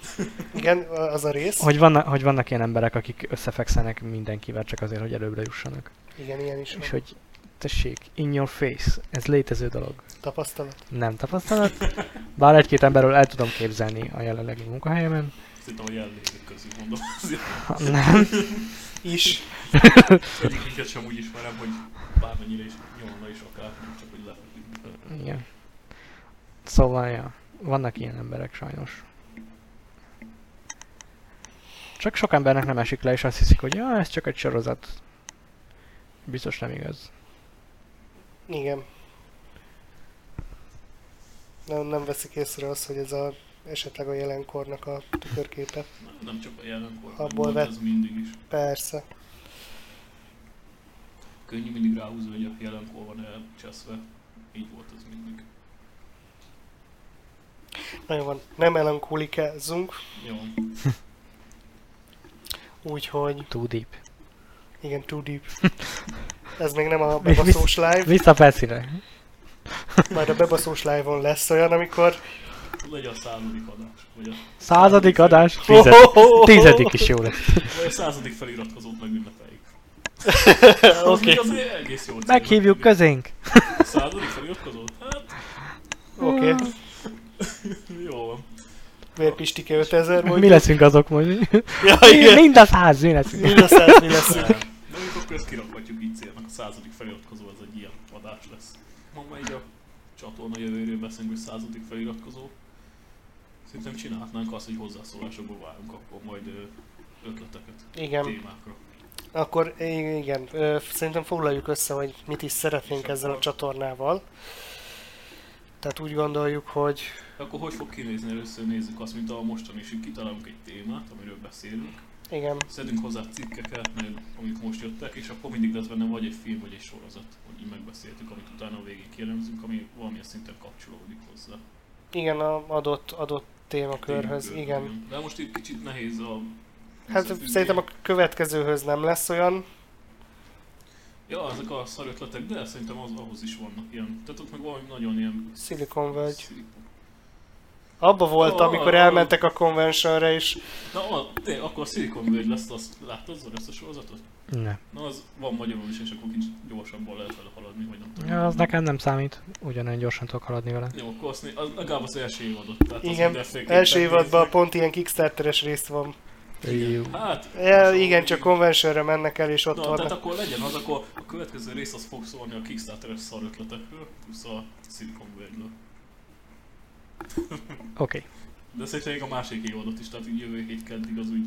Igen, az a rész.
Hogy vannak, hogy vannak ilyen emberek, akik összefekszenek mindenkivel csak azért, hogy előbbre jussanak.
Igen, ilyen is
És
van.
hogy tessék, in your face, ez létező dolog.
Tapasztalat.
Nem tapasztalat, bár egy-két emberről el tudom képzelni a jelenlegi munkahelyemen.
Azt hittem, hogy elnézik közül, mondom. Azért
Ha Nem,
Is.
egyiket sem úgy ismerem, hogy bármennyire is nyomna is akár, csak hogy le.
igen. Szóval, ja, vannak ilyen emberek sajnos. Csak sok embernek nem esik le, és azt hiszik, hogy ja, ez csak egy sorozat. Biztos nem igaz.
Igen. Nem, nem veszik észre azt, hogy ez a esetleg a jelenkornak a tükörképe.
Nem csak a jelenkor,
Abból
hanem
vett.
ez mindig is.
Persze.
Könnyű mindig ráhúzni, hogy a jelenkor van elcseszve. Így volt ez mindig.
Nagyon van. Nem elankulikázunk,
Jó,
úgyhogy
Too deep.
igen, too deep. Ez még nem a bebaszós live,
Vissza a felszínre.
majd a bebaszós live-on lesz olyan, amikor
legyen a századik adás, vagy a,
Századik adás, tized, tizedik is jó lesz.
vagy a századik feliratkozót megünnepeljük. Az
Oké.
még azért egész jó cél.
Meghívjuk közénk.
A századik feliratkozót? Hát,
Oké.
jó van.
Miért Pistike 5000 mondjuk?
Mi leszünk azok most?
Ja,
Mi-
igen.
Mind a száz, mi leszünk.
Mind a száz mi lesz.
De mondjuk akkor ezt kirakhatjuk így célnak, a századik feliratkozó ez egy ilyen adás lesz. Ma már így a csatorna jövőről beszélünk, hogy századik feliratkozó. Szerintem csinálhatnánk azt, hogy hozzászólásokból várunk akkor majd ö, ötleteket,
Igen,
témákra.
akkor i- igen, Ö, szerintem foglaljuk össze, hogy mit is szeretnénk ezzel a csatornával. Tehát úgy gondoljuk, hogy
Akkor hogy fog kinézni? Először nézzük azt, mint a mostani is, hogy kitalálunk egy témát, amiről beszélünk.
igen,
Szedünk hozzá cikkeket, meg amik most jöttek, és akkor mindig lesz benne vagy egy film, vagy egy sorozat, hogy így megbeszéltük, amit utána a végén kielemzünk, ami valamilyen szinten kapcsolódik hozzá.
igen, a adott, adott témakörhöz,
Tényleg,
igen.
De most itt kicsit nehéz a...
Hát szerintem a következőhöz nem lesz olyan,
Ja, ezek a szar ötletek, de szerintem az, ahhoz is vannak ilyen. Tehát ott meg valami nagyon ilyen...
Szilikonvölgy. Abba volt,
Ó.
amikor elmentek a konventionre is.
Na, a, de, akkor a Silicon Valley lesz, azt láttad az ezt a sorozatot?
Ne.
Na, az van magyarul is, és akkor kicsit gyorsabban lehet vele haladni, vagy nem tudom.
Ja, az nekem nem számít. Ugyanolyan gyorsan tudok haladni vele.
Jó, akkor azt, né- az, legalább az első évadot. Tehát az
Igen,
mindenféleképpen
első évadban
nézzük.
pont ilyen Kickstarteres rész van.
Jó.
Hát,
Ja,
az
igen,
valami-
csak konventionre mennek el, és ott
Na, tehát
vannak.
akkor legyen az, akkor a következő rész az fog szólni a Kickstarter-es szar ötletekről, plusz a Silicon Valley-ről.
Oké.
De szerintem még a másik évadot is, tehát így jövő hét keddig az úgy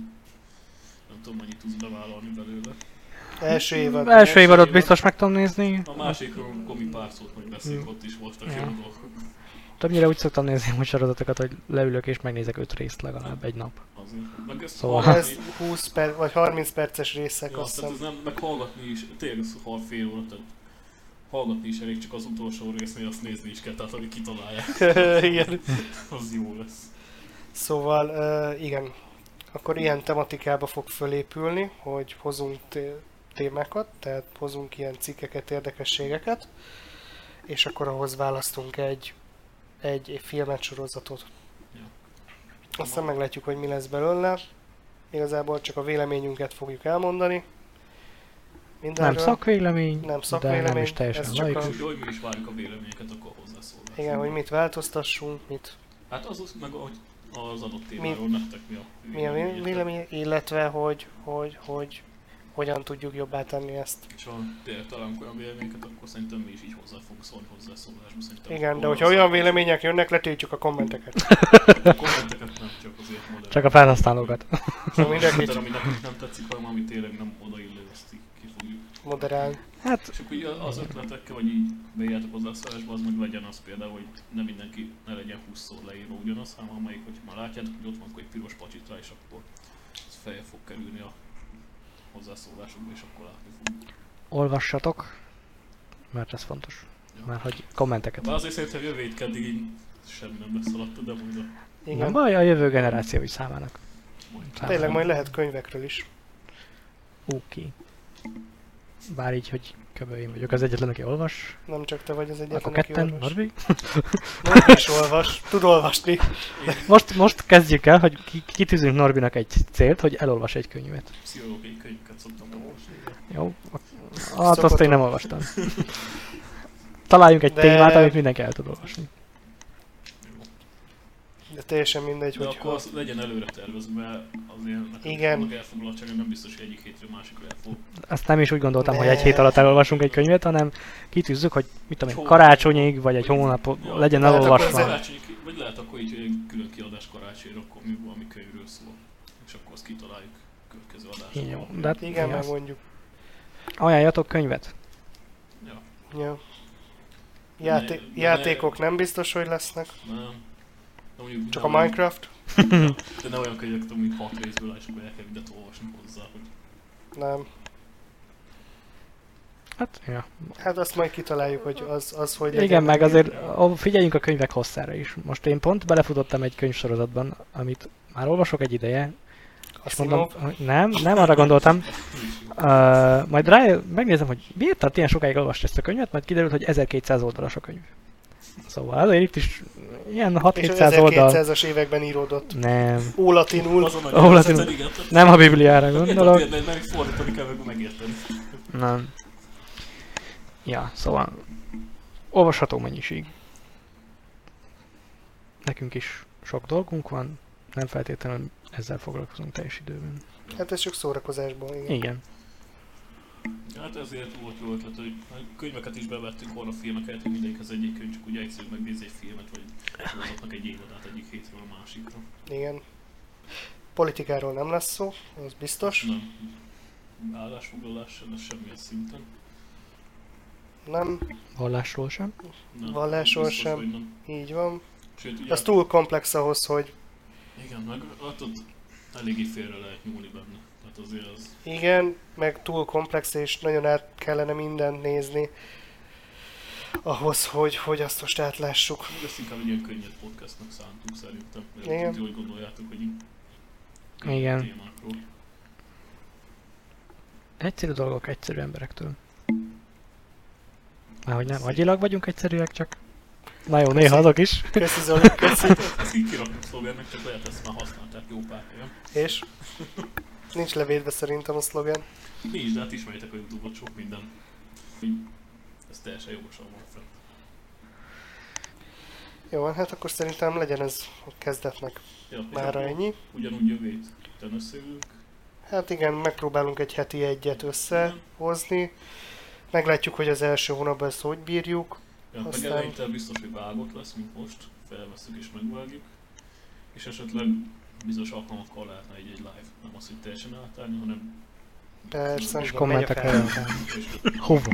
nem tudom, mennyit tudsz bevállalni belőle.
Első évad.
Első évadot
évad.
biztos meg tudom nézni.
A másikról akkor mi pár szót majd beszélünk,
Mm.
ott is voltak
Ja.
jó dolgok.
Többnyire úgy szoktam nézni most sorozatokat, hogy leülök és megnézek öt részt legalább egy nap.
Azért. Meg ezt
Szóval-
hallgatni-
Ez 20 per, vagy 30 perces részek,
Ja,
azt
tehát ez
hiszem.
nem, meg hallgatni is, tényleg ez hal fél óra, tehát hallgatni is elég, csak az utolsó résznél azt nézni is kell, tehát amíg kitalálják,
igen.
az jó lesz.
Szóval, ö, igen. Akkor ilyen tematikába fog fölépülni, hogy hozunk té- témákat, tehát hozunk ilyen cikkeket, érdekességeket, és akkor ahhoz választunk egy, egy filmet, sorozatot.
Ja.
Aztán meglátjuk, hogy mi lesz belőle. Igazából csak a véleményünket fogjuk elmondani.
Nem
Mindenről.
szakvélemény,
Nem
de nem
szakvélemény,
is teljesen
ez csak
És
a-
laikus.
úgy, hogy mi is várjuk a véleményeket, akkor hozzászólás.
Igen, hogy mit változtassunk, mit,
Hát az, az meg ahogy az adott témáról nektek mi a
mi a vé-
véleményetek.
vélemény, illetve hogy, hogy, hogy hogyan tudjuk jobbá tenni ezt.
És ha tényleg találunk olyan véleményeket, akkor szerintem mi is így hozzá fogunk szólni hozzászólásba. Szerintem
Igen, de
arra
hogyha olyan vélemények jönnek, letiltjuk a kommenteket.
A kommenteket nem csak azért mondom.
Csak a felhasználókat.
Szóval
mindenkit.
mindenkit
Ami nekünk nem tetszik, hanem ami tényleg nem odaillő, azt így ki fogjuk.
moderál.
Hát
És akkor így az ötletekkel, vagy így beírjátok hozzászólásba, az meg legyen az például, hogy nem mindenki ne legyen 20 szor leírva ugyanaz, hanem amelyik, hogyha már látjátok, hogy ott van, akkor egy piros pacsit rá, és akkor az feje fog kerülni a hozzászólásokba, és akkor látni fogjuk.
olvassatok, mert ez fontos. Már hogy kommenteket.
Hát De azért szerintem jövő hét keddig így semmi nem beszaladt, de majd a
Nem
Igen.
baj, a jövő generációi számának.
majd.
Számára.
Tényleg majd lehet könyvekről is.
Oké. Bár így, hogy kb. én vagyok az egyetlen, aki olvas.
Nem csak te vagy az egyetlen,
Akkor
aki
ketten,
olvas.
Norbi.
Norbi is olvas. Tud olvasni.
Most, most kezdjük el, hogy ki- kitűzünk Norbinak egy célt, hogy elolvas egy könyvet.
pszichológiai könyveket szoktam olvasni.
Jó? Hát azt én nem olvastam. Találjunk egy
De-
témát, amit mindenki el tud olvasni.
De teljesen mindegy,
De
hogy
akkor az legyen előre tervezve, mert az ilyen nekem is
Igen.
vannak elfoglaltsága, nem biztos, hogy egyik hétről másikra elfog.
Azt nem is úgy gondoltam, hogy
Ne.
egy hét alatt elolvasunk egy könyvet, hanem kitűzzük, hogy mit tudom én,
Hol-
karácsonyig, vagy egy hónap
Ja.
legyen
Hát akkor
Olvasva.
ez-
elolvasva.
Karácsonyi, vagy lehet akkor így egy külön kiadás karácsonyra, akkor mi valami könyvről szól. És akkor azt kitaláljuk a következő adásra.
Jó, de hát
Igen,
mi
mert
az?
mondjuk.
ajánljatok könyvet.
Ja,
Ja. Játé-
Ne- ne-
játékok nem biztos, hogy lesznek.
nem. De mondjuk
Csak a
ne olyan-
Minecraft.
De ne olyan könyvek, tudom, mint hat részből, áll, és akkor el kell mindent olvasni hozzá, hogy
Nem.
Hát, ja.
Hát azt majd kitaláljuk, hogy az, az hogy
Igen, meg azért ó, figyeljünk a könyvek hosszára is. Most én pont belefutottam egy könyvsorozatban, amit már olvasok egy ideje, és mondom, hogy nem, nem arra gondoltam. Uh, majd rá megnézem, hogy miért tart ilyen sokáig olvasni ezt a könyvet, majd kiderült, hogy 1200 oldalas a könyv. Szóval azért itt is ilyen
és az
6-700 oldal.
1200-as években íródott.
Nem.
Ólatinul.
Azon a
Ahol az-
nyelvezeten, igen, tehát-
Nem a Bibliára
Nem
gondolok.
tudod érni, mert fordítani kell, meg megérteni.
Nem. Ja, szóval olvasható mennyiség. Nekünk is sok dolgunk van, nem feltétlenül ezzel foglalkozunk teljes időben.
Hát ez csak szórakozásból, igen.
Igen.
Hát ezért volt jó ötlet, hogy a könyveket is bevettünk horrorfilmeket, hogy mindegyik az egyik könyv, csak ugye egyszerűen megnézi egy filmet, vagy sorozatnak egy évadát egyik hétről a másikra.
igen. Politikáról nem lesz szó, az biztos.
Nem. Állásfoglalás, sem, ez semmilyen szinten.
Nem,
Vallásról sem.
Nem,
Vallásról
biztos,
sem.
hogy Nem.
így van.
Sőt, ugye,
Ez túl komplex ahhoz, hogy
igen, meg látod, eléggé félre lehet nyúlni benne. Tehát azért az,
igen, meg túl komplex, és nagyon át kellene mindent nézni ahhoz, hogy, hogy azt most átlássuk.
ezt inkább egy ilyen könnyed podcastnak szántuk szerintem. Mert
Igen.
ti hogy gondoljátok, hogy így
Igen.
témákról.
Egyszerű dolgok egyszerű emberektől. Márhogy nem agyilag vagyunk egyszerűek, csak... Na jó, néha azok is.
Köszi Zoli, köszi.
Ezt így kirakjuk szlogennek, csak lehet ezt már használták jó pár helyen.
És? Nincs levédve szerintem a szlogen.
Nincs, de hát ismeritek a Youtube-ot sok minden. Így, Ez teljesen jogosan van fent.
Jó, van, hát akkor szerintem legyen ez a kezdetnek
Ja, és
mára
akkor
ennyi.
Ugyanúgy jövő héten összeülünk.
Hát igen, megpróbálunk egy heti egyet összehozni. Meglátjuk, hogy az első hónapban ezt hogy bírjuk.
Ja, meg
Aztán-
eleinte biztos, hogy vágott lesz, mint most. Felveszünk és megvágjuk. És esetleg bizonyos alkalmakkal lehetne egy-egy live. Nem azt, hogy teljesen átállni, hanem...
Persze.
És
megy a
kommentek
fel.
lejöttem. Hova?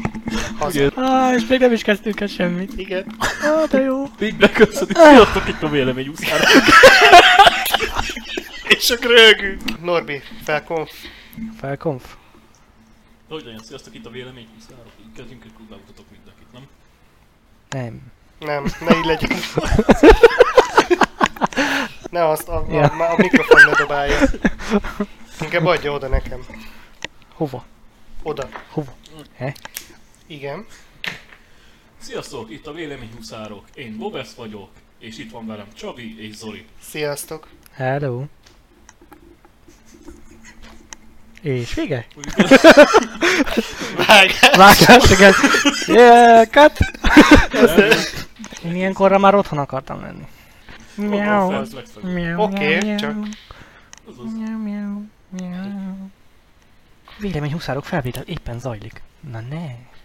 Haza.
Á, és még nem is kezdtünk el semmit.
Igen.
Á, de jó.
Még beköszönjük, sziasztok itt a vélemény úszára.
És csak rögünk. Norbi, felkonf.
Felkonf.
Hogy legyen, sziasztok itt a vélemény úszára. Kezdjünk egy klubámutatok mindenkit, nem?
Nem.
Nem, ne így legyen. Ne azt, a, a, a, a mikrofon ne dobálja. Inkább adja oda nekem.
Hova?
Oda.
Hova? He?
Igen.
Sziasztok, itt a vélemény huszárok. Én Bobesz vagyok, és itt van velem Csabi és Zoli.
Sziasztok.
Hello. És vége? Vágás, igen. Yeah, cut! Én ilyenkorra már otthon akartam lenni. Miau.
Fent legfelül.
Miau,
Oké,
miau,
csak-
Azaz.
Miau, miau, miau. Vélemény huszárok felvétel éppen zajlik. Na ne.